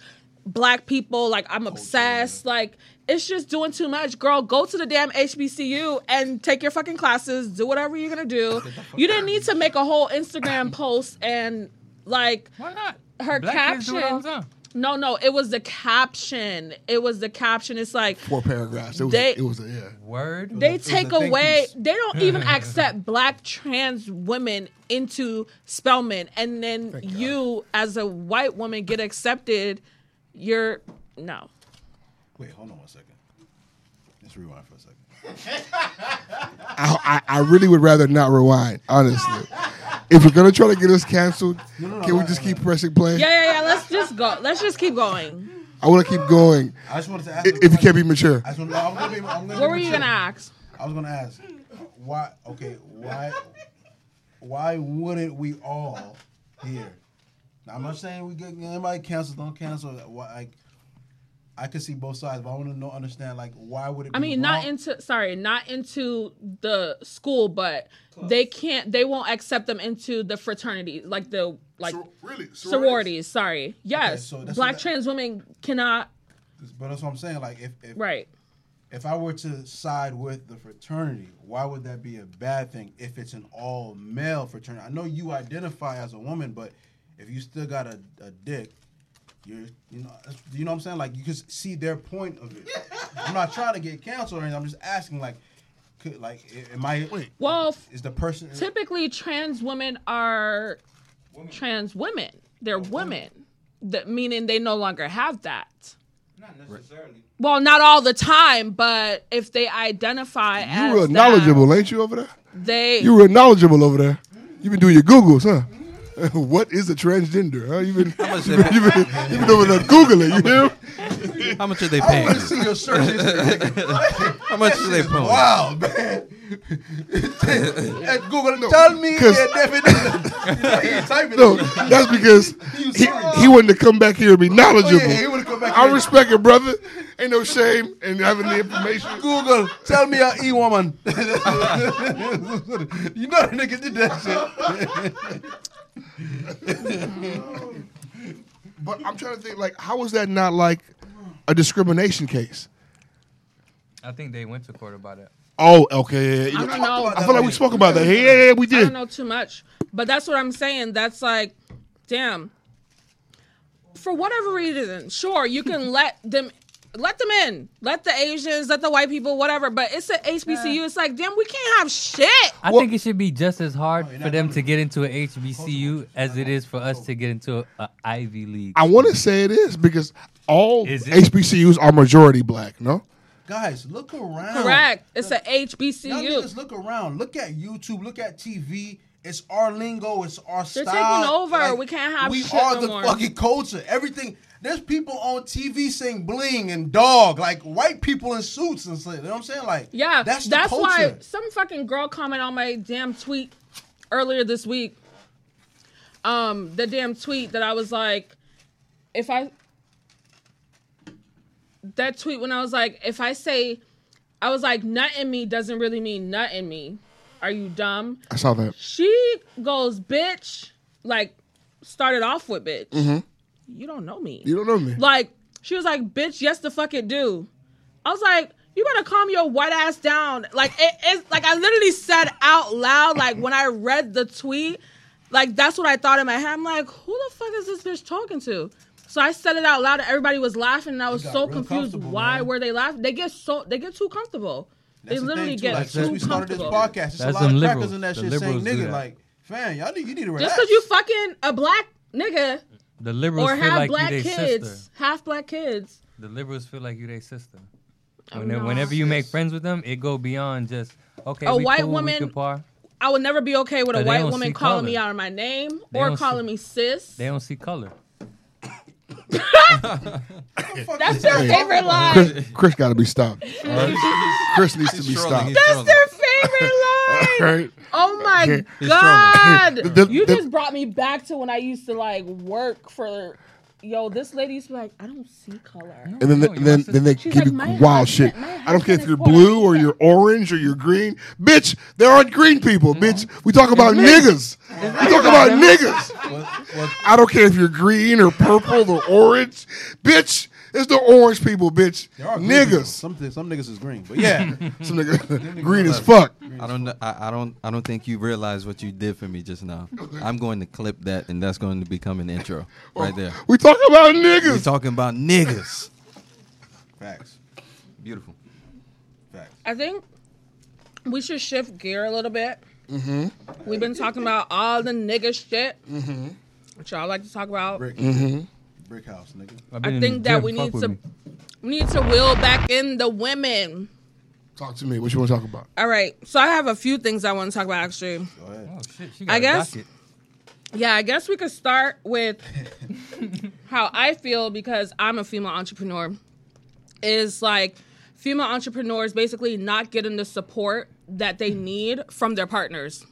Speaker 7: black people. Like I'm
Speaker 2: Oh,
Speaker 7: obsessed. Like it's just doing too much. Girl, go to the damn HBCU and take your fucking classes. Do whatever you're gonna do. You didn't need
Speaker 2: <clears throat>
Speaker 7: to make a whole Instagram post and like
Speaker 2: why not
Speaker 7: her
Speaker 2: Black kids do it all
Speaker 7: caption.
Speaker 2: the time.
Speaker 7: No, no, it was the caption. It was the caption. It's like
Speaker 1: Four paragraphs. It was,
Speaker 7: They-
Speaker 1: it was a, yeah.
Speaker 2: Word.
Speaker 7: they take away they don't
Speaker 3: <laughs>
Speaker 7: even accept black trans women into spellman and then you as a white woman get accepted you're
Speaker 3: <laughs>
Speaker 7: no
Speaker 3: Wait, hold on one second. Let's rewind for a second.
Speaker 1: I, I, I really would rather not rewind, honestly. if you're gonna try to get us canceled, can we just keep pressing play?
Speaker 7: yeah yeah yeah let's just go let's just keep going
Speaker 1: I want to keep going.
Speaker 3: I just wanted to
Speaker 1: I-
Speaker 3: ask. a
Speaker 1: If you can't be
Speaker 3: question.
Speaker 1: mature,
Speaker 3: I just wanna- I'm gonna be- I'm gonna
Speaker 7: what
Speaker 3: be
Speaker 7: were you
Speaker 3: mature.
Speaker 7: gonna ask
Speaker 3: I was gonna ask, why? Okay, why? Why wouldn't we all here? Now, I'm not saying we get anybody cancel, don't cancel. Why? I, I could see both sides, but I want to know, understand, like, why would it? Be
Speaker 7: I mean, not
Speaker 3: wrong-
Speaker 7: into sorry, not into the school, but they can't. They won't accept them into the fraternity, like the like
Speaker 1: really
Speaker 7: sororities.
Speaker 3: sororities?
Speaker 7: Sorry, yes,
Speaker 3: so that's what
Speaker 7: black
Speaker 3: that-
Speaker 7: trans women cannot.
Speaker 3: But that's what I'm saying. Like, if, if
Speaker 7: Right.
Speaker 3: if I were to side with the fraternity, why would that be a bad thing if it's an all male fraternity? I know you identify as a woman, but if you still got a, a dick, you're you know that's- you know what I'm saying. Like you can see their point of it. I'm not trying to get canceled or anything. I'm just asking like, could, like a- am I?
Speaker 7: Well,
Speaker 3: is the person
Speaker 7: Typically, trans women are trans women.
Speaker 1: Oh,
Speaker 7: They're women, that meaning they no longer have that.
Speaker 9: Not
Speaker 1: <laughs>
Speaker 9: necessarily.
Speaker 7: Well, not all the time, but if they identify
Speaker 1: you
Speaker 7: as
Speaker 1: real
Speaker 7: that,
Speaker 1: knowledgeable, ain't you over there?
Speaker 7: they
Speaker 1: You real knowledgeable over there. You've been doing your Googles, huh? <laughs> what is a transgender? Huh? You've been
Speaker 6: much
Speaker 1: <laughs> you've been,
Speaker 6: they-
Speaker 1: you've been, you've been over there Googling. You know? <laughs>
Speaker 6: How much are they paying?
Speaker 1: wanna see
Speaker 3: your
Speaker 1: <laughs>
Speaker 3: search history.
Speaker 6: <laughs> How much are they paying?
Speaker 3: Wow, man. Hey, Google, tell me
Speaker 1: Cause-
Speaker 3: their definition. He typing
Speaker 1: No,
Speaker 3: it.
Speaker 1: that's because he, he wanted to come back here and be knowledgeable.
Speaker 3: Oh, yeah, he wanted to come back
Speaker 1: I
Speaker 3: here.
Speaker 1: respect it, brother. Ain't no shame in having the information.
Speaker 3: Google, tell me a e <laughs> woman. you know the nigga did that shit.
Speaker 1: But I'm trying to think, like, how is that not like a discrimination case?
Speaker 2: I think they went to court about it.
Speaker 1: Oh, okay. yeah, yeah.
Speaker 7: I don't know.
Speaker 1: I feel like we spoke about that. Yeah, yeah, yeah, we
Speaker 7: I don't
Speaker 1: did.
Speaker 7: know too much, but that's what I'm saying. That's like, damn. For whatever reason, sure you
Speaker 1: <laughs>
Speaker 7: can let them, let them in, let the Asians, let the white people, whatever. But it's an HBCU. It's like, damn, we can't have shit.
Speaker 2: I think it should be just as hard
Speaker 3: Oh,
Speaker 2: for them to get into an HBCU as it is for us to get into an Ivy League.
Speaker 1: I want to say it is because all
Speaker 2: Is it?
Speaker 1: HBCUs are majority black, no?
Speaker 3: <laughs> Guys, look around.
Speaker 7: Correct. It's a
Speaker 3: Y'all
Speaker 7: HBCU.
Speaker 3: niggas look around. Look at YouTube. Look at TV. It's our lingo. It's our
Speaker 7: They're
Speaker 3: style.
Speaker 7: taking over. We can't have
Speaker 3: We
Speaker 7: shit
Speaker 3: are
Speaker 7: no
Speaker 3: the
Speaker 7: more.
Speaker 3: fucking culture. Everything. There's people on TV saying bling and dog, like white people in suits and shit. You know what I'm saying? Like,
Speaker 7: Yeah,
Speaker 3: that's
Speaker 7: that's,
Speaker 3: the culture.
Speaker 7: why some fucking girl comment on my damn tweet earlier this week. Um, the damn tweet that I was like, if I that tweet when I was like, if I say, I was like, nut in me doesn't really mean nut in me. Are you dumb?
Speaker 1: I saw that.
Speaker 7: She goes, bitch. Like, started off with bitch.
Speaker 1: hmm
Speaker 7: You don't know me.
Speaker 1: You don't know
Speaker 3: <laughs>
Speaker 1: me.
Speaker 7: Like, she was like, bitch, yes, the fuck it do. I was like, you better calm your white ass down. Like, it is, like, I literally said out loud, like, when I read the tweet, like, that's what I thought in my head. I'm like, who the fuck is this bitch talking to? So I said it out loud and everybody was laughing and I was
Speaker 3: got
Speaker 7: so
Speaker 3: real
Speaker 7: confused.
Speaker 3: comfortable,
Speaker 7: Why
Speaker 3: man.
Speaker 7: were they laughing? They get so, they get too comfortable.
Speaker 3: That's
Speaker 7: they
Speaker 3: the
Speaker 7: literally
Speaker 3: thing, too.
Speaker 7: get
Speaker 3: like, since
Speaker 7: too
Speaker 3: we started this
Speaker 7: comfortable.
Speaker 3: podcast, it's a
Speaker 2: That's
Speaker 3: lot of
Speaker 2: them
Speaker 3: crackers
Speaker 2: liberals.
Speaker 3: in that
Speaker 2: The
Speaker 3: shit saying
Speaker 2: liberals do
Speaker 3: nigga.
Speaker 2: that.
Speaker 3: Like, fam, y'all need you need to relax.
Speaker 7: Just because you fucking a black nigga
Speaker 2: The liberals
Speaker 7: or
Speaker 2: feel
Speaker 7: have
Speaker 2: like
Speaker 7: black
Speaker 2: you their
Speaker 7: kids,
Speaker 2: sister.
Speaker 7: half black kids,
Speaker 2: <laughs> The liberals feel like you their sister.
Speaker 7: Oh,
Speaker 2: Whenever,
Speaker 7: no.
Speaker 2: whenever you make friends with them, it go beyond just okay.
Speaker 7: A
Speaker 2: we
Speaker 7: white
Speaker 2: cool, we
Speaker 7: woman-
Speaker 2: compar.
Speaker 7: I would never be okay with
Speaker 2: But
Speaker 7: a
Speaker 2: they
Speaker 7: white
Speaker 2: don't
Speaker 7: woman
Speaker 2: see
Speaker 7: calling
Speaker 2: color.
Speaker 7: me out of my name
Speaker 2: They
Speaker 7: or
Speaker 2: don't see-
Speaker 7: calling me sis.
Speaker 2: They don't see color.
Speaker 7: That's their
Speaker 1: <laughs>
Speaker 7: favorite line.
Speaker 1: Chris, Chris got to be stopped. all right? Chris needs to
Speaker 6: He's
Speaker 1: be
Speaker 6: trolling,
Speaker 1: stopped.
Speaker 6: he's
Speaker 7: That's their favorite line.
Speaker 1: <laughs> All right.
Speaker 7: Oh my
Speaker 1: He's
Speaker 7: god!
Speaker 1: trolling. The- the-
Speaker 7: you
Speaker 1: the-
Speaker 7: just brought me back to when I used to like work for. Yo, this lady used to be like, I don't see color.
Speaker 1: And then,
Speaker 7: you
Speaker 1: they, then, then they
Speaker 7: She's like,
Speaker 1: give you
Speaker 7: "My
Speaker 1: wild
Speaker 7: husband-
Speaker 1: shit.
Speaker 7: my
Speaker 1: I don't care if
Speaker 7: husband
Speaker 1: you're
Speaker 7: is Puerto
Speaker 1: blue or you're orange or you're green. Bitch, there aren't green people, bitch. We talk about niggas. We talk about niggas. I don't care if you're green or purple or orange. Bitch, It's the orange people, bitch.
Speaker 3: There are green people.
Speaker 1: Niggas.
Speaker 3: Some, thi- some niggas is green, <laughs> but
Speaker 1: Yeah.
Speaker 3: yeah.
Speaker 1: Some nigga- green as fuck.
Speaker 6: I don't know. I, I don't. I don't think you realize what you did for me just now. I'm going to clip that, and that's going to become
Speaker 1: <laughs>
Speaker 6: an intro right there.
Speaker 1: We talking about niggas.
Speaker 6: We're talking about niggas.
Speaker 3: <laughs> Facts.
Speaker 6: Beautiful.
Speaker 7: I think we should shift gear a little bit.
Speaker 1: Mm-hmm.
Speaker 7: We've been talking about all the nigga shit,
Speaker 3: Mm-hmm.
Speaker 7: which y'all like to talk about.
Speaker 3: Brick.
Speaker 1: Mm-hmm.
Speaker 3: Brick house, nigga.
Speaker 7: I think that we need to we need to reel back in the women.
Speaker 1: Talk to me. What you want to talk about?
Speaker 7: All right, so I have a few things I want to talk about actually.
Speaker 2: Oh shit, she
Speaker 7: I
Speaker 2: got a
Speaker 7: guess-
Speaker 2: docket.
Speaker 7: Yeah, I guess we could start with
Speaker 15: <laughs>
Speaker 7: how I feel because I'm a female entrepreneur. Is like female entrepreneurs basically not getting the support that
Speaker 15: Mm.
Speaker 7: they need from their partners.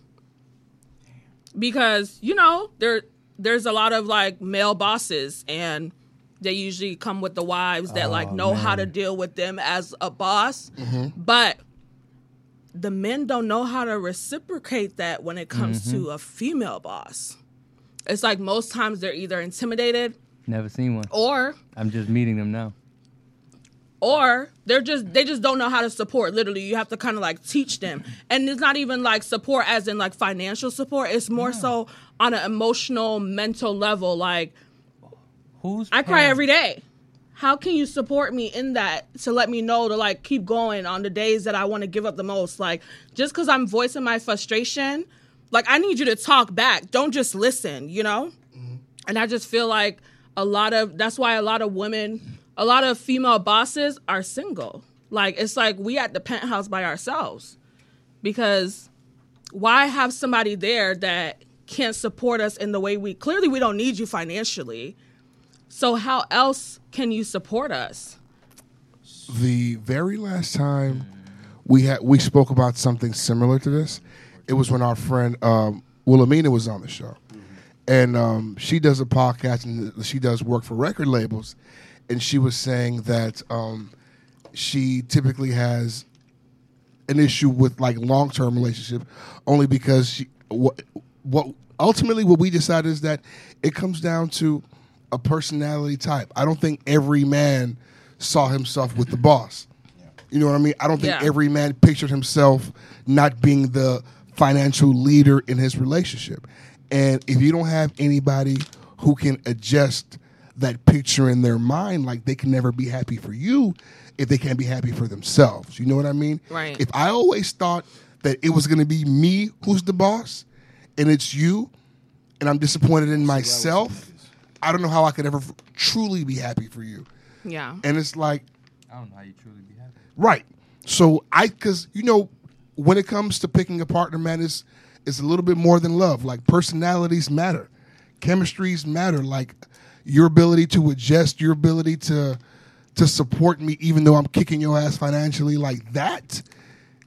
Speaker 7: Because, you know, there there's a lot of like male bosses and they usually come with the wives that like
Speaker 15: Oh,
Speaker 7: know how to
Speaker 15: man.
Speaker 7: deal with them as a boss.
Speaker 1: Mm-hmm.
Speaker 15: Mhm.
Speaker 7: But the men don't know how to reciprocate that when it comes
Speaker 2: Mhm.
Speaker 7: to a female boss. It's like most times they're either intimidated
Speaker 2: Never seen one.
Speaker 7: or
Speaker 2: I'm just meeting them now.
Speaker 7: or they're just they just don't know how to support literally you have to kind of like teach them and it's not even like support as in like financial support it's more so on an emotional mental level like
Speaker 2: who's
Speaker 7: i cry every day how can you support me in that to let me know to like keep going on the days that i want to give up the most like just because i'm voicing my frustration like i need you to talk back don't just listen you know and I just feel like a lot of that's why a lot of women, a lot of female bosses are single. Like it's like we at the penthouse by ourselves because why have somebody there that can't support us in the way we clearly we don't need you financially. So how else can you support us?
Speaker 1: the very last time we had we spoke about something similar to this, it was when our friend um, Wilhelmina was on the show, and um, she does a podcast and she does work for record labels, and she was saying that um, she typically has an issue with like long term relationship only because she what what ultimately what we decided is that it comes down to a personality type. I don't think every man saw himself with the boss. You know what I mean? I don't think
Speaker 8: Yeah.
Speaker 1: every man pictured himself not being the financial leader in his relationship. And if you don't have anybody who can adjust that picture in their mind, like they can never be happy for you if they can't be happy for themselves. You know what I mean?
Speaker 8: Right.
Speaker 1: If I always thought that it was going to be me who's the boss and it's you, and I'm disappointed in myself, I don't know how I could ever f- truly be happy for you.
Speaker 7: Yeah.
Speaker 6: Oh.
Speaker 1: And it's like,
Speaker 2: I don't know how you truly be happy.
Speaker 1: Right. So I, because you know, when it comes to picking a partner, man, it's it's a little bit more than love. Like personalities matter, chemistries matter. Like your ability to adjust, your ability to to support me, even though I'm kicking your ass financially, like that.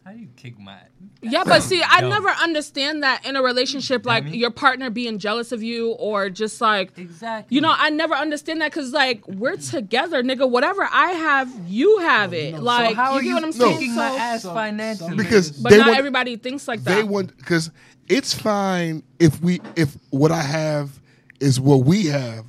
Speaker 2: How do you kick my?
Speaker 7: Yeah, but see, I
Speaker 1: No.
Speaker 7: never understand that in a relationship, like your partner being jealous of you or just like,
Speaker 2: exactly.
Speaker 7: You know, I never understand that because like we're together, nigga. Whatever I have, you have it. Like,
Speaker 2: so how
Speaker 7: you
Speaker 2: are
Speaker 7: get
Speaker 2: you
Speaker 7: what I'm saying?
Speaker 2: kicking my
Speaker 7: So-
Speaker 2: ass financially?
Speaker 1: Because
Speaker 7: but
Speaker 1: they
Speaker 7: not
Speaker 1: want-
Speaker 7: everybody thinks like
Speaker 1: They
Speaker 7: that.
Speaker 1: want because it's fine if we if what I have is what we have,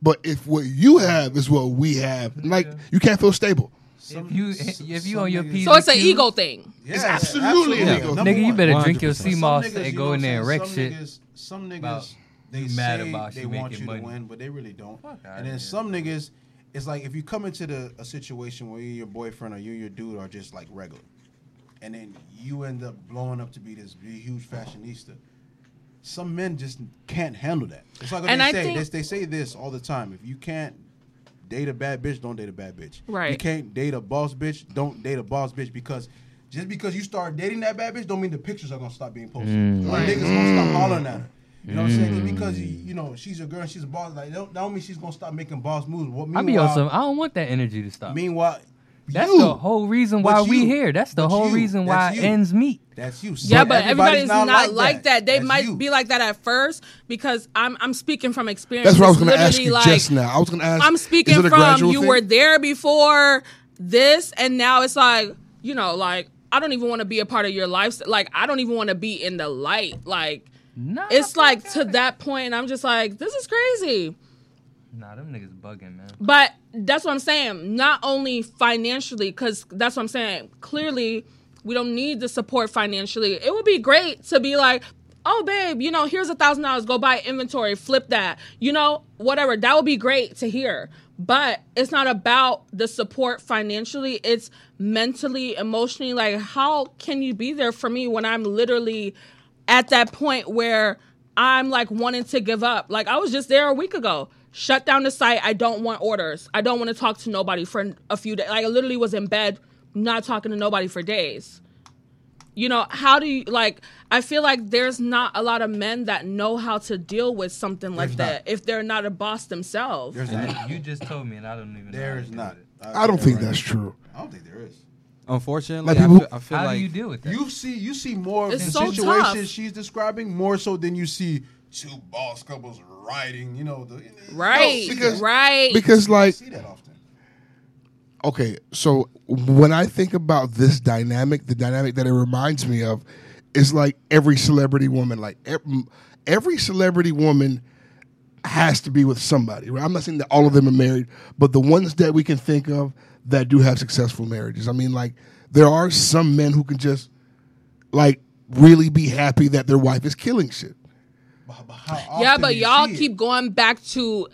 Speaker 1: but if what you have is what we have, like you can't feel stable.
Speaker 2: If you if you on your P's
Speaker 7: so
Speaker 2: and
Speaker 7: it's an
Speaker 2: Q's,
Speaker 7: ego thing.
Speaker 3: Yeah,
Speaker 1: absolutely an ego thing.
Speaker 2: Nigga, you better drink your
Speaker 3: 100%.
Speaker 2: sea
Speaker 3: Some
Speaker 2: moss
Speaker 3: niggas,
Speaker 2: and
Speaker 3: you
Speaker 2: go
Speaker 3: know
Speaker 2: in
Speaker 3: what
Speaker 2: there and
Speaker 3: I'm
Speaker 2: wreck
Speaker 3: saying?
Speaker 2: shit.
Speaker 3: Some niggas- Some
Speaker 2: About
Speaker 3: niggas, they
Speaker 2: you mad
Speaker 3: say
Speaker 2: about
Speaker 3: they
Speaker 2: you
Speaker 3: want
Speaker 2: making
Speaker 3: you
Speaker 2: money.
Speaker 3: to win, but they really don't.
Speaker 2: outta
Speaker 3: And then some niggas, it's like if you come into the a situation where you, and your boyfriend, or you, and your dude are just like regular, and then you end up blowing up to be this big, huge fashionista. Some men just can't handle that. It's like what
Speaker 7: And
Speaker 3: they
Speaker 7: I
Speaker 3: say.
Speaker 7: think-
Speaker 3: They, they say this all the time. If you can't date a bad bitch, don't date a bad bitch.
Speaker 7: Right.
Speaker 3: You can't date a boss bitch, don't date a boss bitch because just because you start dating that bad bitch, don't mean the pictures are gonna stop being posted.
Speaker 8: Mm.
Speaker 3: Or niggas gonna
Speaker 8: Mm.
Speaker 3: stop hollering at her. You know what I'm saying? Just because you, you know she's a girl, and she's a boss. Like don't, that don't mean she's gonna stop making boss moves. What
Speaker 2: I be on
Speaker 3: meanwhile?
Speaker 2: some. I don't want that energy to stop.
Speaker 3: meanwhile,
Speaker 2: That's
Speaker 3: you-
Speaker 2: the whole reason why
Speaker 3: but
Speaker 2: we
Speaker 3: you-
Speaker 2: here. That's the
Speaker 3: but
Speaker 2: whole
Speaker 3: you,
Speaker 2: reason why
Speaker 3: that's you.
Speaker 2: ends meet.
Speaker 3: That's you.
Speaker 7: yeah, but everybody's, not like that. They might be like that at first because I'm I'm speaking from experience.
Speaker 1: That's what I was
Speaker 7: It's
Speaker 1: going to ask
Speaker 7: literally
Speaker 1: you
Speaker 7: like,
Speaker 1: just now. I was going to ask.
Speaker 7: I'm
Speaker 1: is
Speaker 7: speaking
Speaker 1: it a
Speaker 7: from
Speaker 1: gradual
Speaker 7: you
Speaker 1: thing?
Speaker 7: were there before this, and now it's like you know, like I don't even want to be a part of your life. Like I don't even want to be in the light. Like it's like to that point, and I'm just like, this is crazy.
Speaker 2: Nah, them niggas bugging, man.
Speaker 7: But that's what I'm saying. Not only financially, because that's what I'm saying. Clearly, we don't need the support financially. It would be great to be like, oh, babe, you know, here's a thousand dollars. Go buy inventory, flip that, you know, whatever. That would be great to hear. But it's not about the support financially. It's mentally, emotionally. Like, how can you be there for me when I'm literally at that point where I'm like wanting to give up. Like I was just there a week ago. Shut down the site. I don't want orders. I don't want to talk to nobody for a few days. Like I literally was in bed, not talking to nobody for days. You know, how do you like I feel like there's not a lot of men that know how to deal with something like that
Speaker 2: There's
Speaker 7: if they're not a boss themselves.
Speaker 2: And you you just told me, and I don't even.
Speaker 3: There is not.
Speaker 1: I don't think that's true.
Speaker 3: I don't think there is.
Speaker 6: Unfortunately,
Speaker 1: Like
Speaker 6: I
Speaker 1: people-
Speaker 6: feel, I feel like
Speaker 3: deal with that? You see, you see more of
Speaker 7: It's
Speaker 3: the
Speaker 7: so
Speaker 3: situations
Speaker 7: tough.
Speaker 3: she's describing more so than you see two boss couples riding. You know, the,
Speaker 7: Right.
Speaker 3: No, because-
Speaker 7: right.
Speaker 1: Because like Okay, so when I think about this dynamic, the dynamic that it reminds me of is like every celebrity woman, like ev- m- every celebrity woman has to be with somebody. Right? I'm not saying that all of them are married, but the ones that we can think of that do have successful marriages. I mean, like there are some men who can just like really be happy that their wife is killing shit.
Speaker 7: yeah, but y'all keep going back to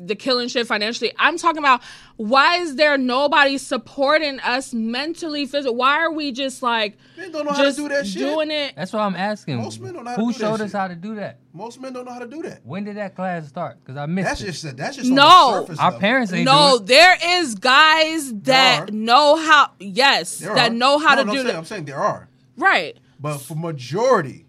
Speaker 7: the killing shit financially. I'm talking about why is there nobody supporting us mentally, physically? Why are we just like
Speaker 3: Men don't know how to
Speaker 7: just
Speaker 3: do that shit.
Speaker 7: doing it?
Speaker 2: That's why I'm asking.
Speaker 3: Most men don't know how to
Speaker 2: Who
Speaker 3: do that
Speaker 2: showed us
Speaker 3: shit.
Speaker 2: how to do that?
Speaker 3: Most men don't know how to do that.
Speaker 2: When did that class start? Because I missed
Speaker 3: That's
Speaker 2: it.
Speaker 3: just that's just on the
Speaker 7: No,
Speaker 3: surface
Speaker 2: Our
Speaker 3: level.
Speaker 2: parents ain't
Speaker 7: no.
Speaker 2: do it.
Speaker 7: There is guys that know how. Yes,
Speaker 3: There
Speaker 7: that
Speaker 3: are.
Speaker 7: know how to
Speaker 3: No, no, I'm
Speaker 7: do
Speaker 3: saying, I'm
Speaker 7: that.
Speaker 3: saying there are,
Speaker 7: Right.
Speaker 3: but for majority,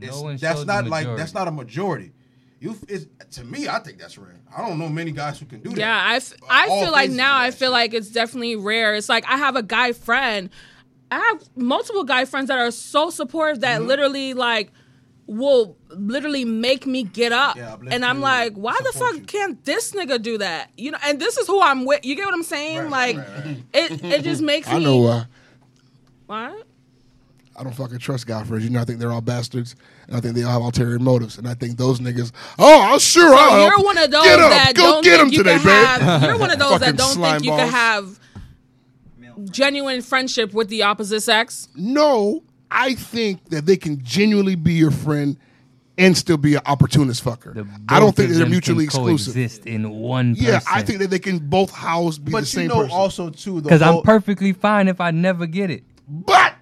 Speaker 3: it's-
Speaker 2: one
Speaker 3: that's
Speaker 2: showed
Speaker 3: not
Speaker 2: the
Speaker 3: like
Speaker 2: majority.
Speaker 3: that's not a majority. You, it's, to me, I think that's rare. I don't know many guys who can do that.
Speaker 7: Yeah, I, f- I
Speaker 3: all
Speaker 7: feel like
Speaker 3: phases
Speaker 7: now I feel like it's definitely rare. It's like I have a guy friend. I have multiple guy friends that are so supportive that
Speaker 1: Mm-hmm.
Speaker 7: literally like will literally make me get up.
Speaker 15: Yeah, uplift
Speaker 7: and I'm
Speaker 15: you,
Speaker 7: like, why the fuck can't this nigga do that? You know, and this is who I'm with. You get what I'm saying? like <laughs> it it just makes
Speaker 1: I
Speaker 7: me
Speaker 1: know why.
Speaker 7: what?
Speaker 1: I don't fucking trust guy friends. You know, I think they're all bastards, and I think they all have ulterior motives. And I think those niggas, oh, I'll sure
Speaker 7: So
Speaker 1: I'll
Speaker 7: you're
Speaker 1: help.
Speaker 7: one of those
Speaker 1: get up,
Speaker 7: that
Speaker 1: go
Speaker 7: don't think
Speaker 1: get them
Speaker 7: you
Speaker 1: today,
Speaker 7: can
Speaker 1: babe.
Speaker 7: have. You're one
Speaker 1: <laughs>
Speaker 7: of those that
Speaker 1: Fucking
Speaker 7: don't
Speaker 1: slime
Speaker 7: think you
Speaker 1: balls.
Speaker 7: can have genuine friendship with the opposite sex.
Speaker 1: No, I think that they can genuinely be your friend and still be an opportunist fucker. I don't think
Speaker 2: Both of
Speaker 1: that they're
Speaker 2: them can
Speaker 1: mutually exclusive.
Speaker 2: Coexist in one.
Speaker 1: Yeah,
Speaker 2: person.
Speaker 1: I think that they can both house be
Speaker 3: But
Speaker 1: the
Speaker 3: you
Speaker 1: same
Speaker 3: know
Speaker 1: person.
Speaker 3: also too, the
Speaker 2: Because I'm
Speaker 3: whole-
Speaker 2: perfectly fine if I never get it.
Speaker 1: But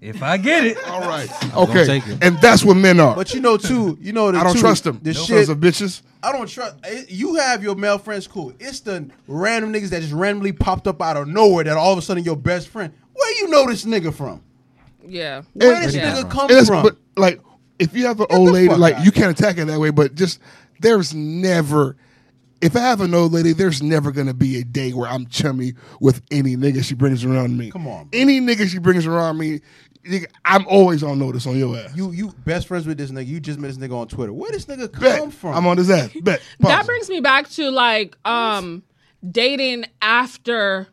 Speaker 2: if I get it,
Speaker 1: all right. <laughs>
Speaker 2: gonna
Speaker 1: Okay,
Speaker 2: take it.
Speaker 1: and that's what men are.
Speaker 3: But you know too, you know the
Speaker 1: I don't
Speaker 3: two-
Speaker 1: trust them.
Speaker 3: The
Speaker 1: No.
Speaker 3: shit
Speaker 1: Sons of bitches.
Speaker 3: I don't trust. eh, You have your male friends, cool. It's the random niggas that just randomly popped up out of nowhere that all of a sudden your best friend. Where you know this nigga from?
Speaker 7: Yeah.
Speaker 3: Where this nigga come
Speaker 1: it's-
Speaker 3: from?
Speaker 1: But like, if you have an old lady,
Speaker 3: fuck
Speaker 1: like
Speaker 3: out.
Speaker 1: you can't attack it that way. But just there's never, if I have an old lady, there's never gonna be a day where I'm chummy with any nigga she brings around me. Come on, any nigga she brings around me, nigga, I'm always on notice on your ass.
Speaker 3: You you best friends with this nigga. You just met this nigga on Twitter. Where this nigga come
Speaker 1: Bet.
Speaker 3: from?
Speaker 1: I'm on his ass. Bet.
Speaker 7: That brings me back to like um dating after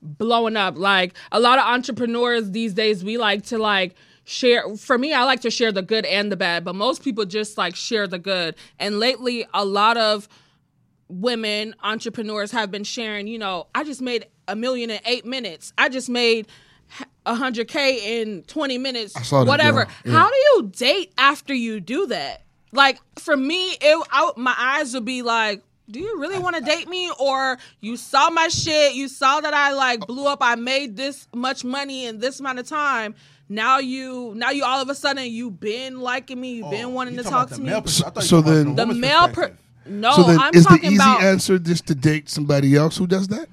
Speaker 7: blowing up. Like a lot of entrepreneurs these days we like to like share for me I like to share the good and the bad, but most people just like share the good. And lately a lot of women entrepreneurs have been sharing, you know, I just made a million in 8 minutes. I just made h- 100k in 20 minutes
Speaker 15: I saw that,
Speaker 7: whatever
Speaker 15: girl. Yeah.
Speaker 7: how do you date after you do that like for me it I, my eyes would be like do you really want to date me or you saw my shit you saw that i like blew up i made this much money in this amount of time now you now you all of a sudden you been liking me Oh, you been wanting to talk to me
Speaker 1: so then,
Speaker 7: the male per- no
Speaker 1: so then
Speaker 7: i'm
Speaker 1: is the
Speaker 7: talking
Speaker 1: easy
Speaker 7: about
Speaker 1: answer just to date somebody else who does that?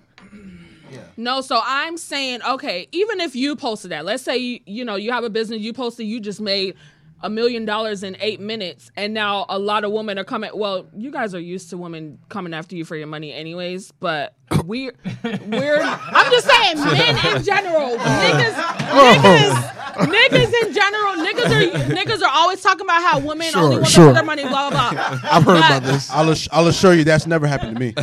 Speaker 7: No, so I'm saying, okay, even if you posted that, let's say you, you know you have a business, you posted, you just made a million dollars in eight minutes, and now a lot of women are coming. Well, you guys are used to women coming after you for your money, anyways.
Speaker 1: <laughs>
Speaker 7: But we, we're. I'm just saying, men in
Speaker 1: <laughs>
Speaker 7: general, niggas,
Speaker 1: Oh.
Speaker 7: niggas, niggas in general, niggas are niggas are always talking about how women
Speaker 3: Sure,
Speaker 7: only want them
Speaker 3: sure.
Speaker 7: for their money, blah blah
Speaker 1: <laughs>
Speaker 7: blah.
Speaker 3: I've heard about this. I'll ass- I'll assure you that's never
Speaker 7: <laughs>
Speaker 3: happened to me.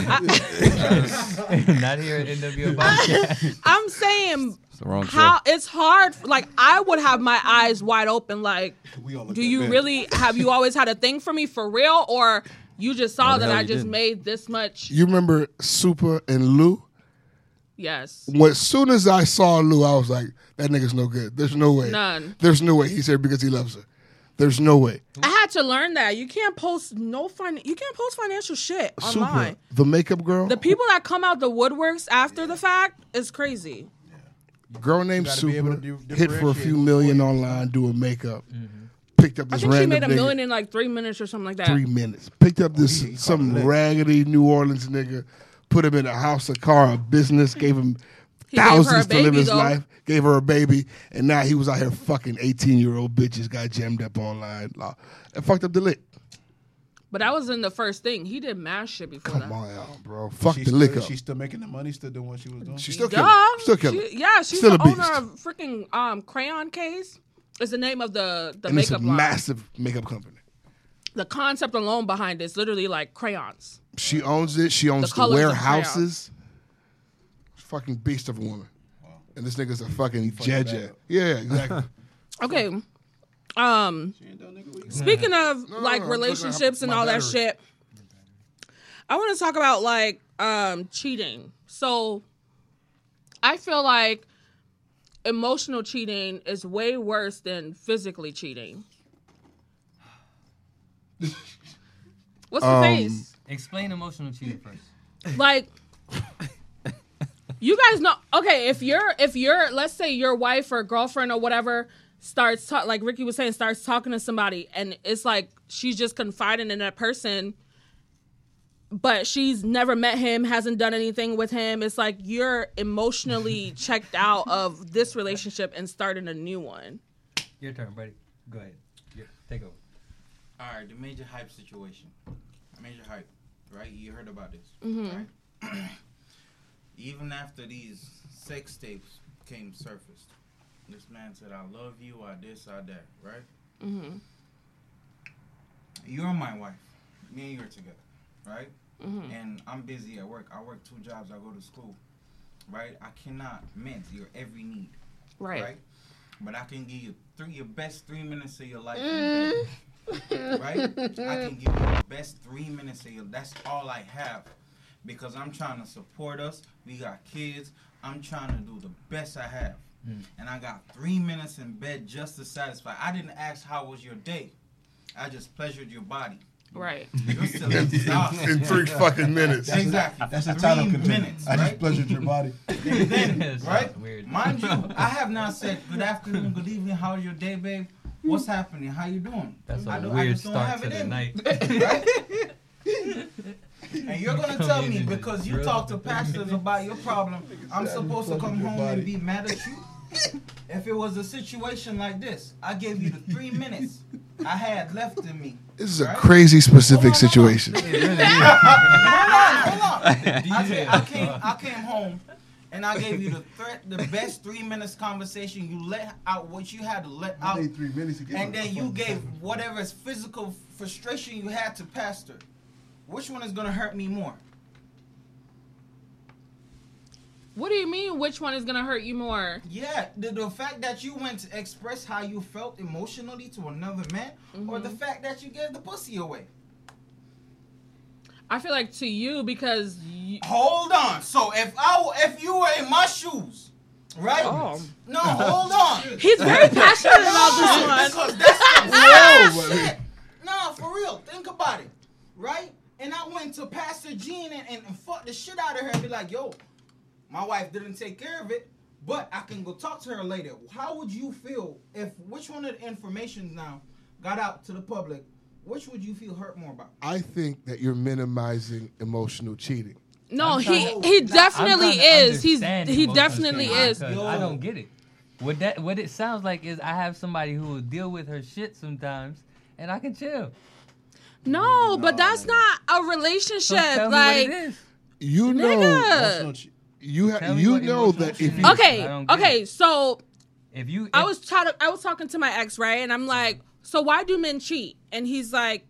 Speaker 2: <laughs> not here at NWO podcast.
Speaker 7: <laughs> I'm saying
Speaker 2: the wrong
Speaker 7: how it's hard. Like I would have my eyes wide open. Like, do you
Speaker 2: men.
Speaker 7: really have you always had a thing for me for real, or You just saw
Speaker 1: Oh,
Speaker 7: that
Speaker 1: hell,
Speaker 7: I
Speaker 1: you
Speaker 7: just
Speaker 1: didn't.
Speaker 7: made this much.
Speaker 1: You remember Super and Lou?
Speaker 7: Yes.
Speaker 1: When, as soon as I saw Lou, I was like, that nigga's no good. There's no way.
Speaker 7: None.
Speaker 1: There's no way he's here because he loves her. There's no way.
Speaker 7: I had to learn that you can't post no fin- You can't post financial shit online.
Speaker 1: Super, the makeup girl,
Speaker 7: The people that come out the woodworks after the fact is crazy.
Speaker 1: girl named
Speaker 7: gotta be able
Speaker 1: Super,
Speaker 7: to do-
Speaker 1: hit for a few million online doing makeup,
Speaker 7: Mm-hmm.
Speaker 1: picked up
Speaker 7: I
Speaker 1: this
Speaker 7: think she
Speaker 1: random
Speaker 7: made a
Speaker 1: nigga-
Speaker 7: million in like three minutes or something like that.
Speaker 1: three minutes. Picked
Speaker 7: Oh,
Speaker 1: up this some raggedy New Orleans nigga, put him in a house, a car, a business, gave him
Speaker 7: He gave her a
Speaker 1: thousands to live
Speaker 7: baby,
Speaker 1: his
Speaker 7: though.
Speaker 1: life, gave her a baby, and now he was out here fucking eighteen year old bitches, got jammed up online, law, and fucked up the lick.
Speaker 7: But that wasn't the first thing. He did mad shit before that.
Speaker 1: Come on, y'all, bro, Oh, fuck
Speaker 3: She's
Speaker 1: the lick
Speaker 3: still-
Speaker 1: up.
Speaker 3: She's still making the money, still doing what she was doing.
Speaker 1: She's still
Speaker 7: Duh.
Speaker 1: killing, it. still killing. it.
Speaker 7: She- yeah, she's
Speaker 1: still
Speaker 7: the
Speaker 1: a beast.
Speaker 7: owner of freaking um, Crayon Case. Is the name of the the
Speaker 1: and it's a
Speaker 7: makeup line.
Speaker 1: massive makeup company.
Speaker 7: the concept alone behind it is literally like crayons.
Speaker 1: She owns it. She owns the,
Speaker 7: colors of
Speaker 1: warehouses. Fucking beast of a woman. And this nigga's a fucking jeje. Yeah, exactly.
Speaker 7: Okay. Um
Speaker 1: <laughs>
Speaker 7: speaking of like
Speaker 1: no, I'm looking at
Speaker 7: relationships and
Speaker 1: my
Speaker 7: all that
Speaker 1: battery.
Speaker 7: shit, I want to talk about like um cheating. So I feel like emotional cheating is way worse than physically
Speaker 1: <laughs>
Speaker 7: cheating. What's the
Speaker 2: Um,
Speaker 7: face?
Speaker 2: Explain emotional cheating first.
Speaker 7: like you guys know okay if you're if you're let's say your wife or girlfriend or whatever starts talk like ricky was saying starts talking to somebody and it's like she's just confiding in that person but she's never met him hasn't done anything with him it's like you're <laughs> emotionally checked out of this relationship and starting a new one
Speaker 2: Your turn, buddy. Go ahead. Your- take over.
Speaker 9: All right, the major hype situation. Major hype, right? You heard about this,
Speaker 7: Mhm.
Speaker 9: right? Even after these sex tapes came surfaced, this man said, "I love you," I this, I that, right?
Speaker 7: mm-hmm.
Speaker 9: You're my wife. Me and you're together, right?
Speaker 7: Mhm.
Speaker 9: And I'm busy at work. I work two jobs. I go to school, right? I cannot meet your every need,
Speaker 7: Right.
Speaker 9: But I can give you three your best three minutes of your life, in a
Speaker 1: Mm-hmm.
Speaker 9: day, <laughs> right? I can give you the best three minutes of your. That's all I have, because I'm trying to support us. We got kids. I'm trying to do the best I have,
Speaker 1: Mm.
Speaker 9: and I got three minutes in bed just to satisfy. I didn't ask how was your day. I just pleasured your body.
Speaker 7: right
Speaker 9: You're still
Speaker 1: <laughs> In-
Speaker 9: exhausted.
Speaker 1: in three fucking minutes. That's a-
Speaker 9: exactly.
Speaker 1: that's a
Speaker 9: three
Speaker 1: title contender.
Speaker 9: minutes.
Speaker 3: I
Speaker 9: right?
Speaker 3: just pleasured
Speaker 7: <laughs>
Speaker 3: your body.
Speaker 9: And
Speaker 2: <laughs>
Speaker 9: then,
Speaker 3: That's
Speaker 9: right?
Speaker 3: weird.
Speaker 9: Mind you, I have not said good afternoon, good evening, how's your day, babe? What's happening? How you doing?
Speaker 2: That's a
Speaker 9: I don't- I
Speaker 2: weird
Speaker 9: just don't
Speaker 2: start
Speaker 9: have
Speaker 2: to
Speaker 9: it
Speaker 2: the
Speaker 9: in me. <laughs>
Speaker 2: night.
Speaker 9: And you're gonna tell me because you talk to pastors about your problem, I'm supposed to come home and be mad at you? If it was a situation like this, I gave you the three minutes I had left in me.
Speaker 1: This is a crazy specific
Speaker 9: <laughs>
Speaker 1: situation.
Speaker 9: hold on, hold on. I, said, I came, I came home, and I gave you the threat, the best three minutes conversation. You let out what you had to let out,
Speaker 3: need three minutes to get
Speaker 9: and
Speaker 3: on
Speaker 9: then
Speaker 3: the
Speaker 9: you
Speaker 3: phone.
Speaker 9: gave whatever is physical frustration you had to pastor. Which one is gonna hurt me more?
Speaker 7: what do you mean which one is gonna hurt you more
Speaker 9: Yeah, the, the fact that you went to express how you felt emotionally to another man, or the fact that you gave the pussy away.
Speaker 7: i feel like to you because you
Speaker 9: Hold on. So if I w- if you were in my shoes, right? No, hold on.
Speaker 7: He's very passionate about this
Speaker 9: No,
Speaker 7: one.
Speaker 9: Because
Speaker 3: <laughs>
Speaker 9: that's the
Speaker 7: Whoa,
Speaker 9: real
Speaker 7: buddy.
Speaker 9: shit. No, for real. Think about it, right? And I went to Pastor Gene and, and, and fucked the shit out of her and be like, yo, my wife didn't take care of it, but I can go talk to her later. How would you feel if which one of the information now got out to the public? Which would you feel hurt more about?
Speaker 1: I think that you're minimizing emotional cheating.
Speaker 7: No,
Speaker 9: I'm
Speaker 7: he
Speaker 9: trying-
Speaker 7: he
Speaker 9: I'm
Speaker 7: definitely
Speaker 2: I'm trying to
Speaker 7: is. He's
Speaker 2: understand
Speaker 7: he
Speaker 2: emotional
Speaker 7: definitely
Speaker 2: cheating
Speaker 7: is.
Speaker 2: because I don't get it. What that what it sounds like is I have somebody who will deal with her shit sometimes, and I can chill.
Speaker 7: No, but that's not a relationship.
Speaker 2: So tell me what
Speaker 7: like
Speaker 2: it is.
Speaker 1: You know,
Speaker 7: Nigga.
Speaker 1: you
Speaker 2: Tell
Speaker 1: ha-
Speaker 2: me
Speaker 1: you
Speaker 2: what
Speaker 1: know that if you
Speaker 7: okay, okay. So
Speaker 2: if you
Speaker 7: I was trying to, I was talking to my ex right, and I'm like, so why do men cheat? And he's like,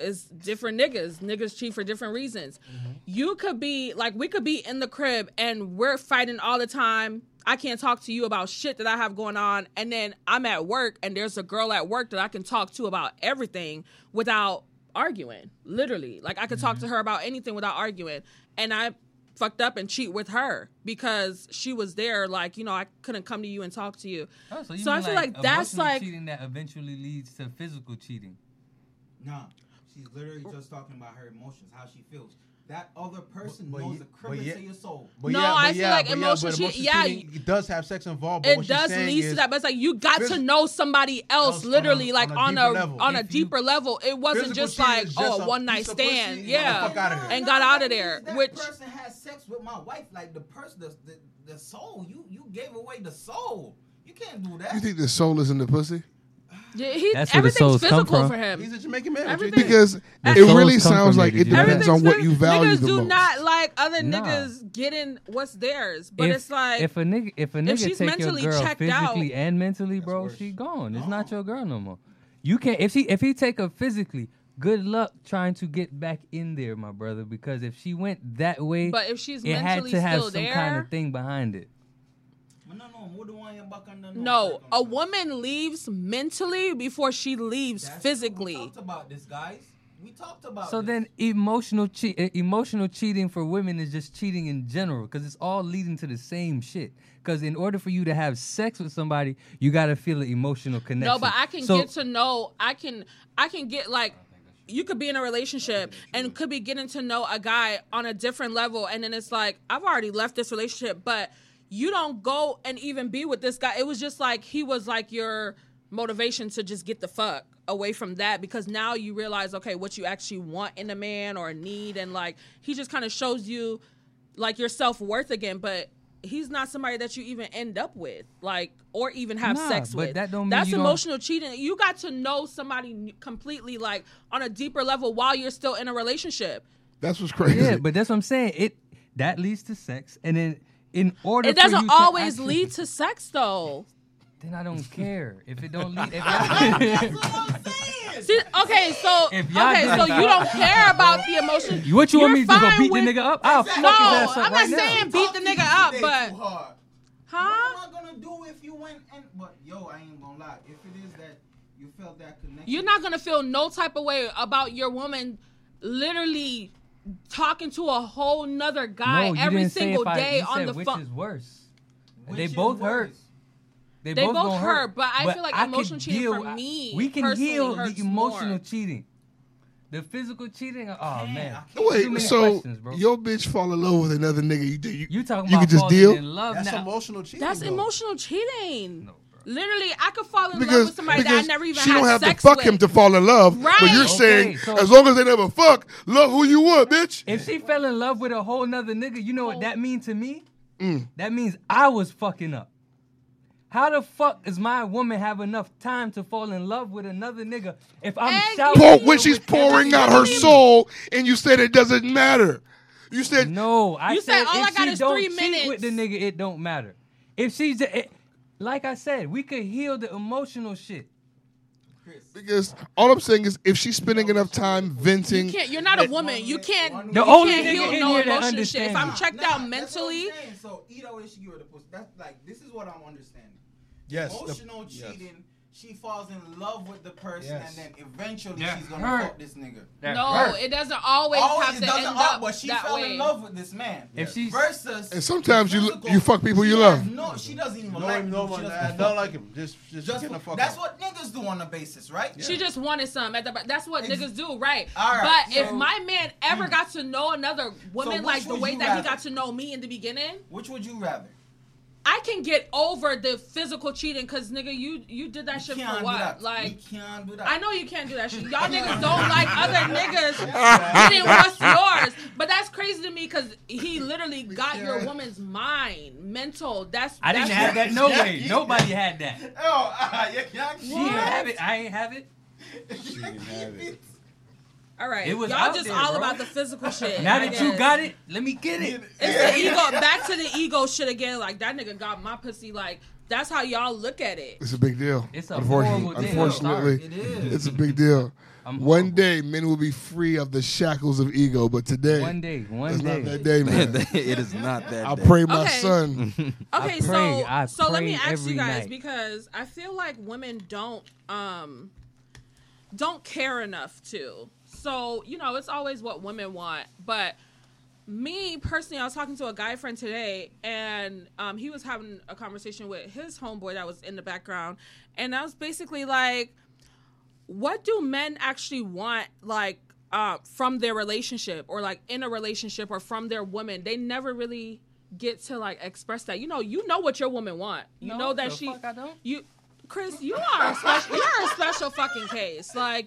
Speaker 7: it's different niggas. Niggas cheat for different reasons.
Speaker 2: Mm-hmm.
Speaker 7: You could be like, we could be in the crib and we're fighting all the time. I can't talk to you about shit that I have going on, and then I'm at work and there's a girl at work that I can talk to about everything without arguing, literally. Like I could talk
Speaker 2: Mm-hmm.
Speaker 7: to her about anything without arguing. And I fucked up and cheat with her because she was there. Like you know, I couldn't come to you and talk to you.
Speaker 2: Oh, so you
Speaker 7: so I
Speaker 2: mean,
Speaker 7: feel like that's
Speaker 2: emotional
Speaker 7: like
Speaker 2: cheating that eventually leads to physical cheating.
Speaker 9: Nah, she's literally just talking about her emotions, how she feels. That other person
Speaker 3: but
Speaker 9: knows
Speaker 3: ye-
Speaker 9: the
Speaker 3: but
Speaker 9: cribbage
Speaker 3: ye-
Speaker 9: to your soul.
Speaker 3: But
Speaker 7: No,
Speaker 3: yeah, but
Speaker 7: I feel
Speaker 3: yeah,
Speaker 7: like
Speaker 3: but
Speaker 7: emotional
Speaker 3: yeah, but
Speaker 7: cheat- yeah,
Speaker 3: cheating, it does have sex involved. But
Speaker 7: it
Speaker 3: what she's
Speaker 7: does
Speaker 3: saying
Speaker 7: lead to
Speaker 3: is
Speaker 7: that, but it's like you got to know somebody else, literally, like on
Speaker 3: on a
Speaker 7: a
Speaker 3: deeper level.
Speaker 7: on a
Speaker 3: If
Speaker 7: deeper level. It wasn't
Speaker 3: Physical
Speaker 7: just
Speaker 3: cheating
Speaker 7: like
Speaker 3: is just
Speaker 7: oh
Speaker 3: a
Speaker 7: a one night
Speaker 3: piece of pussy
Speaker 7: stand,
Speaker 3: and get the
Speaker 7: yeah,
Speaker 3: fuck outta here.
Speaker 7: and got out of there.
Speaker 9: That
Speaker 7: Which
Speaker 9: person had sex with my wife, like the person, the, the, the soul. You you gave away the soul. You can't do that.
Speaker 1: You think the soul is in the pussy?
Speaker 7: yeah, he,
Speaker 1: That's where the
Speaker 7: everything's
Speaker 1: souls come
Speaker 7: physical
Speaker 1: from.
Speaker 7: for him.
Speaker 3: He's a Jamaican man.
Speaker 7: Everything,
Speaker 1: Because
Speaker 7: The
Speaker 1: it
Speaker 7: souls
Speaker 1: really
Speaker 7: come
Speaker 1: sounds
Speaker 7: from
Speaker 1: like
Speaker 7: you,
Speaker 1: it
Speaker 7: did you know
Speaker 1: depends
Speaker 7: that?
Speaker 1: on what you value
Speaker 7: niggas
Speaker 1: the
Speaker 7: do
Speaker 1: most.
Speaker 7: not like other
Speaker 2: Nah.
Speaker 7: niggas getting what's theirs, but
Speaker 2: if,
Speaker 7: it's like
Speaker 2: if a nigga if a
Speaker 7: if
Speaker 2: nigga
Speaker 7: she's
Speaker 2: take your
Speaker 7: mentally
Speaker 2: girl
Speaker 7: checked
Speaker 2: physically
Speaker 7: out-
Speaker 2: and mentally, bro, she gone. It's not your girl no more. You can't if she if he take her physically. Good luck trying to get back in there, my brother, because if she went that way,
Speaker 7: But if she's
Speaker 2: it had
Speaker 7: mentally
Speaker 2: to have
Speaker 7: still
Speaker 2: some kind
Speaker 7: there-
Speaker 2: of thing behind it.
Speaker 7: No, a woman leaves mentally before she leaves physically.
Speaker 9: about this, guys. We talked about
Speaker 2: So then, emotional che- uh, emotional cheating for women is just cheating in general because it's all leading to the same shit. Because in order for you to have sex with somebody, you gotta feel an emotional connection.
Speaker 7: No, but I can
Speaker 2: So-
Speaker 7: get to know. I can. I can get like. You could be in a relationship and could be getting to know a guy on a different level, and then it's like I've already left this relationship, but you don't go and even be with this guy. It was just like he was like your motivation to just get the fuck away from that because now you realize okay what you actually want in a man or need, and like he just kind of shows you like your self worth again, but. He's not somebody that you even end up with, like, or even have
Speaker 2: Nah,
Speaker 7: sex
Speaker 2: but
Speaker 7: with.
Speaker 2: that don't mean
Speaker 7: That's
Speaker 2: you don't-
Speaker 7: emotional emotional cheating. You got to know somebody n- completely, like on a deeper level, while you're still in a relationship.
Speaker 1: That's what's crazy.
Speaker 2: Yeah, but that's what I'm saying. It that leads to sex, and then in order
Speaker 7: It
Speaker 2: for
Speaker 7: doesn't
Speaker 2: you to
Speaker 7: always
Speaker 2: actually-
Speaker 7: lead to sex, though.
Speaker 2: Then I don't <laughs> care if it don't lead. If I,
Speaker 7: <laughs> See, okay, so okay,
Speaker 2: If y'all didn't-
Speaker 7: so you
Speaker 2: <laughs>
Speaker 7: don't care about the emotion.
Speaker 2: <laughs> You- what you want me to do, go
Speaker 7: fine
Speaker 2: beat the
Speaker 7: with-
Speaker 2: nigga up? I'll fuck his
Speaker 7: no,
Speaker 2: ass up
Speaker 7: I'm not
Speaker 2: right now.
Speaker 7: saying beat the nigga up, but huh?
Speaker 9: What am I gonna do if you went and? But yo, I ain't gonna lie. If it is that you felt that connection,
Speaker 7: You're not gonna feel no type of way about your woman literally talking to a whole nother guy
Speaker 2: no, you
Speaker 7: every
Speaker 2: didn't say
Speaker 7: single
Speaker 2: if I-
Speaker 7: day
Speaker 2: you
Speaker 7: on
Speaker 2: said
Speaker 7: the
Speaker 2: which
Speaker 7: phone.
Speaker 2: is worse. they both hurt. They,
Speaker 7: They both
Speaker 2: gonna
Speaker 7: hurt, but I feel like
Speaker 2: I can
Speaker 7: emotional cheating
Speaker 2: deal-
Speaker 7: for me
Speaker 2: We can
Speaker 7: personally
Speaker 2: heal the
Speaker 7: hurts
Speaker 2: emotional
Speaker 7: more.
Speaker 2: cheating. The physical cheating. Oh man. Too
Speaker 1: Wait,
Speaker 2: many
Speaker 1: so
Speaker 2: questions, bro.
Speaker 1: your bitch fall in love with another nigga? You think you,
Speaker 2: you talking
Speaker 1: you
Speaker 2: about
Speaker 1: could just
Speaker 2: falling
Speaker 1: deal?
Speaker 2: in love
Speaker 3: That's
Speaker 2: now.
Speaker 3: emotional cheating.
Speaker 7: That's
Speaker 3: though.
Speaker 7: emotional cheating. Literally, I could fall in love
Speaker 1: Because,
Speaker 7: with somebody that I
Speaker 1: because
Speaker 7: never even
Speaker 1: she
Speaker 7: had
Speaker 1: don't have to
Speaker 7: sex
Speaker 1: fuck
Speaker 7: with.
Speaker 1: him to fall in love. But
Speaker 7: Right.
Speaker 1: you're
Speaker 7: Okay,
Speaker 1: saying
Speaker 7: so-
Speaker 1: as long as they never fuck, love who you want, bitch.
Speaker 2: If she fell in love with a whole nother nigga, you know what that mean to me?
Speaker 1: Mm.
Speaker 2: That means I was fucking up. How the fuck does my woman have enough time to fall in love with another nigga if I'm shouting?
Speaker 1: Pour,
Speaker 2: her
Speaker 1: when she's
Speaker 2: with every
Speaker 1: pouring out
Speaker 2: nigga?
Speaker 1: her soul, and you said it doesn't matter. You said
Speaker 2: no. I
Speaker 7: You said all
Speaker 2: if
Speaker 7: I got
Speaker 2: she
Speaker 7: is
Speaker 2: don't
Speaker 7: three
Speaker 2: cheat
Speaker 7: minutes.
Speaker 2: with the nigga. It don't matter. If she's a- it- like I said, we could heal the emotional shit.
Speaker 1: Because all I'm saying is, if she's spending enough time venting,
Speaker 7: You can't, you're not a woman. You can't.
Speaker 1: The
Speaker 7: you
Speaker 1: only
Speaker 7: can't
Speaker 1: nigga
Speaker 7: heal
Speaker 1: in
Speaker 7: no
Speaker 1: here that
Speaker 7: emotional shit. If
Speaker 1: understands
Speaker 7: I'm
Speaker 1: it.
Speaker 7: checked out mentally,
Speaker 9: That's what I'm saying. So either way, she give her the pussy. That's like this is what I'm understanding.
Speaker 3: Yes, the-
Speaker 9: Emotional
Speaker 3: yes.
Speaker 9: cheating. She falls in love with the person,
Speaker 3: Yes.
Speaker 9: and then eventually
Speaker 3: That
Speaker 9: she's gonna
Speaker 3: hurt.
Speaker 9: fuck this nigga.
Speaker 3: That
Speaker 7: no, it doesn't always, have to
Speaker 9: doesn't
Speaker 7: end
Speaker 9: hurt,
Speaker 7: up
Speaker 9: but she
Speaker 7: that
Speaker 9: fell
Speaker 7: way.
Speaker 9: in love with this man.
Speaker 1: If
Speaker 9: she's versus,
Speaker 1: and sometimes you you fuck people you love.
Speaker 9: No, she doesn't even
Speaker 3: Mm-hmm. No,
Speaker 9: like him.
Speaker 3: no,
Speaker 9: she
Speaker 3: man,
Speaker 9: doesn't
Speaker 3: I
Speaker 9: fuck
Speaker 3: don't like him. Just, just,
Speaker 9: Just
Speaker 3: get the
Speaker 9: for-
Speaker 3: fuck
Speaker 9: that's
Speaker 3: out.
Speaker 9: what niggas do on a basis, right?
Speaker 7: She just wanted some at the. That's what niggas do, right?
Speaker 9: All right,
Speaker 7: but
Speaker 9: so- hmm.
Speaker 7: if my man ever got to know another woman
Speaker 9: which
Speaker 7: like the
Speaker 9: would
Speaker 7: way
Speaker 9: you
Speaker 7: that he
Speaker 9: rather?
Speaker 7: got to know me in the beginning,
Speaker 9: Which would you rather?
Speaker 7: I can get over the physical cheating because nigga, you you did that shit
Speaker 9: can't
Speaker 7: for
Speaker 9: do
Speaker 7: what?
Speaker 9: that.
Speaker 7: Like,
Speaker 9: you can't do that.
Speaker 7: I know you can't do that shit.
Speaker 9: <laughs>
Speaker 7: Y'all niggas don't like other niggas getting what's yours, but that's crazy to me because he literally got your woman's mind, mental. That's
Speaker 2: I didn't
Speaker 7: that's
Speaker 2: have that. No way. Nobody had that.
Speaker 9: <laughs> Oh, <laughs> uh, yeah, yeah,
Speaker 2: She didn't have it. I ain't have it.
Speaker 7: All right,
Speaker 2: It was
Speaker 7: y'all
Speaker 2: out
Speaker 7: just
Speaker 2: there,
Speaker 7: all
Speaker 2: bro.
Speaker 7: about the
Speaker 2: <laughs>
Speaker 7: physical shit.
Speaker 2: Now
Speaker 7: I
Speaker 2: that you
Speaker 7: guess.
Speaker 2: got it, let me get it.
Speaker 7: It's the ego. Back to the ego shit again. Like that nigga got my pussy. Like that's how y'all look at it.
Speaker 1: It's a big deal.
Speaker 7: It's a
Speaker 1: unfortunately,
Speaker 7: horrible deal.
Speaker 1: unfortunately,
Speaker 7: Sorry, it is.
Speaker 1: it's a big deal. One day, men will be free of the shackles of ego, but today,
Speaker 2: One day, one
Speaker 1: it's
Speaker 2: day.
Speaker 1: not that day, man.
Speaker 6: it is not that.
Speaker 1: I
Speaker 6: day.
Speaker 1: pray my
Speaker 7: Okay.
Speaker 1: son.
Speaker 6: <laughs>
Speaker 1: <laughs>
Speaker 7: Okay, so so let me ask you guys
Speaker 6: night.
Speaker 7: because I feel like women don't um don't care enough to. So, you know, it's always what women want. But me personally, I was talking to a guy friend today, and um, he was having a conversation with his homeboy that was in the background. And I was basically like, what do men actually want, like, uh, from their relationship or like in a relationship or from their woman? They never really get to like express that. You know, you know what your woman want. You
Speaker 10: No,
Speaker 7: know that
Speaker 10: the
Speaker 7: she
Speaker 10: fuck I don't.
Speaker 7: you Chris, you are a special. You're a special fucking case. Like,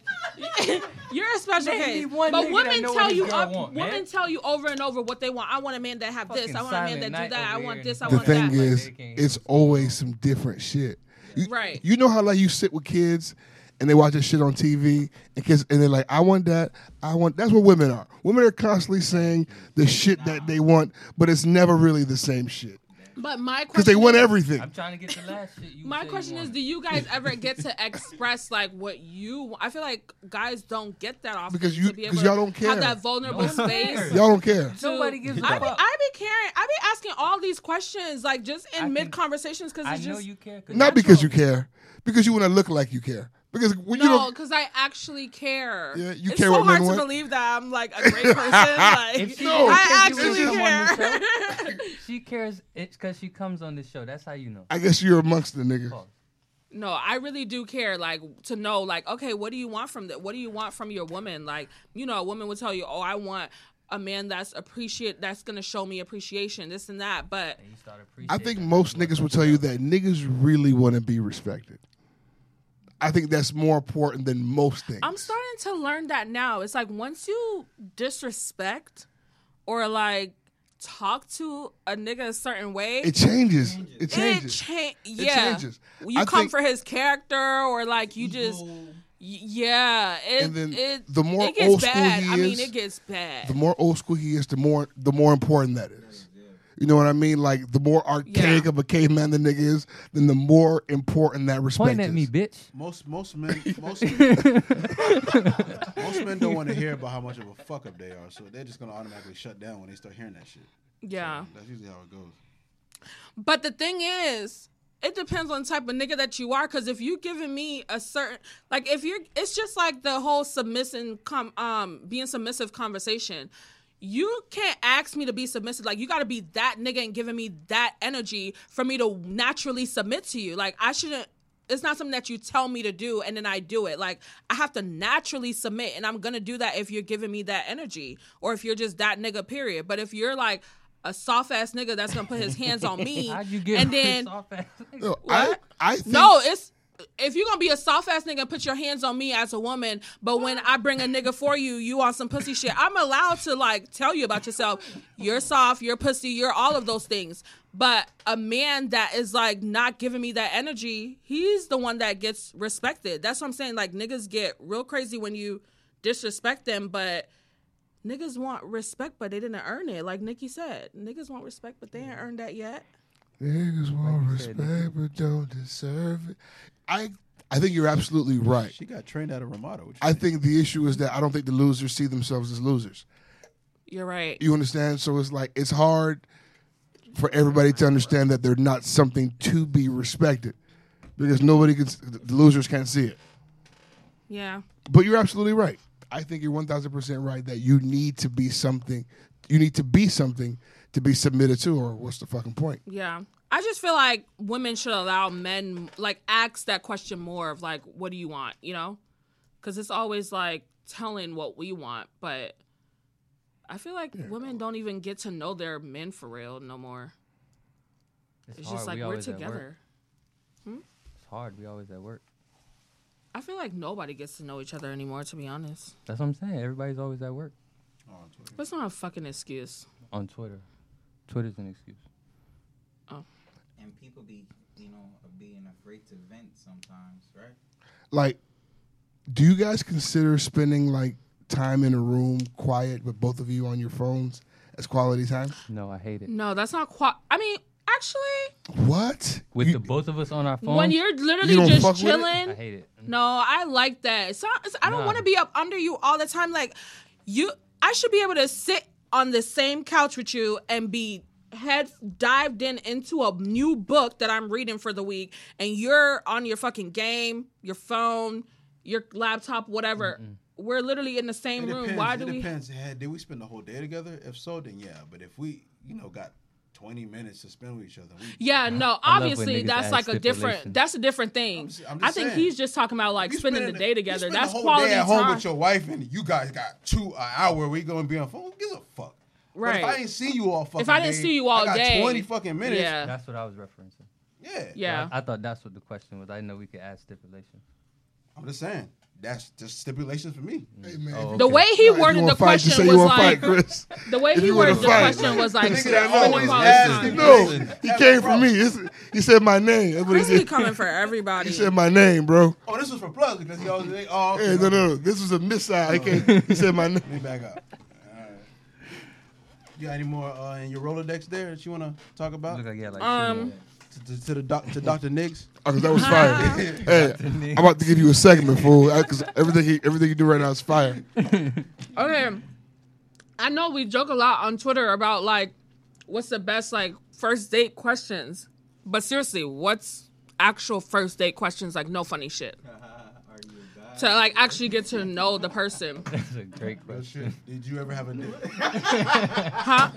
Speaker 7: <laughs> you're a special
Speaker 10: Name me
Speaker 7: case.
Speaker 10: one nigga
Speaker 7: But
Speaker 10: that
Speaker 7: women
Speaker 10: know what
Speaker 7: tell
Speaker 10: his
Speaker 7: you,
Speaker 10: girl
Speaker 7: up,
Speaker 10: want, man.
Speaker 7: women tell you over and over what they want. I want a man that have this.
Speaker 2: Fucking
Speaker 7: I want a man
Speaker 2: Silent
Speaker 7: that do
Speaker 2: Night
Speaker 7: that. I
Speaker 2: over
Speaker 7: want
Speaker 2: here.
Speaker 7: this. I
Speaker 1: the
Speaker 7: want
Speaker 1: thing
Speaker 7: that. Like,
Speaker 1: is, it's always some different shit. You,
Speaker 7: Right.
Speaker 1: You know how like you sit with kids and they watch this shit on TV and kids and they're like, I want that. I want. That's what women are. Women are constantly saying the shit that they want, but it's never really the same shit.
Speaker 7: but my question
Speaker 1: Because they want
Speaker 7: is-
Speaker 1: everything.
Speaker 2: I'm trying to get the last shit.
Speaker 7: My question is, do you guys ever get to express like what you? want? I feel like guys don't get that often
Speaker 1: Because you-
Speaker 7: to be able
Speaker 1: 'cause
Speaker 7: to
Speaker 1: y'all don't care.
Speaker 7: have that vulnerable
Speaker 1: No one
Speaker 7: space.
Speaker 1: cares. Y'all don't care.
Speaker 7: to-
Speaker 1: Nobody gives a
Speaker 7: I be,
Speaker 1: fuck.
Speaker 7: I be caring. I be asking all these questions like just in mid conversations because
Speaker 2: I
Speaker 7: it's
Speaker 2: know
Speaker 7: just
Speaker 2: you care.
Speaker 1: Not because you care, because you want to look like you care. Because when you
Speaker 7: no,
Speaker 1: don't,
Speaker 7: because I actually care.
Speaker 1: Yeah, you
Speaker 7: it's
Speaker 1: care
Speaker 7: so
Speaker 1: what men
Speaker 7: hard to
Speaker 1: want.
Speaker 7: believe that I'm like a great
Speaker 2: <laughs>
Speaker 7: person. like,
Speaker 2: If she
Speaker 7: no,
Speaker 2: don't
Speaker 7: I
Speaker 2: think you
Speaker 7: actually
Speaker 2: were someone
Speaker 7: <laughs>
Speaker 2: who
Speaker 7: care.
Speaker 2: she cares. It's because she comes on this show. That's how you know.
Speaker 1: I guess you're amongst the niggas.
Speaker 7: No, I really do care, like to know, like, okay, what do you want from that? What do you want from your woman? Like, you know, a woman will tell you, oh, I want a man that's appreciate, that's gonna show me appreciation, this and that. But
Speaker 1: I think most niggas will tell you that niggas really want to be respected. I think that's more important than most things.
Speaker 7: I'm starting to learn that now. It's like once you disrespect or like talk to a nigga a certain way,
Speaker 1: It changes. It
Speaker 7: It
Speaker 1: changes.
Speaker 7: cha-
Speaker 1: It
Speaker 7: yeah.
Speaker 1: changes.
Speaker 7: You
Speaker 1: I
Speaker 7: come
Speaker 1: think-
Speaker 7: for his character, or like you just, y- yeah. It,
Speaker 1: And then
Speaker 7: it,
Speaker 1: the more
Speaker 7: it gets
Speaker 1: old school
Speaker 7: bad.
Speaker 1: he
Speaker 7: I mean,
Speaker 1: is,
Speaker 7: it gets bad.
Speaker 1: The more old school he is, the more the more important that is. You know what I mean? Like the more archaic of a caveman the nigga is, then the more important that respect
Speaker 2: Point at
Speaker 1: is.
Speaker 2: me, bitch.
Speaker 3: Most most men most most men don't want to hear about how much of a fuck up they are, so they're just gonna automatically shut down when they start hearing that shit.
Speaker 7: Yeah.
Speaker 3: That's usually how it goes.
Speaker 7: But the thing is, it depends on the type of nigga that you are. Cause if you giving me a certain, like if you're, it's just like the whole submissing, com, um, being submissive conversation. You can't ask me to be submissive. Like you got to be that nigga and giving me that energy for me to naturally submit to you. Like I shouldn't. It's not something that you tell me to do and then I do it. Like I have to naturally submit, and I'm gonna do that if you're giving me that energy or if you're just that nigga. Period. But if you're like a soft ass nigga that's gonna put his hands on me,
Speaker 2: <laughs> How'd you get
Speaker 7: and then
Speaker 2: soft ass?
Speaker 1: No, I, I think
Speaker 7: no, it's if you're gonna be a soft ass nigga and put your hands on me as a woman, but when I bring a nigga for you, you on some pussy shit. I'm allowed to like tell you about yourself. You're soft, you're pussy, you're all of those things. But a man that is like not giving me that energy, he's the one that gets respected. That's what I'm saying. Like niggas get real crazy when you disrespect them, but niggas want respect, but they didn't earn it. Like Nikki said, niggas want respect, but they ain't earned that yet.
Speaker 1: Niggas want respect but don't deserve it. I I think you're absolutely right.
Speaker 3: She got trained out of Ramada.
Speaker 1: I think the issue is that I don't think the losers see themselves as losers.
Speaker 7: You're right.
Speaker 1: You understand? So it's like it's hard for everybody to understand that they're not something to be respected because nobody can. The losers can't see it.
Speaker 7: Yeah.
Speaker 1: But you're absolutely right. I think you're one thousand percent right that you need to be something. You need to be something to be submitted to, or what's the fucking point?
Speaker 7: Yeah. I just feel like women should allow men like ask that question more of like what do you want, you know? Cuz it's always like telling what we want, but I feel like women don't even get to know their men for real no more. It's,
Speaker 2: hard.
Speaker 7: just like
Speaker 2: We
Speaker 7: we are
Speaker 2: always at work.
Speaker 7: together.
Speaker 2: It's hard. We always at work.
Speaker 7: I feel like nobody gets to know each other anymore to be honest.
Speaker 2: That's what I'm saying. Everybody's always at work
Speaker 7: That's not a fucking excuse.
Speaker 2: on Twitter. Twitter's an excuse.
Speaker 7: Oh.
Speaker 9: And people be, you know, being afraid to vent sometimes, right?
Speaker 1: Like, do you guys consider spending like time in a room, quiet, with both of you on your phones as quality time?
Speaker 2: No, I hate it.
Speaker 7: No, that's not quite I mean, actually
Speaker 1: What?
Speaker 2: With the both of us on our phones.
Speaker 7: When you're literally just chilling,
Speaker 2: I hate it.
Speaker 7: No, I like that. So it's- I don't
Speaker 2: Nah.
Speaker 7: want to be up under you all the time. Like you, I should be able to sit on the same couch with you and be head dived in into a new book that I'm reading for the week, and you're on your fucking game, your phone, your laptop, whatever. we're literally in the same
Speaker 3: It
Speaker 7: room.
Speaker 3: depends.
Speaker 7: Why do
Speaker 3: it
Speaker 7: we?
Speaker 3: Depends. Eh, Did we spend the whole day together? If so, then yeah. But if we, you know, got twenty minutes to spend with each other, we,
Speaker 7: Yeah, no.
Speaker 3: I love when
Speaker 7: Obviously,
Speaker 3: niggas
Speaker 7: that's
Speaker 3: add
Speaker 7: like a different.
Speaker 3: stipulations.
Speaker 7: That's a different thing. i
Speaker 3: I'm just
Speaker 7: think
Speaker 3: saying.
Speaker 7: he's just talking about like spending the day together.
Speaker 3: spend
Speaker 7: That's
Speaker 3: the whole
Speaker 7: quality
Speaker 3: day at
Speaker 7: time.
Speaker 3: home with your wife, and you guys got two an hour. We gonna be on phone. Who gives a fuck? But
Speaker 7: Right.
Speaker 3: if I ain't see you all fucking.
Speaker 7: If I didn't
Speaker 3: day,
Speaker 7: see you all
Speaker 3: I got
Speaker 7: day,
Speaker 3: twenty fucking minutes.
Speaker 2: That's what I was referencing.
Speaker 3: Yeah.
Speaker 7: Yeah.
Speaker 2: I, I thought that's what the question was. I didn't know we could add stipulation.
Speaker 3: I'm just saying. That's just stipulations for me.
Speaker 2: Mm. Oh,
Speaker 7: The way he worded the question was like, the way
Speaker 3: If
Speaker 7: he
Speaker 3: you wanna
Speaker 7: worded the
Speaker 3: fight.
Speaker 7: question was like,
Speaker 3: Nigga,
Speaker 7: spend
Speaker 3: that
Speaker 7: the
Speaker 3: always
Speaker 7: quality
Speaker 3: asked
Speaker 7: time.
Speaker 3: him.
Speaker 1: No,
Speaker 3: Listen,
Speaker 1: he
Speaker 3: that's
Speaker 1: came
Speaker 3: the
Speaker 1: for me. It's, he said my name. That's what he
Speaker 7: Chris be
Speaker 1: did.
Speaker 7: coming for everybody.
Speaker 1: He said my name, bro.
Speaker 3: Oh, this was for plugs because he always. they- Oh,
Speaker 1: <laughs>
Speaker 3: okay.
Speaker 1: Hey, no, no, no. This was a missile. He, came, he said my name.
Speaker 3: Let me back up. You got any more uh, in your Rolodex there that you want to talk about?
Speaker 2: yeah,
Speaker 1: she Um,
Speaker 3: to, to, to the doc, to Doctor Nix.
Speaker 1: <laughs> Oh, 'cause that was
Speaker 7: <laughs>
Speaker 2: <laughs>
Speaker 1: fire. hey, I'm about to give you a segment, fool. Because everything, he- everything you do right now is fire.
Speaker 7: Okay. I know we joke a lot on Twitter about like what's the best like first date questions. But seriously, what's actual first date questions like no funny shit?
Speaker 3: <laughs>
Speaker 7: To like actually get to know the
Speaker 3: <laughs>
Speaker 7: person.
Speaker 2: That's a great question.
Speaker 3: Did you ever have
Speaker 2: <laughs>
Speaker 3: a dick?
Speaker 7: huh?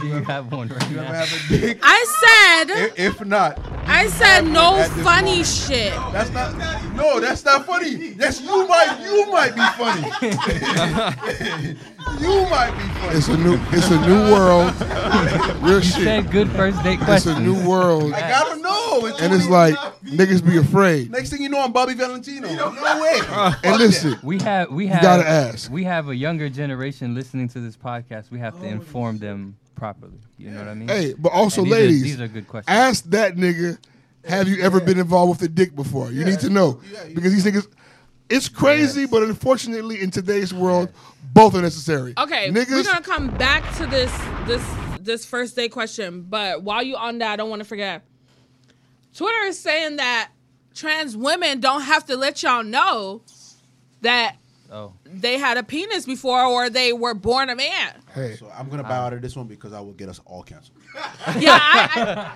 Speaker 2: Do you have one right
Speaker 3: You ever
Speaker 2: now?
Speaker 3: have a dick?
Speaker 7: I said
Speaker 3: I- If not,
Speaker 7: I said no
Speaker 3: at this
Speaker 7: funny
Speaker 3: moment.
Speaker 7: shit.
Speaker 3: that's not. No, that's not funny. That's you might. You might be
Speaker 7: <laughs>
Speaker 3: funny. you might be funny.
Speaker 1: It's a new, it's a new
Speaker 2: <laughs>
Speaker 1: world. Real
Speaker 2: You
Speaker 1: shit.
Speaker 2: said good first date
Speaker 1: It's
Speaker 2: questions.
Speaker 1: a new
Speaker 2: <laughs>
Speaker 1: world.
Speaker 3: I gotta know.
Speaker 1: And it's like niggas be afraid.
Speaker 3: Next thing you know, I'm Bobby Valentino. No way.
Speaker 1: <laughs> And listen,
Speaker 2: we have we
Speaker 1: you
Speaker 2: have
Speaker 1: gotta ask.
Speaker 2: we have a younger generation listening to this podcast. We
Speaker 3: Oh,
Speaker 2: have to inform them properly. You know what I mean?
Speaker 1: Hey, but also,
Speaker 2: And these are-
Speaker 1: ladies,
Speaker 2: these are good questions.
Speaker 1: Ask that nigga, have you ever been involved with a dick before? You need to know because these niggas. It's crazy, but unfortunately, in today's world, both are necessary.
Speaker 7: Okay, we're
Speaker 1: niggas.
Speaker 7: gonna come back to this this this first date question, but while you on that, I don't want to forget. Twitter is saying that trans women don't have to let y'all know that
Speaker 2: Oh.
Speaker 7: they had a penis before or they were born a man.
Speaker 1: Hey.
Speaker 3: So I'm gonna bow out of this one because I will get us all canceled.
Speaker 7: Yeah, I,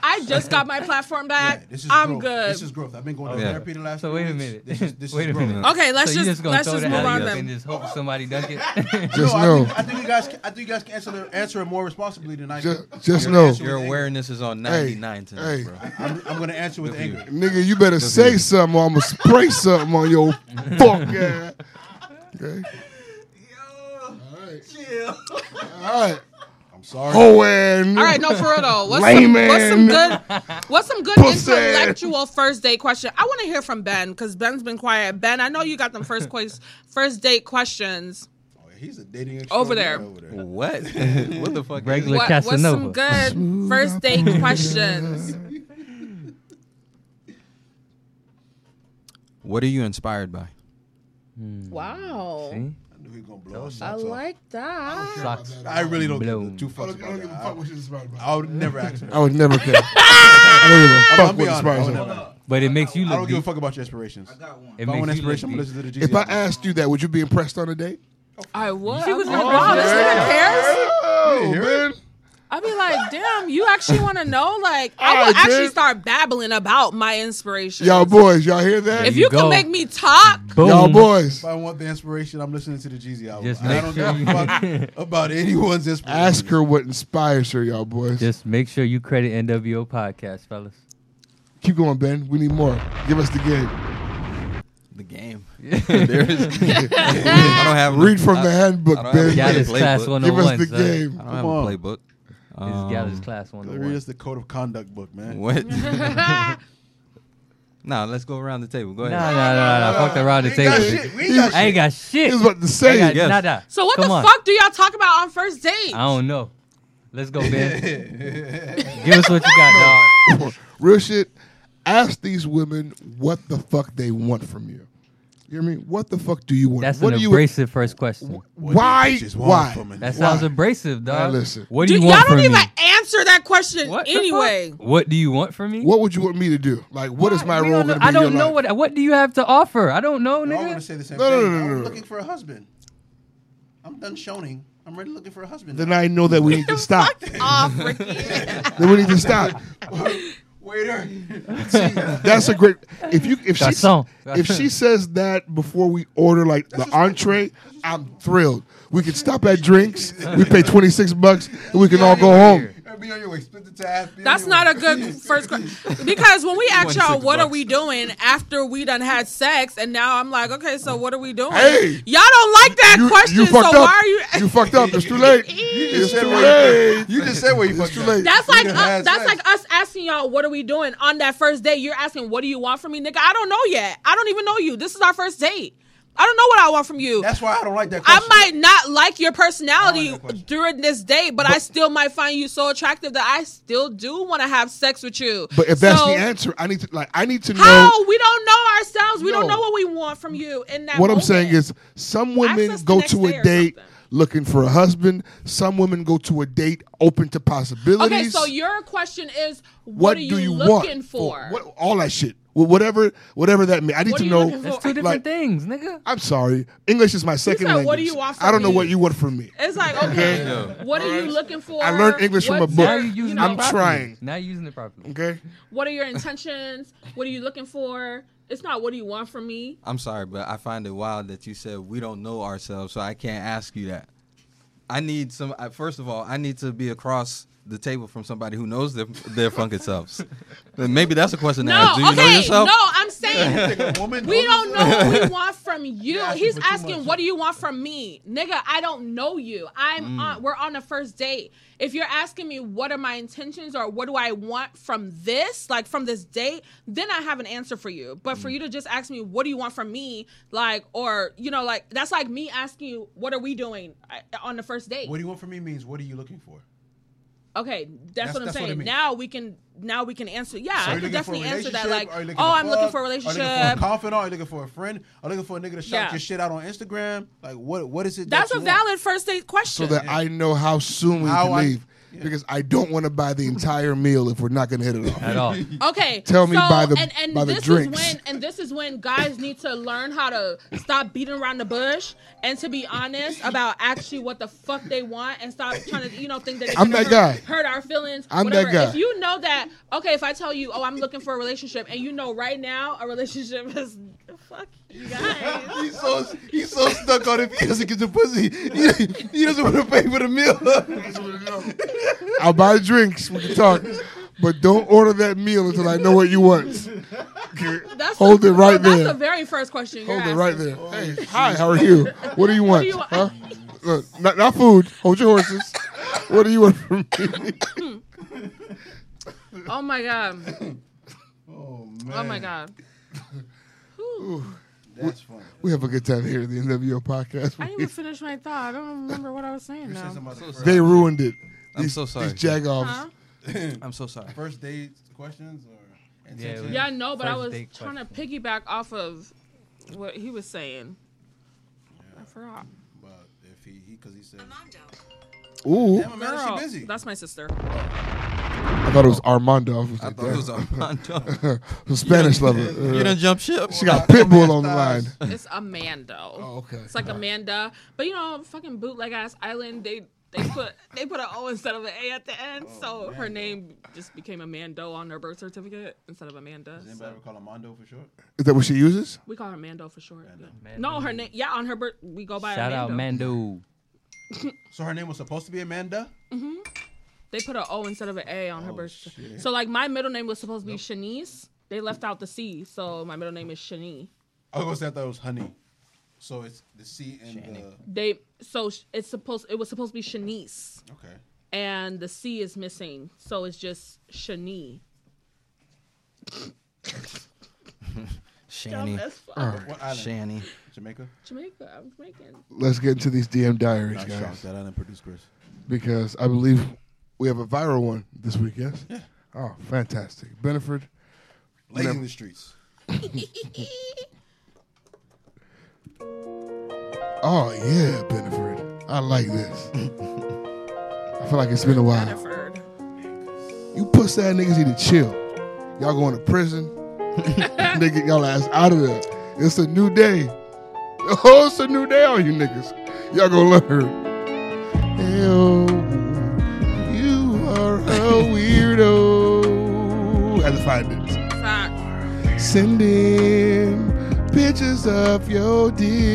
Speaker 7: I, I just got my platform back.
Speaker 3: This is
Speaker 7: I'm
Speaker 3: growth.
Speaker 7: good.
Speaker 3: This is growth. I've been going to
Speaker 2: Yeah.
Speaker 3: therapy the last.
Speaker 2: So
Speaker 3: few
Speaker 2: wait a
Speaker 3: weeks.
Speaker 2: minute.
Speaker 3: This is this
Speaker 2: Wait a
Speaker 3: is growth.
Speaker 2: minute.
Speaker 7: Okay, let's
Speaker 2: so you
Speaker 7: just-
Speaker 2: just gonna
Speaker 7: let's
Speaker 2: throw
Speaker 7: just
Speaker 2: the
Speaker 7: move on
Speaker 2: alley-oop
Speaker 7: then.
Speaker 2: and just hope somebody dunk it.
Speaker 1: Just
Speaker 3: <laughs> no, I
Speaker 1: know.
Speaker 3: think, I think you guys. I think you guys can answer, the, answer it more responsibly tonight.
Speaker 1: Ju- just know.
Speaker 6: Your awareness is on
Speaker 1: Hey,
Speaker 6: 99 tonight,
Speaker 1: hey.
Speaker 6: bro.
Speaker 3: I'm, I'm gonna answer with anger.
Speaker 1: Nigga, you better say something or I'ma spray something on your
Speaker 2: <laughs>
Speaker 1: fuck
Speaker 3: <laughs>
Speaker 1: ass. Okay.
Speaker 3: Chill.
Speaker 1: All right.
Speaker 3: I'm sorry.
Speaker 1: Hoe ass.
Speaker 7: All right, no, for real though. What's, some,
Speaker 1: Lame
Speaker 7: what's some good?
Speaker 1: man.
Speaker 7: What's some good
Speaker 1: Pussy.
Speaker 7: intellectual first date question? I want to hear from Ben because Ben's been quiet. Ben, I know you got them first ques- first date questions.
Speaker 3: He's a dating
Speaker 7: Over there.
Speaker 6: What? <laughs> what the fuck?
Speaker 2: Regular
Speaker 7: What- what's some good first date questions?
Speaker 6: What are you inspired by?
Speaker 7: Wow,
Speaker 6: See?
Speaker 3: I knew he was gonna blow us
Speaker 7: I
Speaker 3: up.
Speaker 7: like that.
Speaker 2: Socks.
Speaker 3: I really don't
Speaker 2: Blow.
Speaker 3: give two fucks
Speaker 1: I don't
Speaker 3: about
Speaker 1: give a
Speaker 3: that.
Speaker 1: fuck what she's about.
Speaker 3: I would never ask her.
Speaker 1: <laughs> I would
Speaker 7: <laughs>
Speaker 1: never
Speaker 3: <laughs>
Speaker 1: care. I
Speaker 3: I'm
Speaker 1: don't
Speaker 3: be
Speaker 1: give a fuck
Speaker 3: honest,
Speaker 1: what
Speaker 3: I would
Speaker 1: inspires
Speaker 3: never.
Speaker 1: her.
Speaker 2: But it makes you
Speaker 3: I don't
Speaker 2: look
Speaker 3: give a
Speaker 2: deep.
Speaker 3: fuck about your aspirations. I
Speaker 9: got one.
Speaker 2: It
Speaker 3: If I
Speaker 2: makes
Speaker 3: want
Speaker 2: you
Speaker 3: inspiration, I'm
Speaker 2: look
Speaker 3: gonna listen to the GZ.
Speaker 1: If I asked you that, would you be impressed on a date?
Speaker 7: I would.
Speaker 13: She
Speaker 7: I'd
Speaker 13: was
Speaker 2: Oh,
Speaker 7: be
Speaker 13: like,
Speaker 7: like, wow, this nigga cares.
Speaker 1: Oh, man.
Speaker 7: I'd be like, damn, you actually want to know? Like,
Speaker 1: All
Speaker 7: I
Speaker 1: right,
Speaker 7: would actually
Speaker 1: Ben.
Speaker 7: start babbling about my inspiration.
Speaker 1: Y'all boys, y'all hear that?
Speaker 7: if you, could make me talk,
Speaker 1: Y'all boys,
Speaker 3: If I want the inspiration, I'm listening to the GZ album.
Speaker 2: Just
Speaker 3: I
Speaker 2: make
Speaker 3: don't
Speaker 2: sure
Speaker 3: give
Speaker 2: you-
Speaker 3: a fuck about anyone's inspiration.
Speaker 1: ask her what inspires her, y'all boys.
Speaker 2: Just make sure you credit NWO podcast, fellas.
Speaker 1: Keep going, Ben. We need more. Give us the game.
Speaker 2: <laughs>
Speaker 6: The game. <laughs> there is. I don't have.
Speaker 1: Read from the handbook,
Speaker 6: I don't have a
Speaker 1: Ben.
Speaker 2: Yeah, this
Speaker 6: playbook.
Speaker 2: class
Speaker 1: Give
Speaker 2: 101.
Speaker 1: us the
Speaker 2: son.
Speaker 1: game.
Speaker 6: I don't have
Speaker 3: Come
Speaker 6: a
Speaker 3: on.
Speaker 6: playbook.
Speaker 2: This
Speaker 6: Um,
Speaker 2: gathers class
Speaker 3: Read
Speaker 2: 101.
Speaker 3: us the code of conduct book, man.
Speaker 6: What?
Speaker 3: <laughs>
Speaker 6: nah, let's go around the table. Go
Speaker 2: Nah,
Speaker 6: ahead.
Speaker 2: nah, nah, nah. Fuck the round the
Speaker 3: We ain't got
Speaker 2: table.
Speaker 3: shit. We ain't got
Speaker 2: I ain't got shit.
Speaker 1: He was about to say
Speaker 2: I got
Speaker 1: it.
Speaker 6: Yes.
Speaker 2: nada.
Speaker 7: so what
Speaker 2: Come
Speaker 7: the
Speaker 2: on.
Speaker 7: fuck do y'all talk about on first date?
Speaker 2: I don't know. Let's go, Ben.
Speaker 3: <laughs>
Speaker 2: Give us what you got, dog.
Speaker 1: <laughs> Real shit. Ask these women what the fuck they want from you. You hear me? What the fuck do you want?
Speaker 2: That's
Speaker 1: what
Speaker 2: an
Speaker 1: do you?
Speaker 2: abrasive first question.
Speaker 1: Why?
Speaker 3: bitches want
Speaker 1: Why?
Speaker 3: from a-
Speaker 2: That sounds
Speaker 1: Why?
Speaker 2: abrasive, dog.
Speaker 1: listen.
Speaker 2: What do
Speaker 7: Dude,
Speaker 2: you
Speaker 7: y'all
Speaker 2: want
Speaker 7: don't
Speaker 2: from
Speaker 7: even
Speaker 2: me?
Speaker 7: answer that question
Speaker 2: What the fuck?
Speaker 7: anyway.
Speaker 2: What do you want from me?
Speaker 1: What would you want me to do? Like, what is my
Speaker 2: We
Speaker 1: role?
Speaker 2: don't know-
Speaker 1: gonna be
Speaker 2: I
Speaker 1: in your
Speaker 2: don't know
Speaker 1: life?
Speaker 2: what. What do you have to offer? I don't
Speaker 7: Oh,
Speaker 2: know,
Speaker 3: I want to
Speaker 2: nigga.
Speaker 3: say the same
Speaker 1: No, no,
Speaker 3: thing.
Speaker 1: no, no,
Speaker 3: I'm
Speaker 1: no.
Speaker 3: looking for a husband. I'm done showing. I'm ready looking for a
Speaker 7: <laughs>
Speaker 1: <laughs>
Speaker 3: husband. <laughs>
Speaker 1: Then I know that we need to stop.
Speaker 7: Off, Ricky.
Speaker 1: then we need to stop.
Speaker 8: Waiter.
Speaker 1: See, that's a great. If you if she
Speaker 8: Garçon.
Speaker 1: if she says that before we order like the entree, I'm thrilled. We can stop at drinks. We pay twenty six bucks, and we can all go home.
Speaker 8: Be on your way. Split the tab.
Speaker 7: That's not a good
Speaker 1: <laughs>
Speaker 7: first question because when we ask
Speaker 1: 26
Speaker 7: y'all what are
Speaker 1: bucks.
Speaker 7: we doing after we done had sex, and now I'm like, okay, so what are we doing?
Speaker 1: Hey!
Speaker 7: y'all don't like that
Speaker 1: You-
Speaker 7: question,
Speaker 1: you
Speaker 7: so
Speaker 1: fucked up.
Speaker 7: why are you?
Speaker 1: You fucked up.
Speaker 7: <laughs>
Speaker 1: It's too late. It's
Speaker 8: said
Speaker 1: too
Speaker 8: where you-
Speaker 1: late.
Speaker 8: you just said where you
Speaker 1: It's too late.
Speaker 7: That's like us, that's like us asking y'all what are we doing on that first date. You're asking what do you want from me, nigga? I don't know yet. I don't even know you. This is our first date. I don't know what I want from you. That's
Speaker 3: why I don't like that.
Speaker 7: I might not like your personality during this date, but, I still might find you so attractive that I still do want to have sex with you.
Speaker 1: But if that's
Speaker 7: So,
Speaker 1: the answer, I need to like I need to know.
Speaker 7: how we don't know ourselves, we don't
Speaker 1: No.
Speaker 7: know what we want from you in that.
Speaker 1: what I'm
Speaker 7: moment.
Speaker 1: saying is, some women go
Speaker 7: next
Speaker 1: to
Speaker 7: day
Speaker 1: a
Speaker 7: or
Speaker 1: date looking for a husband. Some women go to a date open to possibilities.
Speaker 7: okay. So your question is, what,
Speaker 1: what
Speaker 7: are
Speaker 1: do you want?
Speaker 7: looking for?
Speaker 1: What- all that shit. Wh- Whatever, whatever that means. I need
Speaker 7: What
Speaker 1: to
Speaker 7: are you
Speaker 1: know.
Speaker 7: looking for? It's two different
Speaker 2: things, nigga.
Speaker 1: I'm sorry. English is my
Speaker 7: said,
Speaker 1: second language.
Speaker 7: "What do you want
Speaker 1: I
Speaker 7: from
Speaker 1: don't know
Speaker 7: me?"
Speaker 1: what you want from me.
Speaker 7: It's like,
Speaker 1: Okay.
Speaker 7: okay,
Speaker 1: Yeah.
Speaker 7: what are you looking for?
Speaker 1: I learned English from a
Speaker 7: What's
Speaker 1: book.
Speaker 7: your-
Speaker 1: Now you're
Speaker 7: you
Speaker 1: using
Speaker 7: know,
Speaker 1: I'm it properly. trying.
Speaker 2: Now you're using it properly.
Speaker 1: Okay.
Speaker 7: What are your intentions? What are you looking for? It's not what do you want from me.
Speaker 6: I'm sorry, but I find it wild that you said we don't know ourselves, so I can't ask you that. I need some. I, first of all, I need to be across the table from somebody who knows their
Speaker 1: <laughs>
Speaker 6: their funky selves. Then Maybe that's a question to ask. Do you
Speaker 7: no,
Speaker 6: know
Speaker 7: okay,
Speaker 6: yourself?
Speaker 7: no, I'm
Speaker 3: <laughs>
Speaker 7: saying we don't know
Speaker 6: <laughs>
Speaker 7: what we want from you. He's asking, what do you want from me, nigga? I don't know you. I'm
Speaker 6: Mm.
Speaker 7: on. We're on a first date. If you're asking me what are my intentions or what do I want from this, like from this date, then I have an answer for you. But
Speaker 6: Mm.
Speaker 7: for you to just ask me what do you want from me, like or you know, like that's like me asking you what are we doing uh, on the first date.
Speaker 3: What do you want from me means what are you looking for?
Speaker 7: Okay, that's,
Speaker 3: That's-
Speaker 7: what I'm
Speaker 3: that's what it
Speaker 7: saying.
Speaker 3: means.
Speaker 7: now we can now we can answer. Yeah,
Speaker 3: So are
Speaker 7: I
Speaker 3: you
Speaker 7: can
Speaker 3: looking for a
Speaker 7: definitely answer that.
Speaker 3: relationship?
Speaker 7: Like,
Speaker 3: Are
Speaker 7: oh,
Speaker 3: you looking
Speaker 7: I'm looking
Speaker 3: fuck?
Speaker 7: for a
Speaker 3: Are you looking
Speaker 7: relationship.
Speaker 3: for a confidant? Are you looking for a friend? Are you looking for a nigga to shout
Speaker 7: Yeah.
Speaker 3: your shit out on Instagram? Like what? What is it?
Speaker 7: That's
Speaker 3: that
Speaker 7: a
Speaker 3: you want?
Speaker 7: valid first date
Speaker 1: So
Speaker 7: question.
Speaker 1: that I know how soon we
Speaker 3: How
Speaker 1: can
Speaker 3: I-
Speaker 1: leave. Because I don't want to buy the entire meal if we're not going to hit it off. <laughs>
Speaker 2: At all.
Speaker 7: okay,
Speaker 1: Tell me
Speaker 7: so-
Speaker 1: by the-
Speaker 7: and, and
Speaker 1: by the
Speaker 7: this
Speaker 1: drinks.
Speaker 7: Is when, and this is when guys need to learn how to stop beating around the bush and to be honest about actually what the fuck they want and stop trying to you know think that they
Speaker 1: I'm
Speaker 7: can
Speaker 1: that
Speaker 7: hurt,
Speaker 1: guy.
Speaker 7: hurt our feelings.
Speaker 1: I'm that
Speaker 7: whatever.
Speaker 1: guy.
Speaker 7: If you know that, okay, if I tell you, oh, I'm looking for a relationship, and you know right now a relationship is <laughs> fuck you guys.
Speaker 3: <laughs>
Speaker 8: He's so he's so stuck on if he doesn't get the pussy,
Speaker 1: <laughs>
Speaker 8: he, he doesn't want to pay for the meal.
Speaker 1: I'll buy drinks. We can talk. But don't order that meal until I know what you want.
Speaker 7: That's
Speaker 1: Hold
Speaker 7: the-
Speaker 1: it right
Speaker 7: no,
Speaker 1: there.
Speaker 7: That's the very first question.
Speaker 1: Hold
Speaker 7: you're
Speaker 1: it right
Speaker 7: asking.
Speaker 1: there.
Speaker 3: Oh,
Speaker 1: Hey, hi, how are you? What do you want?
Speaker 7: want?
Speaker 1: Huh? Look, not, not food. Hold your horses. What do you want from me? <laughs>
Speaker 7: Oh my god.
Speaker 3: <coughs> Oh
Speaker 7: Oh my god.
Speaker 3: That's funny.
Speaker 1: we have a good time here at the NWO podcast.
Speaker 7: I
Speaker 1: <laughs>
Speaker 7: didn't even finish my thought. I don't remember what I was saying now.
Speaker 1: They ruined it.
Speaker 6: I'm
Speaker 1: These-
Speaker 6: so sorry.
Speaker 1: These jagoffs.
Speaker 6: I'm so sorry.
Speaker 3: First date questions or intentions?
Speaker 7: Yeah, no, but I was trying to piggyback off of what he was saying. I forgot.
Speaker 3: But if he because he, said.
Speaker 1: Ooh.
Speaker 3: Damn, man, she
Speaker 7: Girl,
Speaker 3: busy. Oh.
Speaker 7: That's my sister.
Speaker 1: I thought it was Armando. I,
Speaker 6: I thought it
Speaker 1: <laughs>
Speaker 6: was Armando.
Speaker 1: the Spanish lover. Uh,
Speaker 6: You done jumped ship?
Speaker 1: She got Pitbull on the line.
Speaker 7: <laughs> It's Amanda. Oh,
Speaker 1: okay.
Speaker 7: It's like Amanda, but you know, fucking bootleg ass island. They they put they put an O instead of an A at the end,
Speaker 3: Oh,
Speaker 7: so her name just became Amando on her birth certificate instead of Amanda.
Speaker 3: Does
Speaker 7: so-
Speaker 3: anybody ever call him Mondo for short?
Speaker 1: Is that what she uses?
Speaker 7: We call her Mando for short. yeah. No, her name. Yeah, on her birth, we go by
Speaker 3: Shout out
Speaker 7: Amando.
Speaker 2: Mando.
Speaker 7: <laughs>
Speaker 3: so her name was supposed to be Amanda.
Speaker 7: hmm They put an O instead of an A
Speaker 3: Oh,
Speaker 7: on her birth. certificate. So like my middle name was supposed to be Shanice. They left out the C, so my middle name is Shani.
Speaker 3: I was gonna say I thought it was honey. So it's the C and the
Speaker 7: They so sh- it's supposed it was supposed to be Shanice,
Speaker 3: okay.
Speaker 7: and the C is missing, so it's just Shani.
Speaker 6: <laughs> Shanny.
Speaker 7: Dumb as fuck.
Speaker 6: Uh,
Speaker 3: What island?
Speaker 6: Shanny.
Speaker 3: Jamaica.
Speaker 7: Jamaica, I'm Jamaican.
Speaker 1: Let's get into these DM diaries,
Speaker 3: Not
Speaker 1: guys.
Speaker 3: shocked that I didn't produce Chris.
Speaker 1: Because I believe we have a viral one this week, yes?
Speaker 3: Yeah.
Speaker 1: Oh, fantastic. Beneford.
Speaker 3: Blazing the streets.
Speaker 1: Oh, yeah, Beneford. I like this. I feel like it's been a while.
Speaker 7: Beneford.
Speaker 1: You puss ass niggas need to chill. Y'all going to prison. they get y'all ass out of there. It's a new day. Oh, it's a new day on you niggas. Y'all gonna learn. Ew, you are a weirdo. As a
Speaker 4: five minutes.
Speaker 7: Facts.
Speaker 1: Sending pictures of your dick.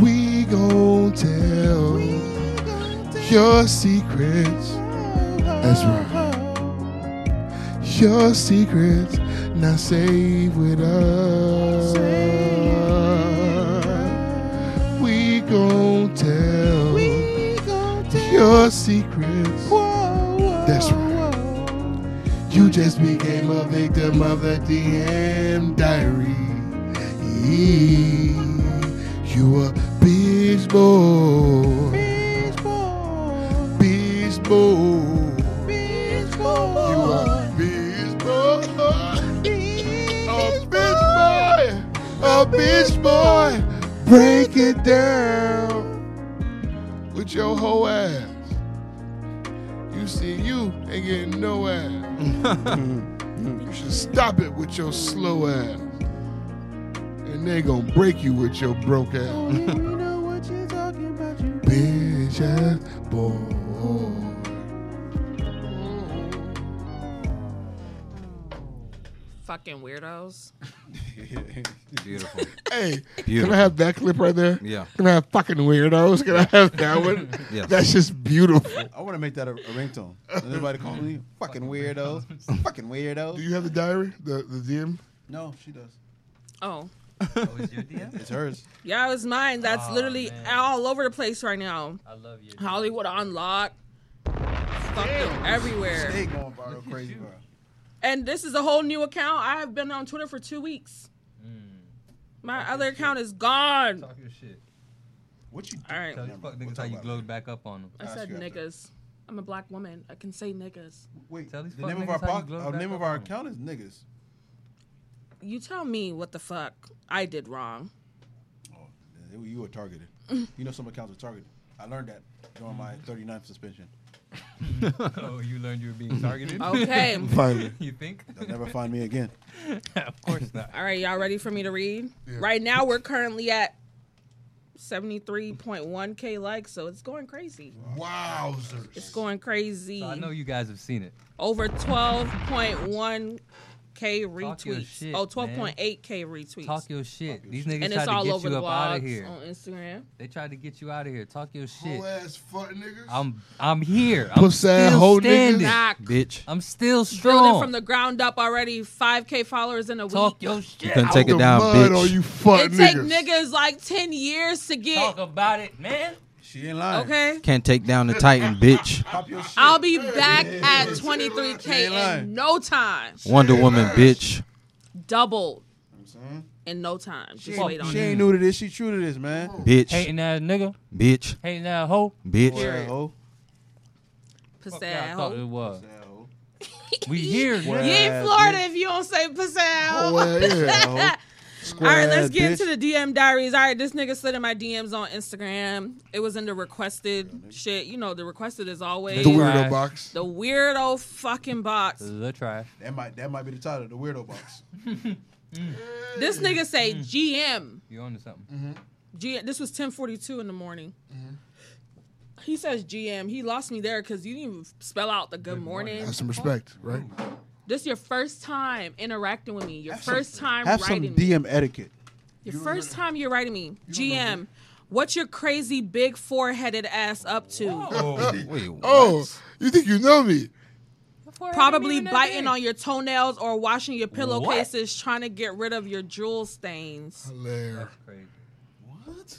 Speaker 1: We gon' tell your secrets. That's right. Your secrets now save with us. We gon' tell your secrets. That's right. You just became a victim of the DM diary. You a bitch boy. Bitch boy. Bitch boy. You a bitch boy. A bitch boy. A bitch boy. Break it down with your whole ass. You see, you ain't getting no
Speaker 6: <laughs>
Speaker 1: ass. you should stop it with your slow ass. And they gonna break you with your broke ass. Bitch ass boy.
Speaker 7: Fucking
Speaker 3: <laughs>
Speaker 7: weirdos.
Speaker 6: Beautiful.
Speaker 4: Hey,
Speaker 6: Beautiful.
Speaker 4: can I have that clip right there?
Speaker 6: Yeah.
Speaker 4: Can I have fucking weirdos? <laughs> Can I have that
Speaker 6: <laughs>
Speaker 4: one?
Speaker 3: Yes.
Speaker 4: That's just beautiful.
Speaker 3: I want to make that a, a ringtone. Everybody call me fucking weirdos.
Speaker 4: <laughs>
Speaker 3: fucking weirdos.
Speaker 4: Do you have the diary? The the DM?
Speaker 3: No, she does.
Speaker 7: Oh.
Speaker 3: It's hers.
Speaker 7: Yeah, it was mine. That's
Speaker 3: Aw,
Speaker 7: literally all over the place right now. I
Speaker 2: Oh, love you.
Speaker 7: Hollywood Unlocked. Fucking everywhere.
Speaker 3: Stay going viral crazy, bro.
Speaker 7: And this is a whole new account. I have been on Twitter for two weeks.
Speaker 2: Hmm.
Speaker 7: My other account is gone.
Speaker 2: Talk your shit.
Speaker 3: What you
Speaker 7: All right.
Speaker 2: Tell these fuck niggas how you glowed back up on them.
Speaker 7: I said niggas. I'm a black woman. I can say niggas.
Speaker 3: Wait,
Speaker 2: Tell these
Speaker 3: The
Speaker 2: fuck
Speaker 3: name of
Speaker 2: niggas
Speaker 3: our
Speaker 2: how you
Speaker 3: pod-
Speaker 2: glowed
Speaker 3: our
Speaker 2: back
Speaker 3: name
Speaker 2: up
Speaker 3: of our
Speaker 2: on 'em.
Speaker 3: account is niggas.
Speaker 7: You tell me what the fuck I did wrong.
Speaker 3: Yeah, You were targeted.
Speaker 7: Mm.
Speaker 3: you know some accounts are targeted. I learned that during my 39th suspension.
Speaker 2: oh, you learned you were
Speaker 3: Mm-hmm.
Speaker 2: being <laughs> targeted. <laughs>
Speaker 7: Okay.
Speaker 3: Finally.
Speaker 2: you think?
Speaker 3: They'll never find me again.
Speaker 2: <laughs> of course
Speaker 7: <laughs>
Speaker 2: not.
Speaker 7: All right, y'all ready for me to read? Right now, we're currently at 73.1K likes, so it's going crazy.
Speaker 4: Wowzers.
Speaker 7: It's going crazy.
Speaker 2: I know you guys have seen it.
Speaker 7: Over 12.1K
Speaker 2: Talk your
Speaker 7: retweets.
Speaker 2: shit,
Speaker 7: oh,
Speaker 2: man.
Speaker 7: 12.8K retweets.
Speaker 2: Talk your shit. These niggas
Speaker 7: and
Speaker 2: tried
Speaker 7: it's
Speaker 2: to
Speaker 7: all
Speaker 2: get
Speaker 7: over
Speaker 2: you
Speaker 7: the Oh,
Speaker 2: up out of
Speaker 7: blogs
Speaker 2: here.
Speaker 7: on Instagram.
Speaker 2: They tried to get you out of here. Talk your shit.
Speaker 4: Whole ass fuck niggas.
Speaker 2: I'm I'm here. I'm
Speaker 6: Puss ass
Speaker 2: still
Speaker 6: hoe
Speaker 2: standing,
Speaker 7: niggas.
Speaker 6: Bitch.
Speaker 2: I'm still
Speaker 7: Building
Speaker 2: strong.
Speaker 7: from the ground up already. 5K followers in a
Speaker 2: Talk
Speaker 7: week.
Speaker 2: your shit.
Speaker 6: You couldn't
Speaker 2: out
Speaker 6: take it
Speaker 2: the
Speaker 6: down,
Speaker 2: mud.
Speaker 6: bitch.
Speaker 4: Oh, you fuck
Speaker 7: It take niggas like 10 years to get. Talk
Speaker 2: about it, man.
Speaker 3: She ain't lying.
Speaker 7: Okay.
Speaker 6: Can't take down the Titan, bitch.
Speaker 7: I'll be back at 23K in no time.
Speaker 6: Wonder Woman, bitch.
Speaker 7: Double. In no time. Just
Speaker 3: ain't-
Speaker 7: wait on
Speaker 3: she
Speaker 7: it.
Speaker 3: ain't new to this. She true to this, man.
Speaker 6: Bitch.
Speaker 2: Hating that nigga.
Speaker 6: Bitch.
Speaker 2: Hating that hoe.
Speaker 6: Bitch.
Speaker 3: Word, hoe.
Speaker 7: Pussy
Speaker 2: I
Speaker 7: ass
Speaker 2: thought
Speaker 7: hoe.
Speaker 2: it was. <laughs> We here.
Speaker 7: You
Speaker 2: nigga.
Speaker 7: ain't Florida if you don't say pussy ass
Speaker 2: Whole ass
Speaker 7: hoe. <laughs>
Speaker 2: hoe.
Speaker 7: All right, let's
Speaker 2: Square
Speaker 7: get
Speaker 2: ass
Speaker 7: into the DM diaries. All right, this nigga slid in my DMs on Instagram. It was in the requested shit. You know, the requested is always
Speaker 4: The weirdo Trash. box.
Speaker 7: The weirdo fucking box.
Speaker 2: The trash.
Speaker 3: That might that might be the title, the weirdo box.
Speaker 7: This nigga say GM.
Speaker 2: You on to something?
Speaker 7: G- this was 10:42 in the morning. He says GM. He lost me there because you didn't even spell out the good, morning.
Speaker 4: Have some respect, right?
Speaker 7: This your first time interacting with me. Your
Speaker 3: some-
Speaker 7: first time
Speaker 3: Have some
Speaker 7: writing me.
Speaker 3: DM etiquette.
Speaker 7: Your first time you're writing me. GM. What your crazy big four-headed ass up to?
Speaker 1: <laughs>
Speaker 4: Oh, you think you know me?
Speaker 7: Probably biting on your toenails or washing your pillowcases, trying to get rid of your jewel stains.
Speaker 4: There.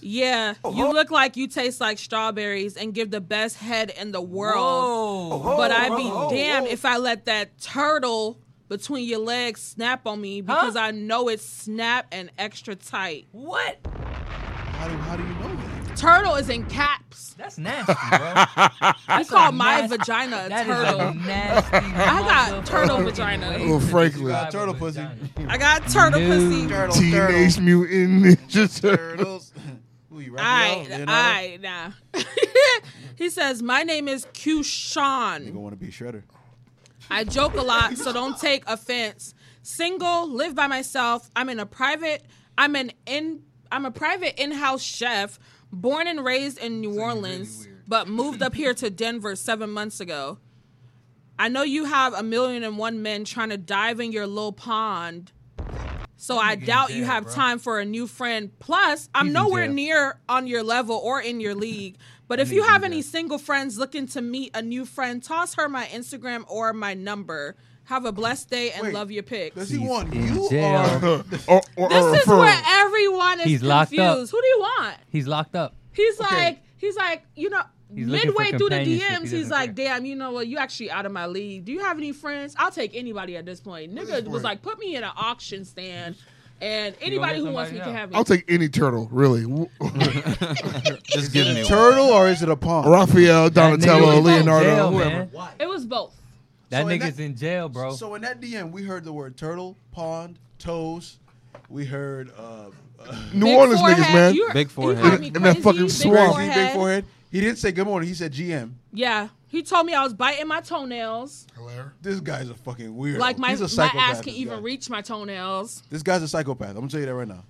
Speaker 7: Yeah,
Speaker 2: Oh,
Speaker 7: you look like you taste like strawberries and give the best head in the world.
Speaker 2: Whoa. Oh,
Speaker 7: But I'd be
Speaker 2: Whoa.
Speaker 7: damn if I let that turtle between your legs snap on me because I know it's snap and extra tight.
Speaker 2: What?
Speaker 3: How do, how do you know that?
Speaker 7: Turtle is in caps.
Speaker 2: That's nasty, bro.
Speaker 7: You
Speaker 2: That's
Speaker 7: call
Speaker 2: a
Speaker 7: my
Speaker 2: nasty-
Speaker 7: vagina a
Speaker 2: that is a
Speaker 7: turtle. <laughs>
Speaker 2: nasty
Speaker 7: I got
Speaker 2: motherfucking
Speaker 7: turtle
Speaker 2: way
Speaker 7: vagina.
Speaker 2: to
Speaker 7: <laughs>
Speaker 4: Little Franklin.
Speaker 3: You got turtle pussy.
Speaker 7: I got turtle pussy.
Speaker 4: Teenage Mutant
Speaker 2: <laughs>
Speaker 4: Ninja Turtles.
Speaker 3: <laughs> Ooh, you
Speaker 7: I,
Speaker 3: wrap me up, you know?
Speaker 7: I, nah. <laughs> he says, My name is Q Sean.
Speaker 3: Nigga want to be shredder.
Speaker 7: I joke a lot, so don't take offense. Single, live by myself. I'm in a private. I'm an in. I'm a private in-house chef, born and raised in New Orleans, but moved up here to Denver seven months ago. I know you have a million and one men trying to dive in your little pond. So I doubt you
Speaker 15: jail,
Speaker 7: have
Speaker 15: bro.
Speaker 7: time for a new friend. Plus, I'm
Speaker 15: He's in
Speaker 7: nowhere
Speaker 15: jail.
Speaker 7: near on your level or in your league. But
Speaker 15: That
Speaker 7: if you
Speaker 15: nigga's in
Speaker 7: have any single friends looking to meet a new friend, toss her my Instagram or my number. Have a blessed day and love your pics.
Speaker 3: Does he
Speaker 7: Mm-hmm.
Speaker 3: want
Speaker 2: in
Speaker 3: you
Speaker 2: jail.
Speaker 7: <laughs>
Speaker 2: <laughs>
Speaker 3: or, or, or
Speaker 7: This
Speaker 3: a
Speaker 7: is
Speaker 3: referral?
Speaker 7: where everyone is
Speaker 2: He's locked
Speaker 7: confused.
Speaker 2: up.
Speaker 7: Who do you want?
Speaker 2: He's locked up.
Speaker 7: He's like, he's like, you know,
Speaker 2: He's looking for
Speaker 7: midway through the
Speaker 2: companionship, he
Speaker 7: DMs, he's
Speaker 2: doesn't
Speaker 7: like, damn, you know what? You actually out of my league. Do you have any friends? I'll take anybody at this point. Nigga was like, put me in an auction stand, and anybody
Speaker 2: get
Speaker 7: who wants
Speaker 2: somebody
Speaker 7: me can have me.
Speaker 1: I'll take any turtle, really.
Speaker 3: <laughs>
Speaker 1: <laughs>
Speaker 3: Just give me turtle or is it a pond?
Speaker 1: Raphael,
Speaker 3: That nigga was
Speaker 1: Donatello,
Speaker 3: in
Speaker 1: Leonardo,
Speaker 3: jail,
Speaker 1: whoever.
Speaker 3: man.
Speaker 7: It was both.
Speaker 2: That
Speaker 3: So in
Speaker 2: nigga's in jail, bro.
Speaker 3: So in that DM, we heard the word turtle, pond, toes. We heard uh, uh,
Speaker 1: <laughs> New Big Orleans niggas, forehead. man. You- Big you forehead. <laughs> drive me
Speaker 3: And that
Speaker 1: crazy.
Speaker 3: fucking
Speaker 1: Big
Speaker 3: swamp. Big
Speaker 7: forehead.
Speaker 3: forehead. He didn't say good morning. He said GM.
Speaker 7: Yeah, he told me I was biting my toenails.
Speaker 3: This guy's a fucking weirdo.
Speaker 7: Like my
Speaker 3: He's a
Speaker 7: my
Speaker 3: psychopath.
Speaker 7: ass can
Speaker 3: this
Speaker 7: even
Speaker 3: guy.
Speaker 7: reach my toenails.
Speaker 3: This guy's a psychopath. I'm gonna tell you that right now.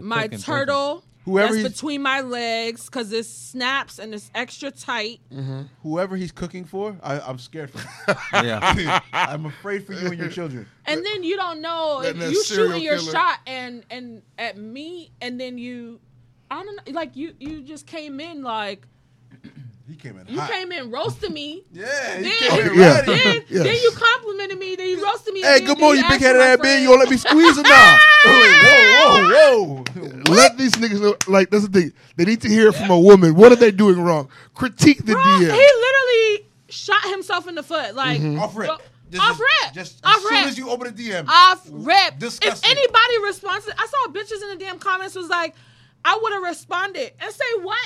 Speaker 7: My turtle.
Speaker 3: Whoever
Speaker 7: that's
Speaker 3: he's,
Speaker 7: between my legs because it snaps and it's extra tight.
Speaker 3: whoever he's cooking for, I, I'm scared for. Him.
Speaker 6: Yeah.
Speaker 3: <laughs> I'm afraid for you and your children.
Speaker 7: and then you don't know
Speaker 3: That- that
Speaker 7: you
Speaker 3: serial
Speaker 7: shooting your
Speaker 3: killer.
Speaker 7: shot and and at me and then you i don't know like you you just came in like
Speaker 3: He came in.
Speaker 7: you
Speaker 3: hot.
Speaker 7: came in roasting me
Speaker 3: <laughs> yeah
Speaker 7: then,
Speaker 3: came
Speaker 7: <laughs>
Speaker 3: in
Speaker 7: then,
Speaker 3: ready.
Speaker 7: then,
Speaker 3: <laughs> Yeah.
Speaker 7: then you complimented me then you roasted me and
Speaker 3: Hey,
Speaker 7: then-
Speaker 3: good
Speaker 7: then
Speaker 3: morning, you
Speaker 7: asked
Speaker 3: big headed
Speaker 7: for my
Speaker 3: ass
Speaker 7: friend.
Speaker 3: bitch. You gonna let me squeeze
Speaker 7: <laughs>
Speaker 3: or not? whoa, whoa, whoa.
Speaker 1: Let these niggas know. Like, that's the thing. They need to hear from a woman. What are they doing wrong? Critique the
Speaker 7: Bro, he
Speaker 1: DM.
Speaker 7: literally shot himself in the foot like
Speaker 1: Mhm.
Speaker 3: Off rip.
Speaker 7: go-
Speaker 3: Just-
Speaker 7: off rip
Speaker 3: Just as
Speaker 7: off
Speaker 3: soon
Speaker 7: rip
Speaker 3: as you open the DM.
Speaker 7: off rip. If
Speaker 3: Disgusting.
Speaker 7: anybody responds, I saw bitches in the damn comments was like, I would have responded and say what?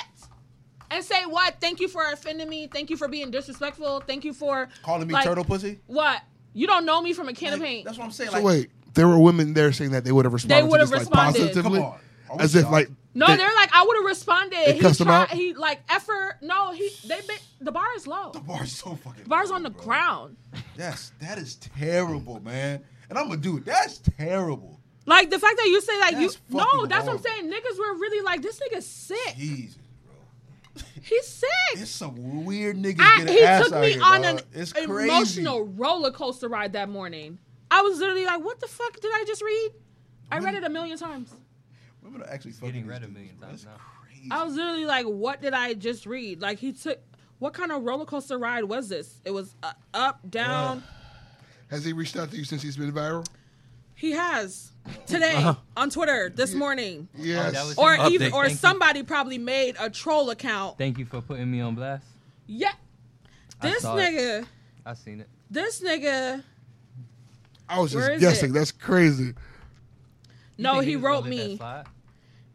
Speaker 7: And say what? Thank you for offending me. Thank you for being disrespectful. Thank you for
Speaker 3: Calling me
Speaker 7: like,
Speaker 3: turtle pussy?
Speaker 7: What? You don't know me from a can of paint. That's
Speaker 3: what I'm saying.
Speaker 1: So wait, there were women there saying that they would have responded. to
Speaker 7: would've
Speaker 1: this, like,
Speaker 7: responded.
Speaker 1: positively,
Speaker 7: Come
Speaker 3: on.
Speaker 1: as if like
Speaker 7: no,
Speaker 1: they-
Speaker 7: they're like, I would have responded.
Speaker 1: They
Speaker 7: he
Speaker 1: cussed him
Speaker 7: tried.
Speaker 1: out?
Speaker 7: He like effort. No, he they been, the bar is low. The
Speaker 3: bar is so fucking.
Speaker 7: The bar's on the ground.
Speaker 3: Yes, that is terrible, man. And I'm a dude. That's terrible.
Speaker 7: Like the fact that you say like
Speaker 3: That's
Speaker 7: you no,
Speaker 3: fucking
Speaker 7: that's what I'm
Speaker 3: horrible.
Speaker 7: saying. Niggas were really like this nigga's sick.
Speaker 3: Jesus,
Speaker 7: bro. He's sick.
Speaker 3: It's some weird niggas
Speaker 7: I-
Speaker 3: get an ass
Speaker 7: he took
Speaker 3: out
Speaker 7: me
Speaker 3: here,
Speaker 7: on
Speaker 3: dog.
Speaker 7: an
Speaker 3: It's crazy.
Speaker 7: emotional roller coaster ride that morning. I was literally like, "What the fuck did I just read?" I read it a million times.
Speaker 3: Women are actually fucking getting read a million times now.
Speaker 7: I was literally like, "What did I just read?" Like he took. What kind of roller coaster ride was this? It was uh, up, down.
Speaker 1: Has he reached out to you since he's been viral?
Speaker 7: He has today on Twitter this morning.
Speaker 1: Yes. Oh, that was
Speaker 7: or
Speaker 2: him.
Speaker 7: even
Speaker 2: Update.
Speaker 7: or
Speaker 2: Thank you.
Speaker 7: somebody probably made a troll account.
Speaker 2: Thank you for putting me on blast.
Speaker 7: Yeah.
Speaker 2: I
Speaker 7: This
Speaker 2: saw it.
Speaker 7: nigga.
Speaker 2: I seen it.
Speaker 7: This nigga.
Speaker 1: I was
Speaker 7: Where
Speaker 1: just
Speaker 7: is
Speaker 1: guessing.
Speaker 7: it?
Speaker 1: That's crazy.
Speaker 7: No,
Speaker 2: think
Speaker 7: he
Speaker 2: he was
Speaker 7: wrote
Speaker 2: gonna let that
Speaker 7: me.
Speaker 2: slide?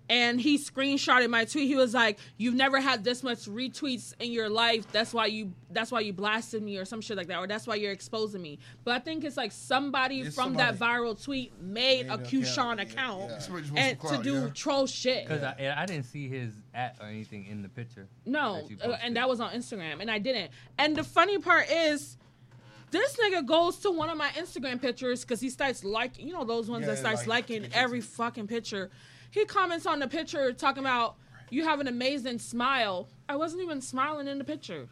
Speaker 7: And he screenshotted my tweet. He was like, "You've never had this much retweets in your life. That's why you. That's why you blasted me, or some shit like that, or that's why you're exposing me." But I think it's like somebody
Speaker 2: It's
Speaker 7: from that viral tweet made a
Speaker 2: an
Speaker 7: Qshawn account, and to do troll shit.
Speaker 2: Because I, I didn't see his at or anything in the picture.
Speaker 7: No,
Speaker 2: that you
Speaker 7: uh, and that was on Instagram, and I didn't. And the funny part is, this nigga goes to one of my Instagram pictures because he starts liking, you know, those ones
Speaker 15: Yeah,
Speaker 7: that starts
Speaker 15: like,
Speaker 7: liking every fucking picture. He comments on the picture talking about you have an amazing smile. I wasn't even smiling in the picture.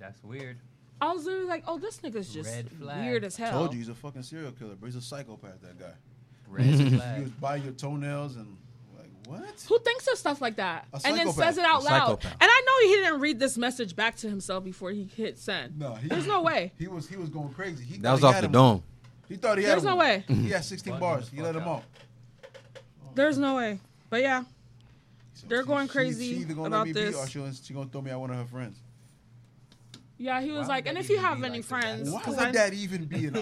Speaker 2: That's weird.
Speaker 7: I was literally like, oh, this nigga's just
Speaker 2: Red flag.
Speaker 7: weird as hell.
Speaker 3: Told you he's a fucking serial killer, but he's a psychopath. That guy.
Speaker 2: Red
Speaker 3: He
Speaker 2: flag.
Speaker 3: was biting your toenails and like what?
Speaker 7: Who thinks of stuff like that
Speaker 3: A
Speaker 7: and then
Speaker 3: psychopath.
Speaker 7: says it out
Speaker 3: A
Speaker 7: loud?
Speaker 3: psychopath.
Speaker 7: And I know he didn't read this message back to himself before he hit send.
Speaker 3: No, he-
Speaker 7: there's no way.
Speaker 3: He was he was going crazy. He
Speaker 6: That
Speaker 3: thought
Speaker 6: was
Speaker 3: he
Speaker 6: off
Speaker 3: had
Speaker 6: the
Speaker 3: him.
Speaker 6: dome. Mm-hmm.
Speaker 3: He thought he had
Speaker 7: There's
Speaker 3: him.
Speaker 7: no way.
Speaker 3: He had 16 bars. He let him off.
Speaker 7: There's no way. But yeah, they're going
Speaker 3: She-
Speaker 7: crazy
Speaker 3: she either gonna
Speaker 7: about
Speaker 3: let me
Speaker 7: this.
Speaker 3: Be, or she gonna, she gonna throw me at one of her friends.
Speaker 7: Yeah, he was like, and if you have any friends,
Speaker 3: Why
Speaker 7: 'cause
Speaker 3: would
Speaker 7: I-
Speaker 3: that even be an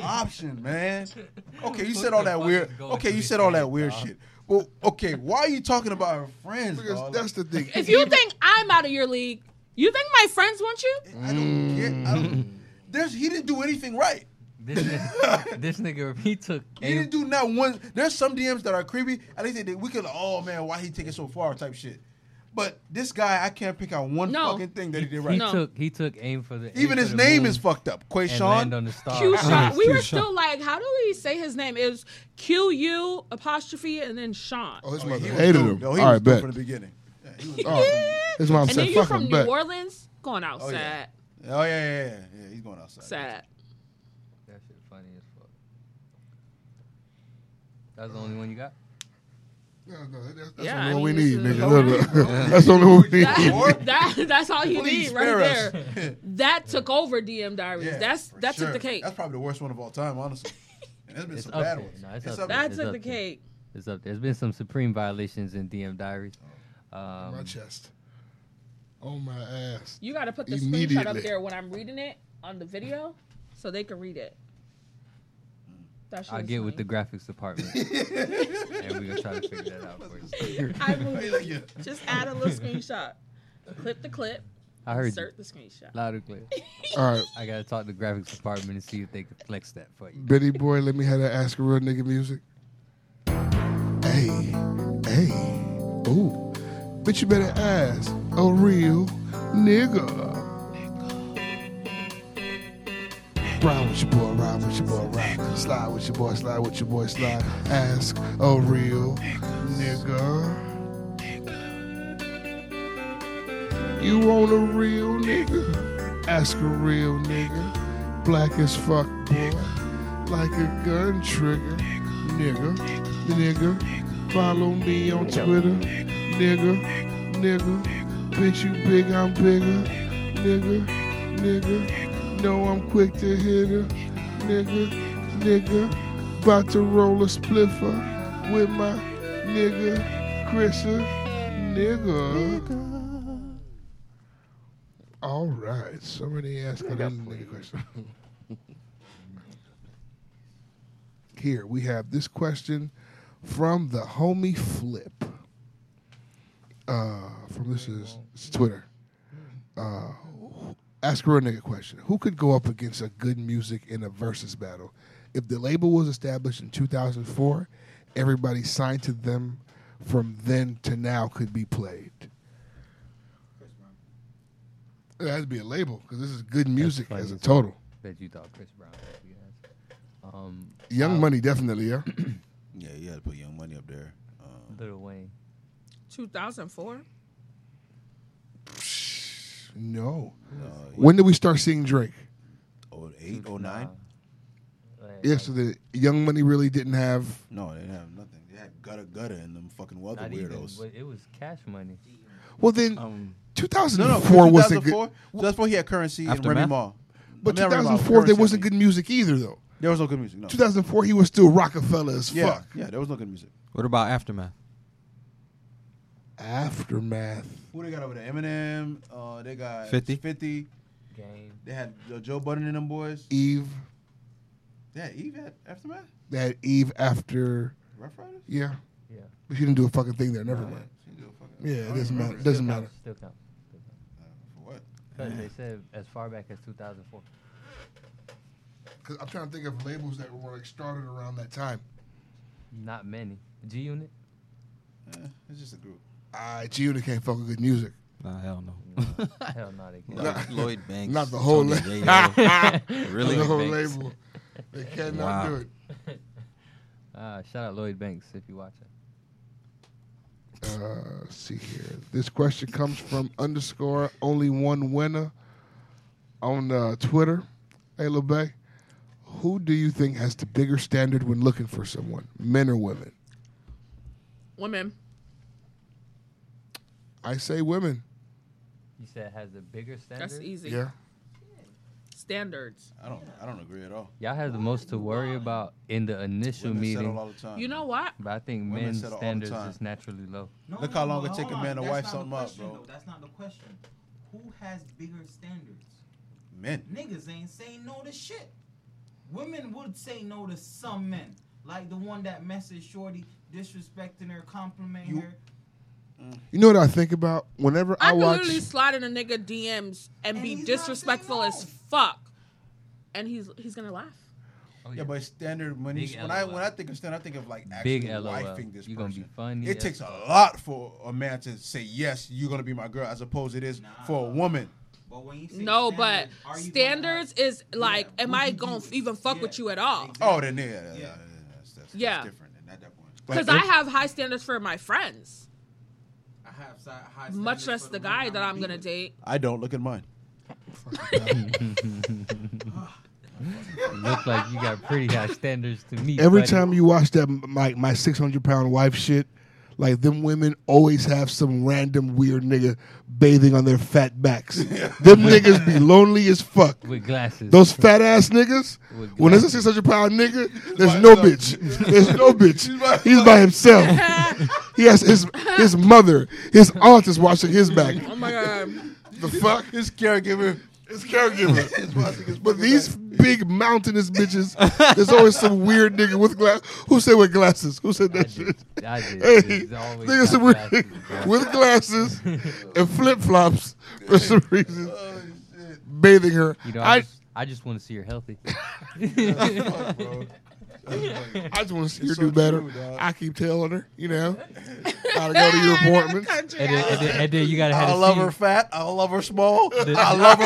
Speaker 7: <laughs>
Speaker 3: option, man? Okay, you
Speaker 7: What
Speaker 3: said all
Speaker 7: the
Speaker 3: that
Speaker 7: fuck
Speaker 3: weird.
Speaker 7: is going
Speaker 3: Okay,
Speaker 7: through
Speaker 3: you
Speaker 7: his
Speaker 3: said all that
Speaker 7: head,
Speaker 3: weird
Speaker 7: dog?
Speaker 3: shit. Well, okay, why are you talking about her friends?
Speaker 1: Because that's the thing.
Speaker 7: If you think I'm out of your league, you think my friends want you?
Speaker 3: I don't get. I
Speaker 2: Mm.
Speaker 3: don't, there's he didn't do anything right.
Speaker 2: This
Speaker 3: <laughs>
Speaker 2: nigga, this nigga he took.
Speaker 3: He didn't do not one. There's some DMs that are creepy. At least they did. We could. Oh man, why he take it so far? Type shit. But this guy, I can't pick out one fucking thing that he did right.
Speaker 2: He took. He took aim for the.
Speaker 3: Even
Speaker 2: aim
Speaker 3: his
Speaker 2: for the
Speaker 3: name
Speaker 2: moon
Speaker 3: is fucked up.
Speaker 2: and
Speaker 3: Quayshawn.
Speaker 2: land on the stars.
Speaker 7: Q Sean. We were still like, how do we say his name? It was Q U apostrophe and then Sean.
Speaker 1: Oh, his
Speaker 3: Oh,
Speaker 1: mother
Speaker 3: he was
Speaker 1: hated
Speaker 3: doomed.
Speaker 1: him.
Speaker 3: No,
Speaker 1: All
Speaker 3: he
Speaker 1: right,
Speaker 3: was doomed
Speaker 1: bet.
Speaker 3: from the beginning.
Speaker 1: His mom
Speaker 7: and
Speaker 1: said,
Speaker 7: then you
Speaker 1: "Fuck
Speaker 7: from
Speaker 1: him."
Speaker 7: New
Speaker 1: Bet.
Speaker 7: Orleans, going
Speaker 3: Oh yeah.
Speaker 7: outside.
Speaker 3: Oh yeah, yeah, yeah. yeah he's going outside.
Speaker 7: Sad.
Speaker 2: That shit funny as fuck. That's the only one you got?
Speaker 1: No, no, that's,
Speaker 7: that's
Speaker 1: Yeah, only I one mean, we this need, is- nigga. Look, look. <laughs> That's only one we
Speaker 7: That, <laughs>
Speaker 1: need.
Speaker 7: that- that's all you
Speaker 3: Please
Speaker 7: need right
Speaker 3: spare us. <laughs>
Speaker 7: there. That took over DM Diaries.
Speaker 3: Yeah,
Speaker 7: that's
Speaker 3: for
Speaker 7: that
Speaker 3: sure.
Speaker 7: took the cake.
Speaker 3: That's probably the worst one of all
Speaker 7: <laughs>
Speaker 3: time, honestly. And there's been
Speaker 2: It's
Speaker 3: some
Speaker 2: up
Speaker 3: bad
Speaker 2: there.
Speaker 3: ones.
Speaker 2: No, it's
Speaker 3: It's
Speaker 2: up
Speaker 3: up
Speaker 2: there.
Speaker 7: That
Speaker 2: It's
Speaker 7: took
Speaker 2: up
Speaker 7: the
Speaker 2: there.
Speaker 7: cake.
Speaker 2: It's up. there. There's been some supreme violations in DM Diaries.
Speaker 1: <laughs>
Speaker 2: Um,
Speaker 1: my chest. On my ass.
Speaker 7: You got to put the screenshot up there when I'm reading it on the video, so they can read it. That shit
Speaker 2: I'll
Speaker 7: is
Speaker 2: get with the
Speaker 7: funny. <laughs>
Speaker 2: graphics department,
Speaker 9: <laughs>
Speaker 2: and we're gonna try to figure that out for you. <laughs>
Speaker 7: I moved. it. Just add a little screenshot. Clip the clip.
Speaker 2: I heard
Speaker 7: Insert the
Speaker 2: you.
Speaker 7: screenshot.
Speaker 2: Loud and
Speaker 7: <laughs>
Speaker 2: clear.
Speaker 1: All right.
Speaker 2: I gotta talk to the graphics department and see if they can flex that for you.
Speaker 1: Benny boy, let me have that ask a real nigga music. Hey, hey, ooh, bitch, you better ask a real nigga. Ride with your boy, ride with your boy, ride. Slide with your boy, slide with your boy, slide. Ask a real nigga. You want a real nigga? Ask a real nigga. Black as fuck, boy. Like a gun trigger. Nigga. Nigga. Follow me on Twitter. Nigga. Nigga. Bitch, you big, I'm bigger. Nigga. Nigga. No, I'm quick to hit her. Nigga. Nigga. About to roll a spliffer with my nigga. Chrissa. Nigga. All right. Somebody asked another nigga question. <laughs> <laughs> Here we have this question from the homie Flip. Uh, from this is it's Twitter. Uh, ask her a nigga question. Who could go up against a good music in a versus battle? If the label was established in 2004, everybody signed to them from then to now could be played. It has to be a label because this is good music
Speaker 2: That's
Speaker 1: as a
Speaker 2: funny
Speaker 1: total.
Speaker 2: That you thought Chris Brown. would be that. Um,
Speaker 1: Young Money definitely, yeah.
Speaker 3: Yeah, you had to put Young Money up there. Um,
Speaker 2: Little Wayne.
Speaker 7: 2004.
Speaker 1: no.
Speaker 3: Uh,
Speaker 1: when did we start seeing Drake?
Speaker 3: oh, 08, oh, 09?
Speaker 1: Yeah, so the Young Money really didn't have.
Speaker 3: No, they didn't have nothing. They had gutter gutter and them fucking other
Speaker 2: Not even,
Speaker 3: weirdos.
Speaker 2: but it was Cash Money. Um,
Speaker 1: Well, then
Speaker 3: no,
Speaker 1: 2004
Speaker 3: Um, no,
Speaker 1: wasn't good.
Speaker 3: 2004, 2004 he had currency and Remy
Speaker 1: Aftermath?
Speaker 3: Ma.
Speaker 1: But
Speaker 3: I mean, not Remy Ma,
Speaker 1: 2004 there
Speaker 3: Currency, I
Speaker 1: wasn't
Speaker 3: mean.
Speaker 1: good music either, though.
Speaker 3: There was no good music. No.
Speaker 1: 2004 he was still Rockefeller as
Speaker 3: yeah,
Speaker 1: fuck.
Speaker 3: Yeah, there was no good music.
Speaker 6: What about Aftermath?
Speaker 1: Aftermath.
Speaker 3: Who they got over there? Eminem. Uh, they got
Speaker 6: 50?
Speaker 3: 50.
Speaker 2: Game.
Speaker 3: They had uh, Joe Budden and them boys.
Speaker 1: Eve.
Speaker 3: They had Eve at Aftermath.
Speaker 1: That Eve after.
Speaker 3: Rough Riders?
Speaker 1: Yeah.
Speaker 2: Yeah.
Speaker 1: But she didn't do a fucking thing there. Never
Speaker 3: Nah,
Speaker 1: mind.
Speaker 3: she didn't do a fucking-
Speaker 1: Yeah,
Speaker 3: I
Speaker 1: it
Speaker 3: don't
Speaker 1: doesn't
Speaker 3: remember
Speaker 1: matter.
Speaker 3: it.
Speaker 1: Doesn't
Speaker 2: Still
Speaker 1: matter.
Speaker 2: count, Still count. Still count.
Speaker 3: For what?
Speaker 2: 'Cause they said as far back as 2004.
Speaker 1: 'Cause I'm trying to think of labels that were like started around that time.
Speaker 2: Not many. G Unit.
Speaker 3: Eh, it's just a group.
Speaker 1: Ah, uh, G Unit can't fuck with good music.
Speaker 6: Nah, hell no. <laughs>
Speaker 2: Hell no, they can't.
Speaker 6: Lloyd- Lloyd Banks,
Speaker 1: <laughs> Not the whole
Speaker 6: Tony
Speaker 1: label. <laughs>
Speaker 6: Yayo. Really?
Speaker 1: Not the whole
Speaker 6: Lloyd Banks.
Speaker 1: label. They cannot
Speaker 6: Wow.
Speaker 1: do it.
Speaker 2: <laughs> Uh, shout out Lloyd Banks if you watch it.
Speaker 1: Uh, let's see here. This question comes from underscore only one winner on uh, Twitter. Hey, Lil Bay, who do you think has the bigger standard when looking for someone, men or women?
Speaker 7: Women.
Speaker 1: I say women.
Speaker 2: You said it has a bigger standard.
Speaker 7: That's easy.
Speaker 1: Yeah.
Speaker 7: Standards.
Speaker 3: I don't. I don't agree at all.
Speaker 2: Y'all have the most to worry about in the initial
Speaker 3: Women settle
Speaker 2: meeting.
Speaker 3: all the time.
Speaker 7: You know what?
Speaker 2: But I think
Speaker 3: Women
Speaker 2: men's
Speaker 3: settle all the
Speaker 2: standards
Speaker 3: time.
Speaker 2: is naturally low.
Speaker 3: Look how long it
Speaker 9: hold
Speaker 3: take a
Speaker 9: on.
Speaker 3: man to
Speaker 9: That's not
Speaker 3: wife
Speaker 9: the
Speaker 3: something up,
Speaker 9: question,
Speaker 3: bro.
Speaker 9: though. That's not the question. Who has bigger standards?
Speaker 3: Men.
Speaker 9: Niggas ain't saying no to shit. Women would say no to some men, like the one that messaged Shorty, disrespecting her, complimenting her.
Speaker 1: You know what I think about whenever I,
Speaker 7: I, could
Speaker 1: watch.
Speaker 7: literally slide in a nigga DMs and, be disrespectful as fuck, and he's he's gonna laugh.
Speaker 3: yeah. but standard when
Speaker 2: Oh, Big
Speaker 3: you- when I
Speaker 2: LOL.
Speaker 3: when I think of standard, I think of like actually
Speaker 2: Big LOL.
Speaker 3: wifing this
Speaker 2: You gonna
Speaker 3: person.
Speaker 2: be funny
Speaker 3: It
Speaker 2: as
Speaker 3: takes a
Speaker 2: fuck.
Speaker 3: lot for a man to say yes, you're gonna be my girl, as opposed it is for a woman.
Speaker 9: But when you say
Speaker 7: No,
Speaker 9: standards,
Speaker 7: but
Speaker 9: are you
Speaker 7: standards is like, am I gonna f- even fuck with you at all?
Speaker 3: Oh, then yeah, yeah, yeah, yeah, that's, that's,
Speaker 7: Yeah.
Speaker 3: that's different. And at that point,
Speaker 7: Because I have high standards for my friends,
Speaker 9: I have si- high
Speaker 7: much less the
Speaker 3: <laughs>
Speaker 7: guy that I'm gonna date.
Speaker 3: I don't look at mine.
Speaker 2: <laughs>
Speaker 9: <laughs>
Speaker 2: Look like you got pretty high standards to meet.
Speaker 1: Every
Speaker 2: buddy.
Speaker 1: time you watch that, m- my my six hundred pound wife shit, like them women always have some random weird nigga bathing on their fat <laughs> backs. them niggas be lonely as fuck.
Speaker 2: With glasses.
Speaker 1: Those fat ass niggas.
Speaker 2: With
Speaker 1: When there's a six hundred pound nigga, there's no bitch. There's <laughs> no bitch. He's by himself. <laughs> he has his his mother, his aunt is watching his back.
Speaker 7: Oh my god.
Speaker 1: The fuck?
Speaker 8: His caregiver.
Speaker 1: His caregiver. but these big mountainous bitches, there's always some weird nigga with glass. Who said with glasses? Who said that shit?
Speaker 2: I did.
Speaker 1: Hey,
Speaker 2: There's always
Speaker 1: niggas
Speaker 2: got
Speaker 1: some weird
Speaker 2: glasses,
Speaker 1: <laughs>
Speaker 2: bro.
Speaker 1: with glasses and flip flops
Speaker 2: <laughs>
Speaker 1: for some reason. Bathing her.
Speaker 2: Oh, You know, I,
Speaker 1: I,
Speaker 2: just, <laughs> I just want to see her
Speaker 3: <laughs>
Speaker 2: healthy.
Speaker 1: I just want to see her
Speaker 2: It's
Speaker 1: do
Speaker 2: so
Speaker 1: better.
Speaker 2: true, dog.
Speaker 1: I keep telling her, you
Speaker 2: <laughs>
Speaker 1: know, gotta go to your appointments.
Speaker 8: And
Speaker 2: then- and then- and then you gotta
Speaker 8: <laughs>
Speaker 2: have
Speaker 8: I
Speaker 2: a
Speaker 8: love
Speaker 2: scene.
Speaker 8: her fat. I love her small.
Speaker 2: The-
Speaker 8: I love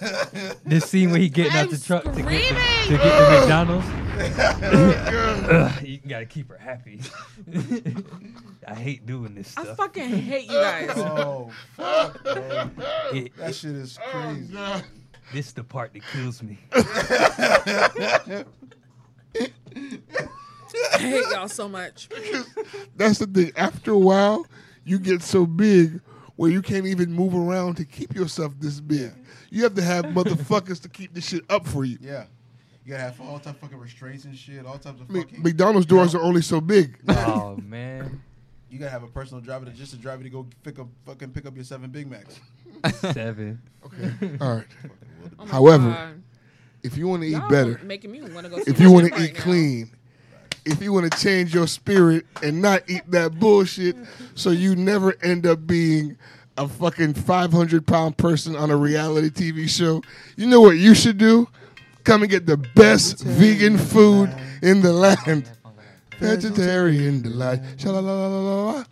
Speaker 8: her all. <laughs>
Speaker 2: this scene where he getting out the truck to get the, to
Speaker 8: screaming.
Speaker 2: get the <laughs> McDonald's.
Speaker 3: <laughs>
Speaker 2: <laughs>
Speaker 8: Ugh.
Speaker 2: you gotta keep her happy. <laughs> I hate doing this
Speaker 7: I
Speaker 2: stuff.
Speaker 7: fucking
Speaker 2: <laughs>
Speaker 7: hate you guys.
Speaker 8: Oh, fuck,
Speaker 7: <laughs>
Speaker 8: bro.
Speaker 2: It-
Speaker 8: That
Speaker 2: it-
Speaker 8: shit is crazy.
Speaker 2: This the part that kills me.
Speaker 7: I hate y'all so much.
Speaker 1: That's the thing. After a while, you get so big where you can't even move around to keep yourself this big. You have to have motherfuckers to keep this shit up for you.
Speaker 8: Yeah. You gotta have all type of fucking restraints and shit, all types of
Speaker 1: I mean,
Speaker 8: fucking.
Speaker 1: McDonald's doors are only so big. <laughs>
Speaker 2: oh man,
Speaker 8: You gotta have a personal driver to just to drive you to go pick up fucking pick up your seven Big Macs.
Speaker 2: seven.
Speaker 8: <laughs> Okay.
Speaker 1: <laughs> All right.
Speaker 7: Oh my
Speaker 1: However,
Speaker 7: God.
Speaker 1: if you want to eat
Speaker 7: Y'all
Speaker 1: better,
Speaker 7: making me wanna go
Speaker 1: if
Speaker 7: see
Speaker 1: you
Speaker 7: my
Speaker 1: want
Speaker 7: gym
Speaker 1: to
Speaker 7: right
Speaker 1: eat
Speaker 7: now.
Speaker 1: clean, if you want to change your spirit and not eat that bullshit, so you never end up being a fucking 500 pound person on a reality TV show, you know what you should do? Come and get the best vegan food in the land. Vegetarian delight. Sha-la-la-la-la-la.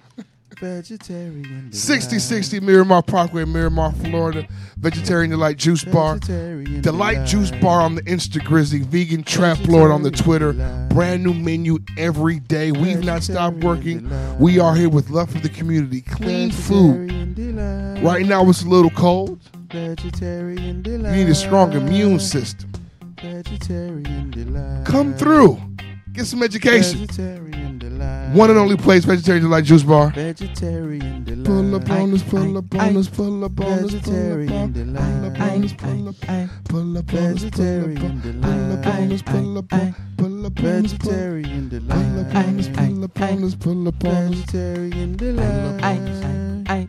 Speaker 8: Vegetarian.
Speaker 1: 6060 Miramar Parkway, Miramar, Florida. Vegetarian Delight Juice Bar.
Speaker 8: Vegetarian
Speaker 1: Delight Juice Bar on the Insta Grizzly. Vegan Trap Lord on the Twitter. Brand new menu every day. We've not stopped working. We are here with love for the community. Clean food. Right now it's a little cold.
Speaker 8: Vegetarian
Speaker 1: You need a strong immune system.
Speaker 8: Vegetarian delight.
Speaker 1: Come through. Get some education. One and only place, Vegetarian Delight Juice Bar.
Speaker 8: Vegetarian delight.
Speaker 1: Pull up on us, pull up on us, pull up on us, pull up on us. Pull up on us, pull up on us, pull up on us, pull up on us,
Speaker 8: Vegetarian
Speaker 1: pull up on us, pull up on us, pull up on us,
Speaker 8: Vegetarian
Speaker 1: delight.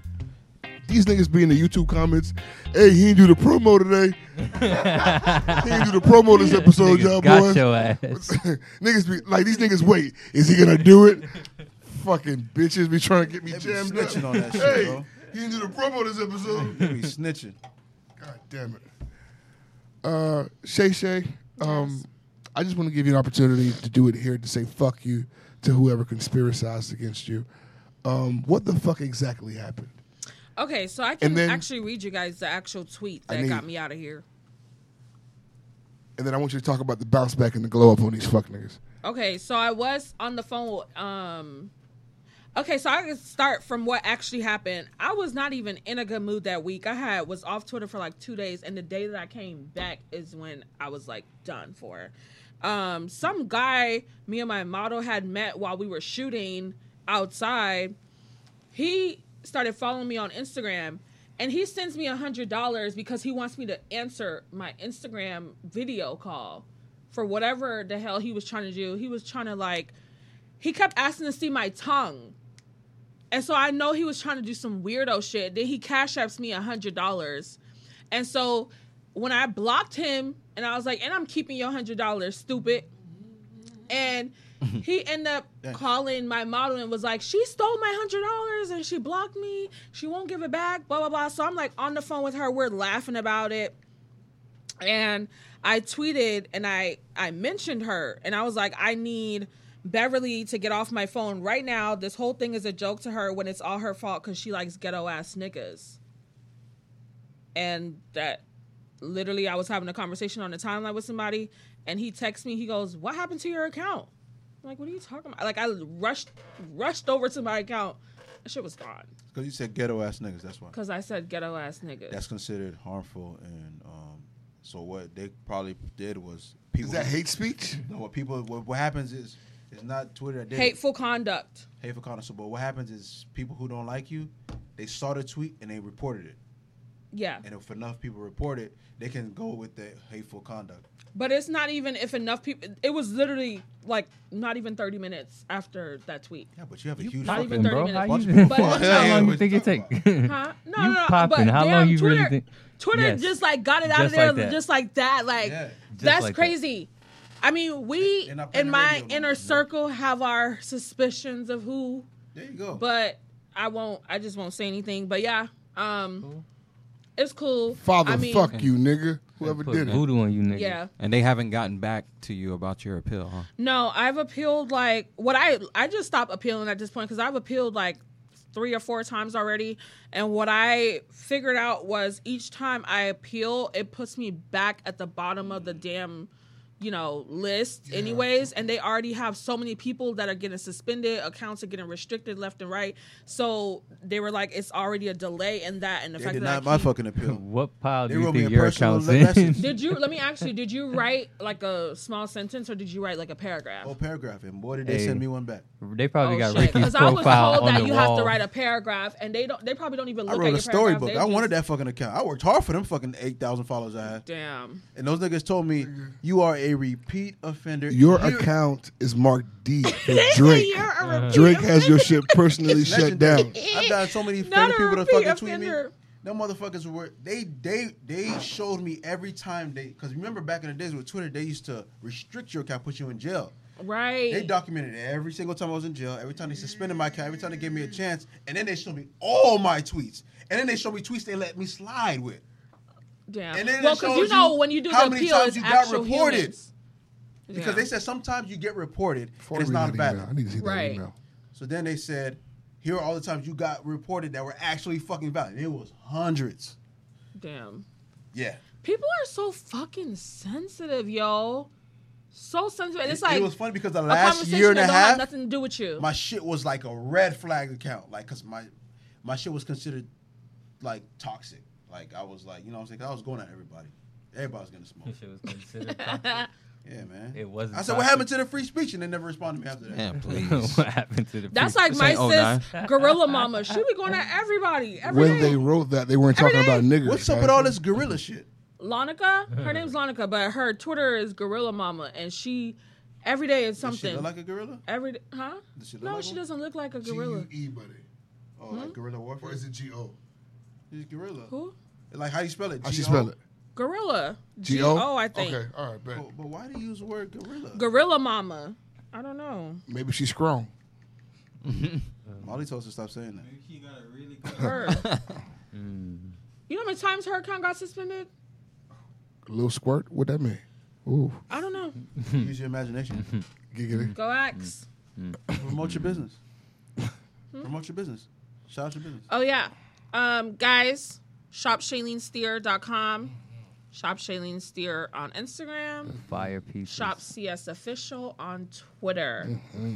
Speaker 1: These niggas be in the YouTube comments. Hey, he didn't do the promo
Speaker 2: <laughs>
Speaker 1: today. he didn't do the promo this episode,
Speaker 2: Niggas
Speaker 1: y'all
Speaker 2: got
Speaker 1: boys.
Speaker 2: your ass.
Speaker 1: <laughs> niggas be like, these niggas wait. Is he gonna do it?
Speaker 8: <laughs>
Speaker 1: Fucking bitches be trying to get me jammed
Speaker 8: snitching
Speaker 1: up.
Speaker 8: on that shit,
Speaker 1: hey,
Speaker 8: bro.
Speaker 1: he didn't do the promo
Speaker 8: <laughs>
Speaker 1: this episode.
Speaker 8: They be snitching.
Speaker 1: God damn it. Uh, Shay Shay, um, I just want to give you an opportunity to do it here to say fuck you to whoever conspiracized against you. Um, what the fuck exactly happened?
Speaker 7: Okay, so I can
Speaker 1: then-
Speaker 7: actually read you guys the actual tweet
Speaker 1: I
Speaker 7: that
Speaker 1: need-
Speaker 7: got me out of here.
Speaker 1: And then I want you to talk about the bounce back and the glow up on these fuck niggas.
Speaker 7: Okay, so I was on the phone. with, Um, okay, so I can start from what actually happened. I was not even in a good mood that week. I had was off Twitter for like two days, and the day that I came back is when I was like done for. Um, some guy me and my model had met while we were shooting outside. He started following me on Instagram. And he sends me a hundred dollars because he wants me to answer my Instagram video call for whatever the hell he was trying to do. He was trying to like, he kept asking to see my tongue. And so I know he was trying to do some weirdo shit. Then he cash apps me a hundred dollars. And so when I blocked him and I was like, and I'm keeping your hundred dollars, stupid. And he ended up
Speaker 8: Thanks.
Speaker 7: calling my model and was like, she stole my hundred dollars and she blocked me. She won't give it back, blah, blah, blah. So I'm like on the phone with her. We're laughing about it and I tweeted and I I mentioned her and I was like I need Beverly to get off my phone right now. This whole thing is a joke to her when it's all her fault cuz she likes ghetto ass niggas. And that literally I was having a conversation on the timeline with somebody and he texts me he goes, "What happened to your account?" I'm like, "What are you talking about?" Like I rushed rushed over to my account. That shit was gone
Speaker 8: Because you said ghetto ass niggas, that's why.
Speaker 7: cuz I said ghetto ass niggas.
Speaker 8: That's considered harmful and um,
Speaker 3: So what they probably did was people.
Speaker 1: that hate speech?
Speaker 3: No, what people what, what happens is it's not Twitter that did it.
Speaker 7: Hateful conduct.
Speaker 3: hateful conduct. So, but what happens is people who don't like you, they saw the tweet and they reported it.
Speaker 7: Yeah.
Speaker 3: And if enough people report it, they can go with the hateful conduct.
Speaker 7: But it's not even if enough people. It was literally like not even thirty minutes after that tweet.
Speaker 3: Yeah, but you have a huge
Speaker 7: not
Speaker 3: fucking
Speaker 7: even thirty
Speaker 3: bro.
Speaker 7: minutes.
Speaker 3: How you-
Speaker 7: But
Speaker 2: <laughs> how
Speaker 7: no,
Speaker 2: long you think it take?
Speaker 7: huh?
Speaker 2: <laughs>
Speaker 7: No,
Speaker 2: you
Speaker 7: no, no.
Speaker 2: popping.
Speaker 7: But
Speaker 2: How
Speaker 7: damn,
Speaker 2: long you
Speaker 7: Twitter,
Speaker 2: really think?
Speaker 7: Twitter
Speaker 2: Yes.
Speaker 7: just like got it out
Speaker 2: Just
Speaker 7: of there
Speaker 2: like that.
Speaker 7: just like that. Like
Speaker 2: just
Speaker 7: that's
Speaker 2: like that.
Speaker 7: crazy. I mean, we in my inner circle have our suspicions of who.
Speaker 3: There you go.
Speaker 7: But I won't. I just won't say anything. But yeah, um, it's cool.
Speaker 1: Father,
Speaker 7: I mean,
Speaker 1: fuck you, nigga. Whoever
Speaker 6: Put
Speaker 1: did it.
Speaker 6: voodoo on you, nigga.
Speaker 7: Yeah.
Speaker 6: And they haven't gotten back to you about your appeal, huh?
Speaker 7: No, I've appealed like what I I just stopped appealing at this point because I've appealed like three or four times already, and what I figured out was each time I appeal, it puts me back at the bottom of the damn you know list anyways and they already have so many people that are getting suspended accounts are getting restricted left and right so they were like it's already a delay in that and the
Speaker 3: They
Speaker 7: fact
Speaker 3: did
Speaker 7: that I
Speaker 3: not my fucking
Speaker 2: <laughs>
Speaker 3: appeal.
Speaker 2: What pile
Speaker 3: They
Speaker 2: do you
Speaker 3: wrote me
Speaker 2: think
Speaker 3: a
Speaker 2: your
Speaker 3: personal
Speaker 2: account's
Speaker 3: message.
Speaker 2: in?
Speaker 7: Did you let me ask you, did you write like a small sentence or did you write like a paragraph?
Speaker 3: Oh, paragraph. And boy, did they send me one back.
Speaker 2: They
Speaker 7: Oh,
Speaker 2: probably got
Speaker 3: shit.
Speaker 2: Ricky's
Speaker 7: Because I was
Speaker 2: profile
Speaker 7: told
Speaker 2: on
Speaker 7: that
Speaker 2: the
Speaker 7: you
Speaker 2: wall.
Speaker 7: have to write a paragraph and they don't they probably don't even
Speaker 3: I
Speaker 7: look at
Speaker 3: wrote
Speaker 7: your
Speaker 3: a
Speaker 7: paragraph.
Speaker 3: storybook.
Speaker 7: They
Speaker 3: I
Speaker 7: just-
Speaker 3: wanted that fucking account. I worked hard for them fucking 8,000 followers I had.
Speaker 7: Damn.
Speaker 3: And those niggas told me, you are a repeat offender.
Speaker 1: Your
Speaker 3: You-
Speaker 1: account is marked
Speaker 3: <laughs>
Speaker 1: D. for
Speaker 3: They say
Speaker 1: Drake.
Speaker 3: <laughs> you're
Speaker 7: Uh-huh.
Speaker 3: a repeat
Speaker 1: Drake has your shit personally
Speaker 3: <laughs> It's
Speaker 1: shut
Speaker 3: legendary.
Speaker 1: down.
Speaker 3: I've got so
Speaker 7: <laughs>
Speaker 3: many
Speaker 7: Not
Speaker 3: famous
Speaker 7: a
Speaker 3: people that
Speaker 7: repeat
Speaker 3: fucking tweet me.
Speaker 7: offender.
Speaker 3: Them motherfuckers were they they they showed me every time they because remember back in the days with Twitter they used to restrict your account, put you in jail.
Speaker 7: Right.
Speaker 3: They documented every single time I was in jail, every time they suspended my account, every time they gave me a chance, and then they showed me all my tweets, and then they showed me tweets they let me slide with.
Speaker 7: Damn.
Speaker 3: And then
Speaker 7: well,
Speaker 3: it
Speaker 7: because
Speaker 3: shows
Speaker 7: you know when you do
Speaker 3: how
Speaker 7: the
Speaker 3: many
Speaker 7: appeal,
Speaker 3: times
Speaker 7: it's
Speaker 3: you got
Speaker 7: actual
Speaker 3: reported.
Speaker 7: humans.
Speaker 3: Because
Speaker 7: Yeah.
Speaker 3: they said sometimes you get reported and
Speaker 1: read
Speaker 3: it's not
Speaker 1: that
Speaker 3: bad.
Speaker 1: email. I need to see that Right. email.
Speaker 3: So then they said, here are all the times you got reported that were actually fucking valid. And it was hundreds.
Speaker 7: Damn.
Speaker 3: Yeah.
Speaker 7: People are so fucking sensitive, yo. So sensitive. And it's
Speaker 3: It-
Speaker 7: like
Speaker 3: it was funny because the
Speaker 7: a
Speaker 3: last
Speaker 7: conversation
Speaker 3: year and
Speaker 7: that
Speaker 3: a
Speaker 7: don't have
Speaker 3: half,
Speaker 7: nothing to do with you.
Speaker 3: My shit was like a red flag account, like because my my shit was considered like toxic. Like I was like, you know, what I'm saying 'Cause I was going at everybody. Everybody was gonna smoke.
Speaker 2: shit was considered toxic.
Speaker 3: Yeah, man.
Speaker 2: It wasn't
Speaker 3: I said, what
Speaker 2: toxic.
Speaker 3: happened to the free speech? And they never responded to me after
Speaker 2: <laughs>
Speaker 3: that.
Speaker 6: Man, please.
Speaker 2: What happened to the
Speaker 7: <laughs> That's like my
Speaker 2: oh,
Speaker 7: sis, Gorilla Mama. She be going at everybody. Every
Speaker 1: When they wrote that, they weren't <laughs> talking about niggers.
Speaker 3: What's up
Speaker 1: man.
Speaker 3: with all this gorilla shit?
Speaker 7: Lonica. Her name's Lonica, but her Twitter is Gorilla Mama, and she every day is something.
Speaker 3: look like a gorilla?
Speaker 7: Every d- huh?
Speaker 3: Does she look
Speaker 7: no,
Speaker 3: like
Speaker 7: she
Speaker 3: one?
Speaker 7: doesn't look like a gorilla.
Speaker 1: G-U-E, E, buddy.
Speaker 3: Oh,
Speaker 9: Hmm?
Speaker 3: like gorilla warfare? Or
Speaker 1: is it G-O?
Speaker 3: It's gorilla.
Speaker 7: Who?
Speaker 3: Like how you spell it?
Speaker 1: How she spell it?
Speaker 7: Gorilla.
Speaker 1: G-O?
Speaker 7: G-O, I think.
Speaker 1: Okay, all right, bet.
Speaker 3: But, but why do you use the word gorilla?
Speaker 7: Gorilla Mama. I don't
Speaker 1: <laughs>
Speaker 7: know.
Speaker 1: Maybe she's strong.
Speaker 3: <laughs> Molly told us to stop saying that.
Speaker 9: He got a
Speaker 3: <laughs>
Speaker 9: really
Speaker 7: Her. you know how many times her account got suspended?
Speaker 1: Little squirt? What that mean? Ooh.
Speaker 7: I don't know.
Speaker 1: <laughs>
Speaker 3: Use your imagination.
Speaker 1: Giggity.
Speaker 7: Go axe.
Speaker 2: Mm.
Speaker 3: Promote your business.
Speaker 1: <laughs> Hmm?
Speaker 3: Promote your business. Shout out your business.
Speaker 7: Oh yeah, um, guys, shopshalenesteer.com, shop Shailene Steer on Instagram,
Speaker 2: Fire pieces.
Speaker 7: shop CS official on Twitter.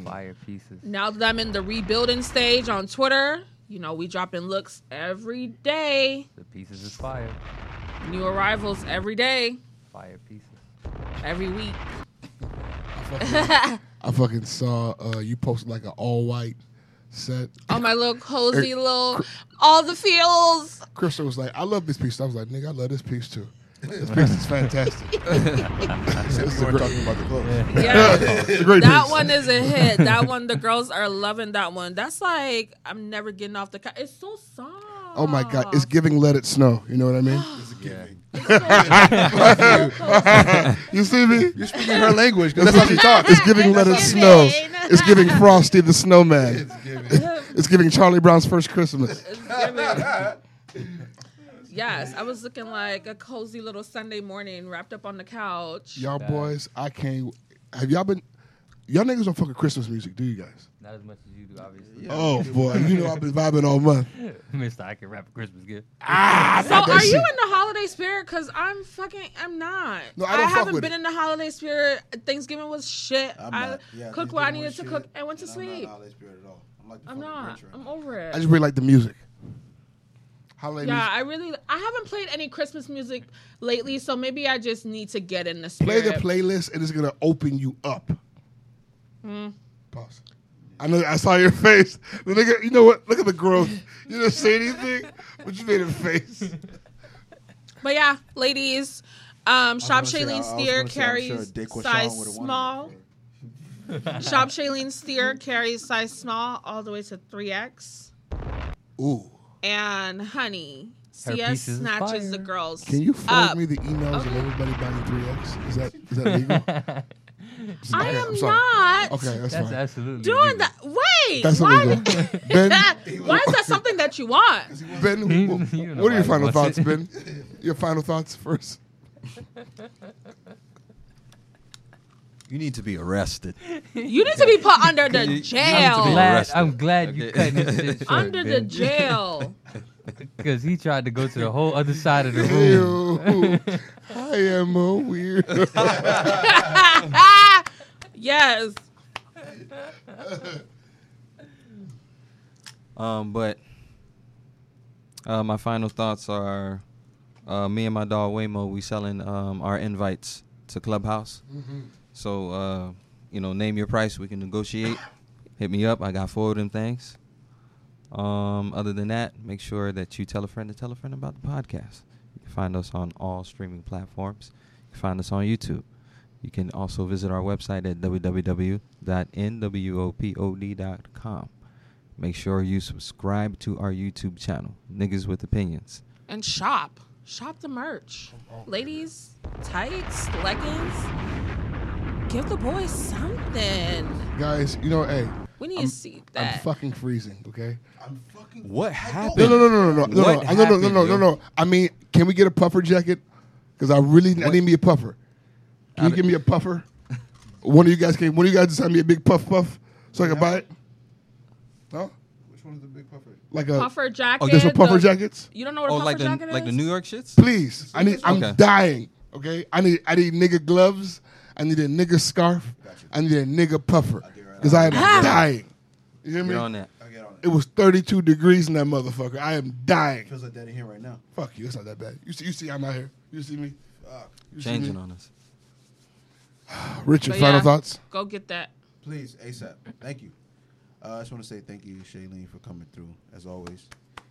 Speaker 2: Fire pieces.
Speaker 7: Now that I'm in the rebuilding stage on Twitter, you know, we dropping looks every day.
Speaker 2: The pieces is fire.
Speaker 7: New arrivals every day,
Speaker 2: Fire pieces.
Speaker 7: every week.
Speaker 1: I fucking saw uh, you posted like an all white set.
Speaker 7: on my little cozy
Speaker 1: Er,
Speaker 7: little, all the feels.
Speaker 1: Crystal was like, I love this piece. I was like, nigga, I love this piece too. This piece is
Speaker 7: <laughs>
Speaker 1: fantastic.
Speaker 3: Except you weren't talking about the clothes.
Speaker 7: Yeah.
Speaker 1: <laughs> It's a great
Speaker 7: that
Speaker 1: piece.
Speaker 7: one is a hit.
Speaker 1: <laughs>
Speaker 7: That one, the girls are loving that one. That's like I'm never getting off the. Ca- it's so soft.
Speaker 1: Oh my god, it's giving let it snow. You know what
Speaker 7: <gasps>
Speaker 1: I mean?
Speaker 7: Yeah.
Speaker 1: <laughs> you see me?
Speaker 3: You're speaking her language, 'cause that's how she
Speaker 1: talks.
Speaker 3: talks.
Speaker 1: It's giving let it snow. It's giving Frosty the Snowman.
Speaker 3: It's
Speaker 1: It's, giving Charlie Brown's first Christmas. <laughs>
Speaker 7: yes, I was looking like a cozy little Sunday morning, wrapped up on the couch.
Speaker 1: Y'all boys, I can't. Have y'all been? Y'all niggas don't fuck with Christmas music, do you guys?
Speaker 2: Not as much as you do, obviously.
Speaker 1: Oh boy, you know I've been vibing all month.
Speaker 2: Mister, I can wrap a Christmas gift.
Speaker 1: Ah,
Speaker 7: So are you in the holiday spirit? Cause I'm fucking, I'm not.
Speaker 1: No, I don't fuck
Speaker 7: haven't
Speaker 1: with
Speaker 7: been in the holiday spirit. Thanksgiving was shit.
Speaker 3: I'm
Speaker 7: I
Speaker 3: not. Yeah,
Speaker 7: cooked what I
Speaker 3: Thanksgiving
Speaker 7: needed
Speaker 3: was
Speaker 7: to
Speaker 3: shit,
Speaker 7: cook and went to
Speaker 3: and I'm not in
Speaker 7: sleep.
Speaker 3: the holiday spirit at all. I'm like the
Speaker 7: I'm
Speaker 3: fucking
Speaker 7: not.
Speaker 3: Grinch right
Speaker 7: I'm over it.
Speaker 1: I just really like the music. Holiday
Speaker 7: yeah,
Speaker 1: music.
Speaker 7: I really I haven't played any Christmas music lately, so maybe I just need to get in the
Speaker 1: Play
Speaker 7: spirit.
Speaker 1: the playlist and it's gonna open you up.
Speaker 7: Mm.
Speaker 1: Pause. I know I saw your face. The nigga, you know what? Look at the growth. You didn't say anything, but you made a face.
Speaker 7: But yeah, ladies, um, Shop
Speaker 1: gonna say- I- I
Speaker 7: Shailene
Speaker 1: was
Speaker 7: Steer
Speaker 1: gonna say, I'm sure
Speaker 7: carries
Speaker 1: Daquan
Speaker 7: size
Speaker 1: would've wanted
Speaker 7: small. Shop
Speaker 3: <laughs>
Speaker 7: Shailene Steer carries size small all the way to 3X.
Speaker 1: Ooh.
Speaker 7: And honey,
Speaker 1: Her
Speaker 7: CS
Speaker 1: pieces is
Speaker 7: snatches the girls.
Speaker 1: Can you forward
Speaker 7: up.
Speaker 1: me the emails of everybody buying 3X? Is that is
Speaker 7: <laughs>
Speaker 1: that legal? Is it-
Speaker 7: I
Speaker 1: okay,
Speaker 7: am
Speaker 1: I'm sorry.
Speaker 7: not.
Speaker 1: Okay, that's, fine.
Speaker 7: doing that. Wait,
Speaker 1: That's
Speaker 7: why?
Speaker 1: illegal.
Speaker 7: <laughs> did-
Speaker 1: <laughs> Ben-
Speaker 7: why is that something that you want?
Speaker 1: Ben, wh- what
Speaker 8: why
Speaker 1: are your
Speaker 8: he
Speaker 1: final
Speaker 8: wants
Speaker 1: thoughts,
Speaker 8: it.
Speaker 1: Ben? Your final thoughts first.
Speaker 6: You need to be arrested.
Speaker 7: You need to be put under the
Speaker 6: I'm
Speaker 7: jail.
Speaker 2: glad- I'm glad you cut his <laughs> shit short,
Speaker 7: Under the
Speaker 2: Ben. <laughs>
Speaker 7: jail.
Speaker 2: Because he tried to go to the whole other side of the room.
Speaker 8: <laughs>
Speaker 2: <laughs>
Speaker 1: I am a weirdo. <laughs>
Speaker 7: <laughs> yes.
Speaker 6: Um, but uh, my final thoughts are: uh, me and my dog Waymo, we selling um, our invites to Clubhouse.
Speaker 8: Mhm.
Speaker 6: So uh, you know, name your price. We can negotiate. Hit me up. I got four of them things. Um, other than that, make sure that you tell a friend to tell a friend about the podcast. You can find us on all streaming platforms. You can find us on YouTube. You can also visit our website at www.nwopod.com. Make sure you subscribe to our YouTube channel, Niggas with Opinions.
Speaker 7: And shop. Shop the merch. Ladies, tights, leggings. Give the boys something.
Speaker 1: Guys, you know, hey.
Speaker 7: We need to
Speaker 1: I'm-
Speaker 7: see that.
Speaker 1: I'm fucking freezing, okay? I'm fucking What
Speaker 6: happened?
Speaker 1: No, no, no, no, no, no, no,
Speaker 6: What
Speaker 1: no, no, no, no,
Speaker 6: happened,
Speaker 1: no, no,
Speaker 6: yo?
Speaker 1: no. I mean, can we get a puffer jacket? Because I really, I need me a puffer. Can you give me a puffer? one of you guys can, one of you guys design me a big puff puff so I can buy it? No?
Speaker 3: Which one is the big puffer?
Speaker 1: Like a
Speaker 7: Puffer jacket,
Speaker 1: Oh, there's some puffer
Speaker 7: the-
Speaker 1: jackets?
Speaker 7: You don't know what a
Speaker 6: oh,
Speaker 7: puffer
Speaker 6: like the
Speaker 7: jacket is?
Speaker 6: like the New York shits?
Speaker 1: Please. I need
Speaker 6: Okay.
Speaker 1: I'm dying. Okay? I need I need nigga gloves. I need a nigga scarf. I need a nigga puffer. Because I am dying. You hear me?
Speaker 6: Get on that.
Speaker 1: It was 32 degrees in that motherfucker. I am dying.
Speaker 3: Feels like that in here right now.
Speaker 1: Fuck you. It's not that bad. You see, you see I'm out here. You see me? You see
Speaker 6: Changing
Speaker 1: me?
Speaker 6: on us.
Speaker 1: <sighs> Richard,
Speaker 9: Oh,
Speaker 3: But
Speaker 1: final
Speaker 3: yeah.
Speaker 1: thoughts?
Speaker 7: Go get that.
Speaker 3: Please, ASAP. Thank you. Uh, I just want to say thank you, Shailene, for coming through. As always,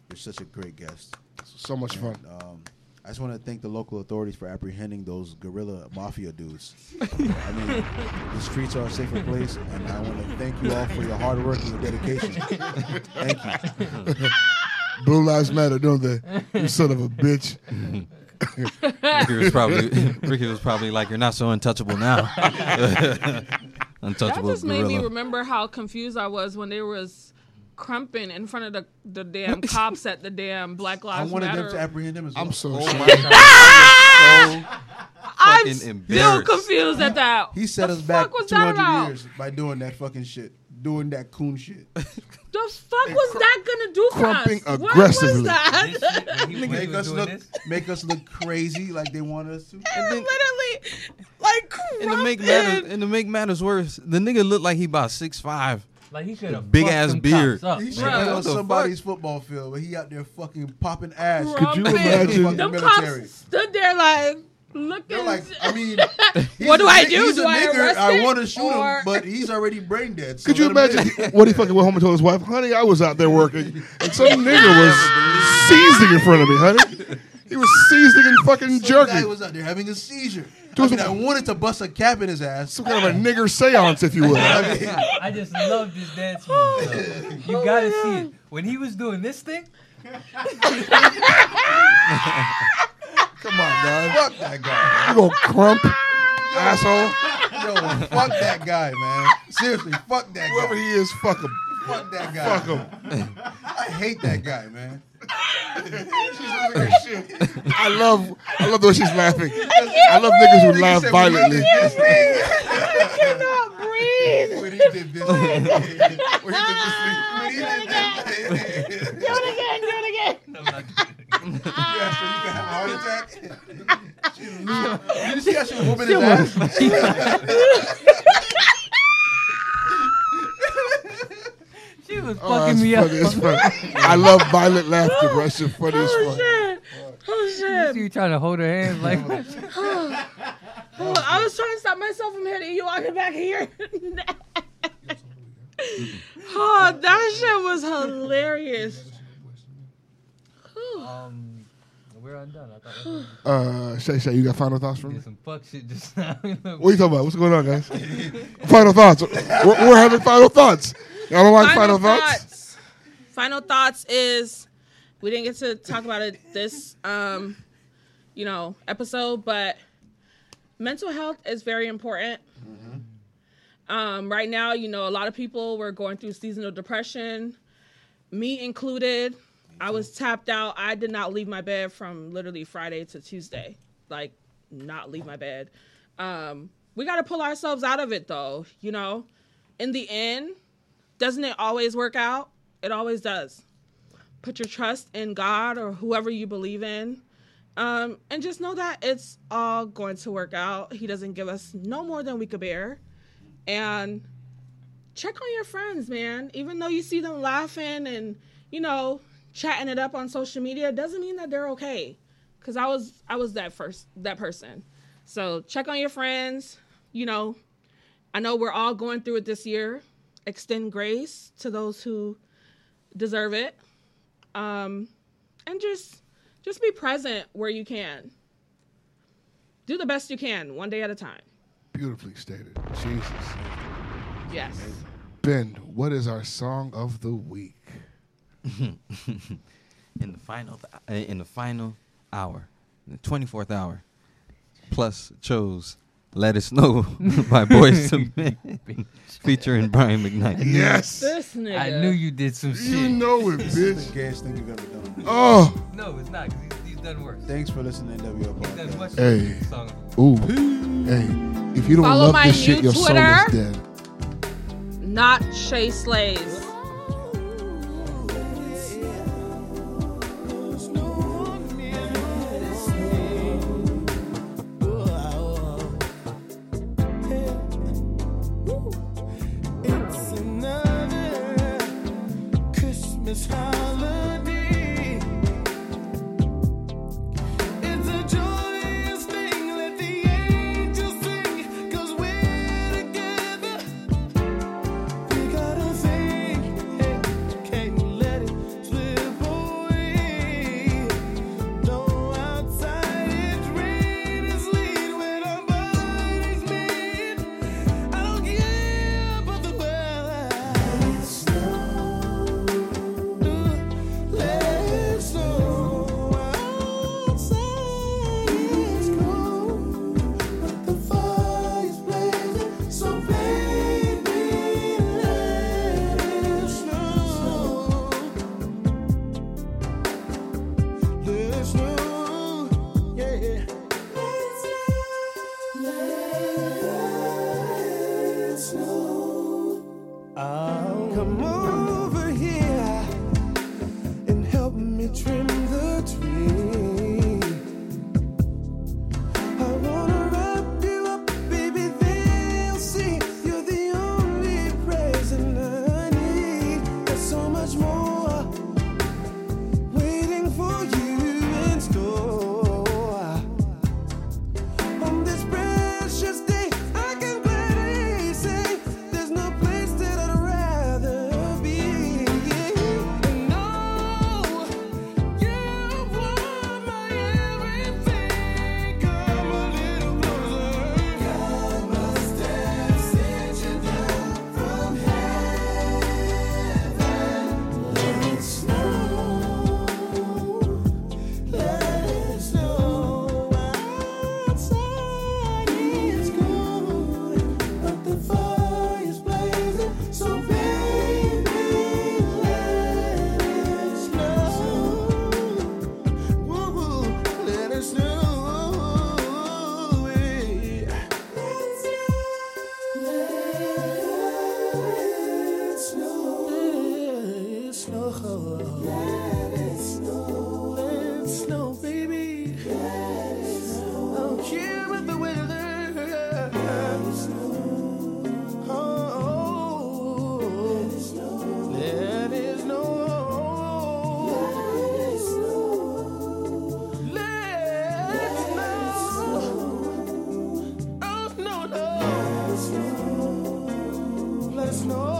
Speaker 3: you're such a great guest.
Speaker 1: So much
Speaker 3: fun. Um, I just want to thank the local authorities for apprehending those guerrilla mafia dudes. I mean, the streets are a safer place, and I want to thank you all for your hard work and your
Speaker 7: <laughs>
Speaker 3: dedication. thank
Speaker 1: <laughs>
Speaker 3: you.
Speaker 1: Blue Lives Matter, don't they? You son of a
Speaker 6: <laughs>
Speaker 1: bitch.
Speaker 6: Ricky was probably Ricky was probably like, "You're not so untouchable <laughs> now."
Speaker 7: That
Speaker 6: <laughs> untouchable
Speaker 7: just made me
Speaker 6: gorilla.
Speaker 7: remember how confused I was when they was crumping in front of the, the
Speaker 3: <laughs>
Speaker 7: damn cops at the damn Black
Speaker 3: I
Speaker 7: Lives
Speaker 3: wanted
Speaker 7: Matter.
Speaker 3: them to apprehend him as well.
Speaker 1: I'm so
Speaker 3: Oh
Speaker 1: sorry.
Speaker 3: my God. I was so
Speaker 7: I'm
Speaker 3: fucking
Speaker 7: still
Speaker 3: embarrassed.
Speaker 7: confused at that.
Speaker 3: He set
Speaker 7: the
Speaker 3: us back
Speaker 7: fuck was that
Speaker 3: 200
Speaker 7: about?
Speaker 3: years by doing that fucking shit, doing that
Speaker 7: <laughs>
Speaker 3: coon shit.
Speaker 7: The fuck was that gonna do for us?
Speaker 3: crumping
Speaker 7: What was
Speaker 3: aggressively. <laughs>
Speaker 7: that? <laughs>
Speaker 3: make us look, make us look crazy like they want us to.
Speaker 7: literally, like
Speaker 6: And to make matters and to make matters worse, the nigga looked like he about six five.
Speaker 3: Like, he
Speaker 6: coulda Big fucked ass them beard. cops up,
Speaker 3: He
Speaker 6: man.
Speaker 3: should be
Speaker 6: What
Speaker 3: on
Speaker 6: the fuck?
Speaker 3: somebody's football field, but he out there fucking popping ass.
Speaker 1: Could you imagine-
Speaker 3: Fucking
Speaker 7: Them
Speaker 3: military.
Speaker 7: cops stood there like looking.
Speaker 3: like,
Speaker 7: <laughs>
Speaker 3: I mean, He's
Speaker 7: what do
Speaker 3: a
Speaker 7: I
Speaker 3: ni-
Speaker 7: do?
Speaker 3: He's
Speaker 7: Do
Speaker 3: a
Speaker 7: I
Speaker 3: nigger.
Speaker 7: arrest
Speaker 3: I
Speaker 7: it?
Speaker 3: want to shoot
Speaker 7: Or-
Speaker 3: him, but he's already brain dead. So
Speaker 1: Could you
Speaker 3: let him
Speaker 1: imagine what he fucking went home and told his wife, honey, I was out there working and
Speaker 3: <laughs>
Speaker 1: some nigga was seizing in front of me, honey. He was seizing and fucking
Speaker 3: Some guy
Speaker 1: jerking.
Speaker 3: was out there having a seizure. I, mean, I wanted to bust a cap in his ass.
Speaker 1: Some kind of a nigger seance,
Speaker 3: <laughs>
Speaker 1: if you <laughs> will.
Speaker 3: I mean,
Speaker 2: I just love this dance
Speaker 1: Oh,
Speaker 2: move. though. You gotta see it. When he was doing this thing,
Speaker 1: Come on, dog.
Speaker 3: Fuck that guy.
Speaker 1: You gonna crump, asshole.
Speaker 3: Yo, fuck that guy, man. Seriously, fuck that
Speaker 1: Whoever
Speaker 3: guy.
Speaker 1: he is, fuck him.
Speaker 3: Fuck that guy.
Speaker 1: Fuck him.
Speaker 3: I hate that guy, man.
Speaker 1: I love, I love the way she's
Speaker 3: <laughs>
Speaker 1: laughing. I love niggas who laugh violently.
Speaker 3: cannot
Speaker 4: breathe.
Speaker 3: When he did this, when he did this, when he did that
Speaker 4: Do it again. Do it again.
Speaker 3: <laughs> yeah, so you can have a heart
Speaker 4: <laughs>
Speaker 3: attack. Jesus. Did you see how she was whooping
Speaker 4: She
Speaker 3: his
Speaker 4: almost-
Speaker 3: ass? <laughs>
Speaker 2: she was
Speaker 1: Oh, that's
Speaker 2: fucking
Speaker 3: Oh,
Speaker 2: me
Speaker 10: Yeah.
Speaker 1: funny as fuck. I
Speaker 4: <laughs>
Speaker 1: love violent laughter, bro. That shit funny as fuck.
Speaker 7: Oh shit!
Speaker 2: You trying to hold her
Speaker 1: <laughs>
Speaker 2: hand like?
Speaker 7: <sighs> I was trying to stop myself from hitting you on the back of your neck. <laughs> oh, that shit was hilarious.
Speaker 2: um, we're undone. I thought that was
Speaker 1: Uh, Shay Shay, you got final thoughts from me?
Speaker 2: some fuck shit just now.
Speaker 1: What are you talking about? What's going on,
Speaker 7: <laughs>
Speaker 1: guys? final thoughts. We're, we're having final thoughts. Y'all don't like final, thoughts?
Speaker 7: Final thoughts is we didn't get to talk about it this um you know episode, but mental health is very important.
Speaker 3: Mm-hmm.
Speaker 7: Um, right now, you know, a lot of people were going through seasonal depression, me included. I was tapped out. I did not leave my bed from literally Friday to Tuesday. Like, not leave my bed. Um, we got to pull ourselves out of it, though. You know, in the end, doesn't it always work out? It always does. Put your trust in God or whoever you believe in. Um, and just know that it's all going to work out. He doesn't give us no more than we could bear. And check on your friends, man. Even though you see them laughing and, you know, chatting it up on social media, doesn't mean that they're okay. Cause I was I was that first that person. So check on your friends, you know. I know we're all going through it this year. Extend grace to those who deserve it. Um and just just be present where you can. Do the best you can, one day at a time.
Speaker 1: Beautifully stated. Jesus.
Speaker 7: Yes.
Speaker 1: Ben, what is our song of
Speaker 7: <laughs>
Speaker 1: the week?
Speaker 6: <laughs> in the final th- uh, in the final hour, the twenty fourth hour, plus chose "Let Us Know" <laughs> by Boys to <laughs> Men, featuring Brian McKnight.
Speaker 1: Yes.
Speaker 7: This nigga.
Speaker 2: I knew you did some shit.
Speaker 1: You know it,
Speaker 3: This is
Speaker 1: bitch.
Speaker 3: the gayest thing you've ever done.
Speaker 1: Oh.
Speaker 2: No, it's not. 'cause he's, he's done worse.
Speaker 3: Thanks for listening to NWO
Speaker 2: done
Speaker 3: Podcast.
Speaker 2: much
Speaker 1: Hey.
Speaker 2: Song.
Speaker 1: Ooh. Hey. If you don't
Speaker 7: Follow
Speaker 1: love
Speaker 7: my
Speaker 1: this shit,
Speaker 7: new
Speaker 1: your soul
Speaker 7: Twitter.
Speaker 1: is dead.
Speaker 7: Not Shay Slays.
Speaker 4: It's another Christmas holiday. It's a joyous thing. Let the angels sing, 'cause we're together. We gotta sing, can't let it slip away. Though outside it's rain, it's lead when our bodies meet. I don't care about the weather. Let snow outside is cold, but the fire's blazing. So baby, let snow. Let snow, yeah. Let snow. Come over here and help me trim the tree. I wanna wrap you up, baby. They'll see you're the only present I need. There's so much more waiting for you in store. On this precious day, I can gladly say there's no place that I'd rather be. And no, you were my everything. Come a little closer. God must have sent you down from heaven. Let it snow. Let it snow outside is cold, but the fire's blazing. So baby, let it snow. Woo, let it snow. Let it snow. Let it snow. Let it snow. Let it snow, baby. Let it snow. Don't care about the weather. Let it snow. Oh, let it snow. Let it snow. Let's know. Oh, Oh,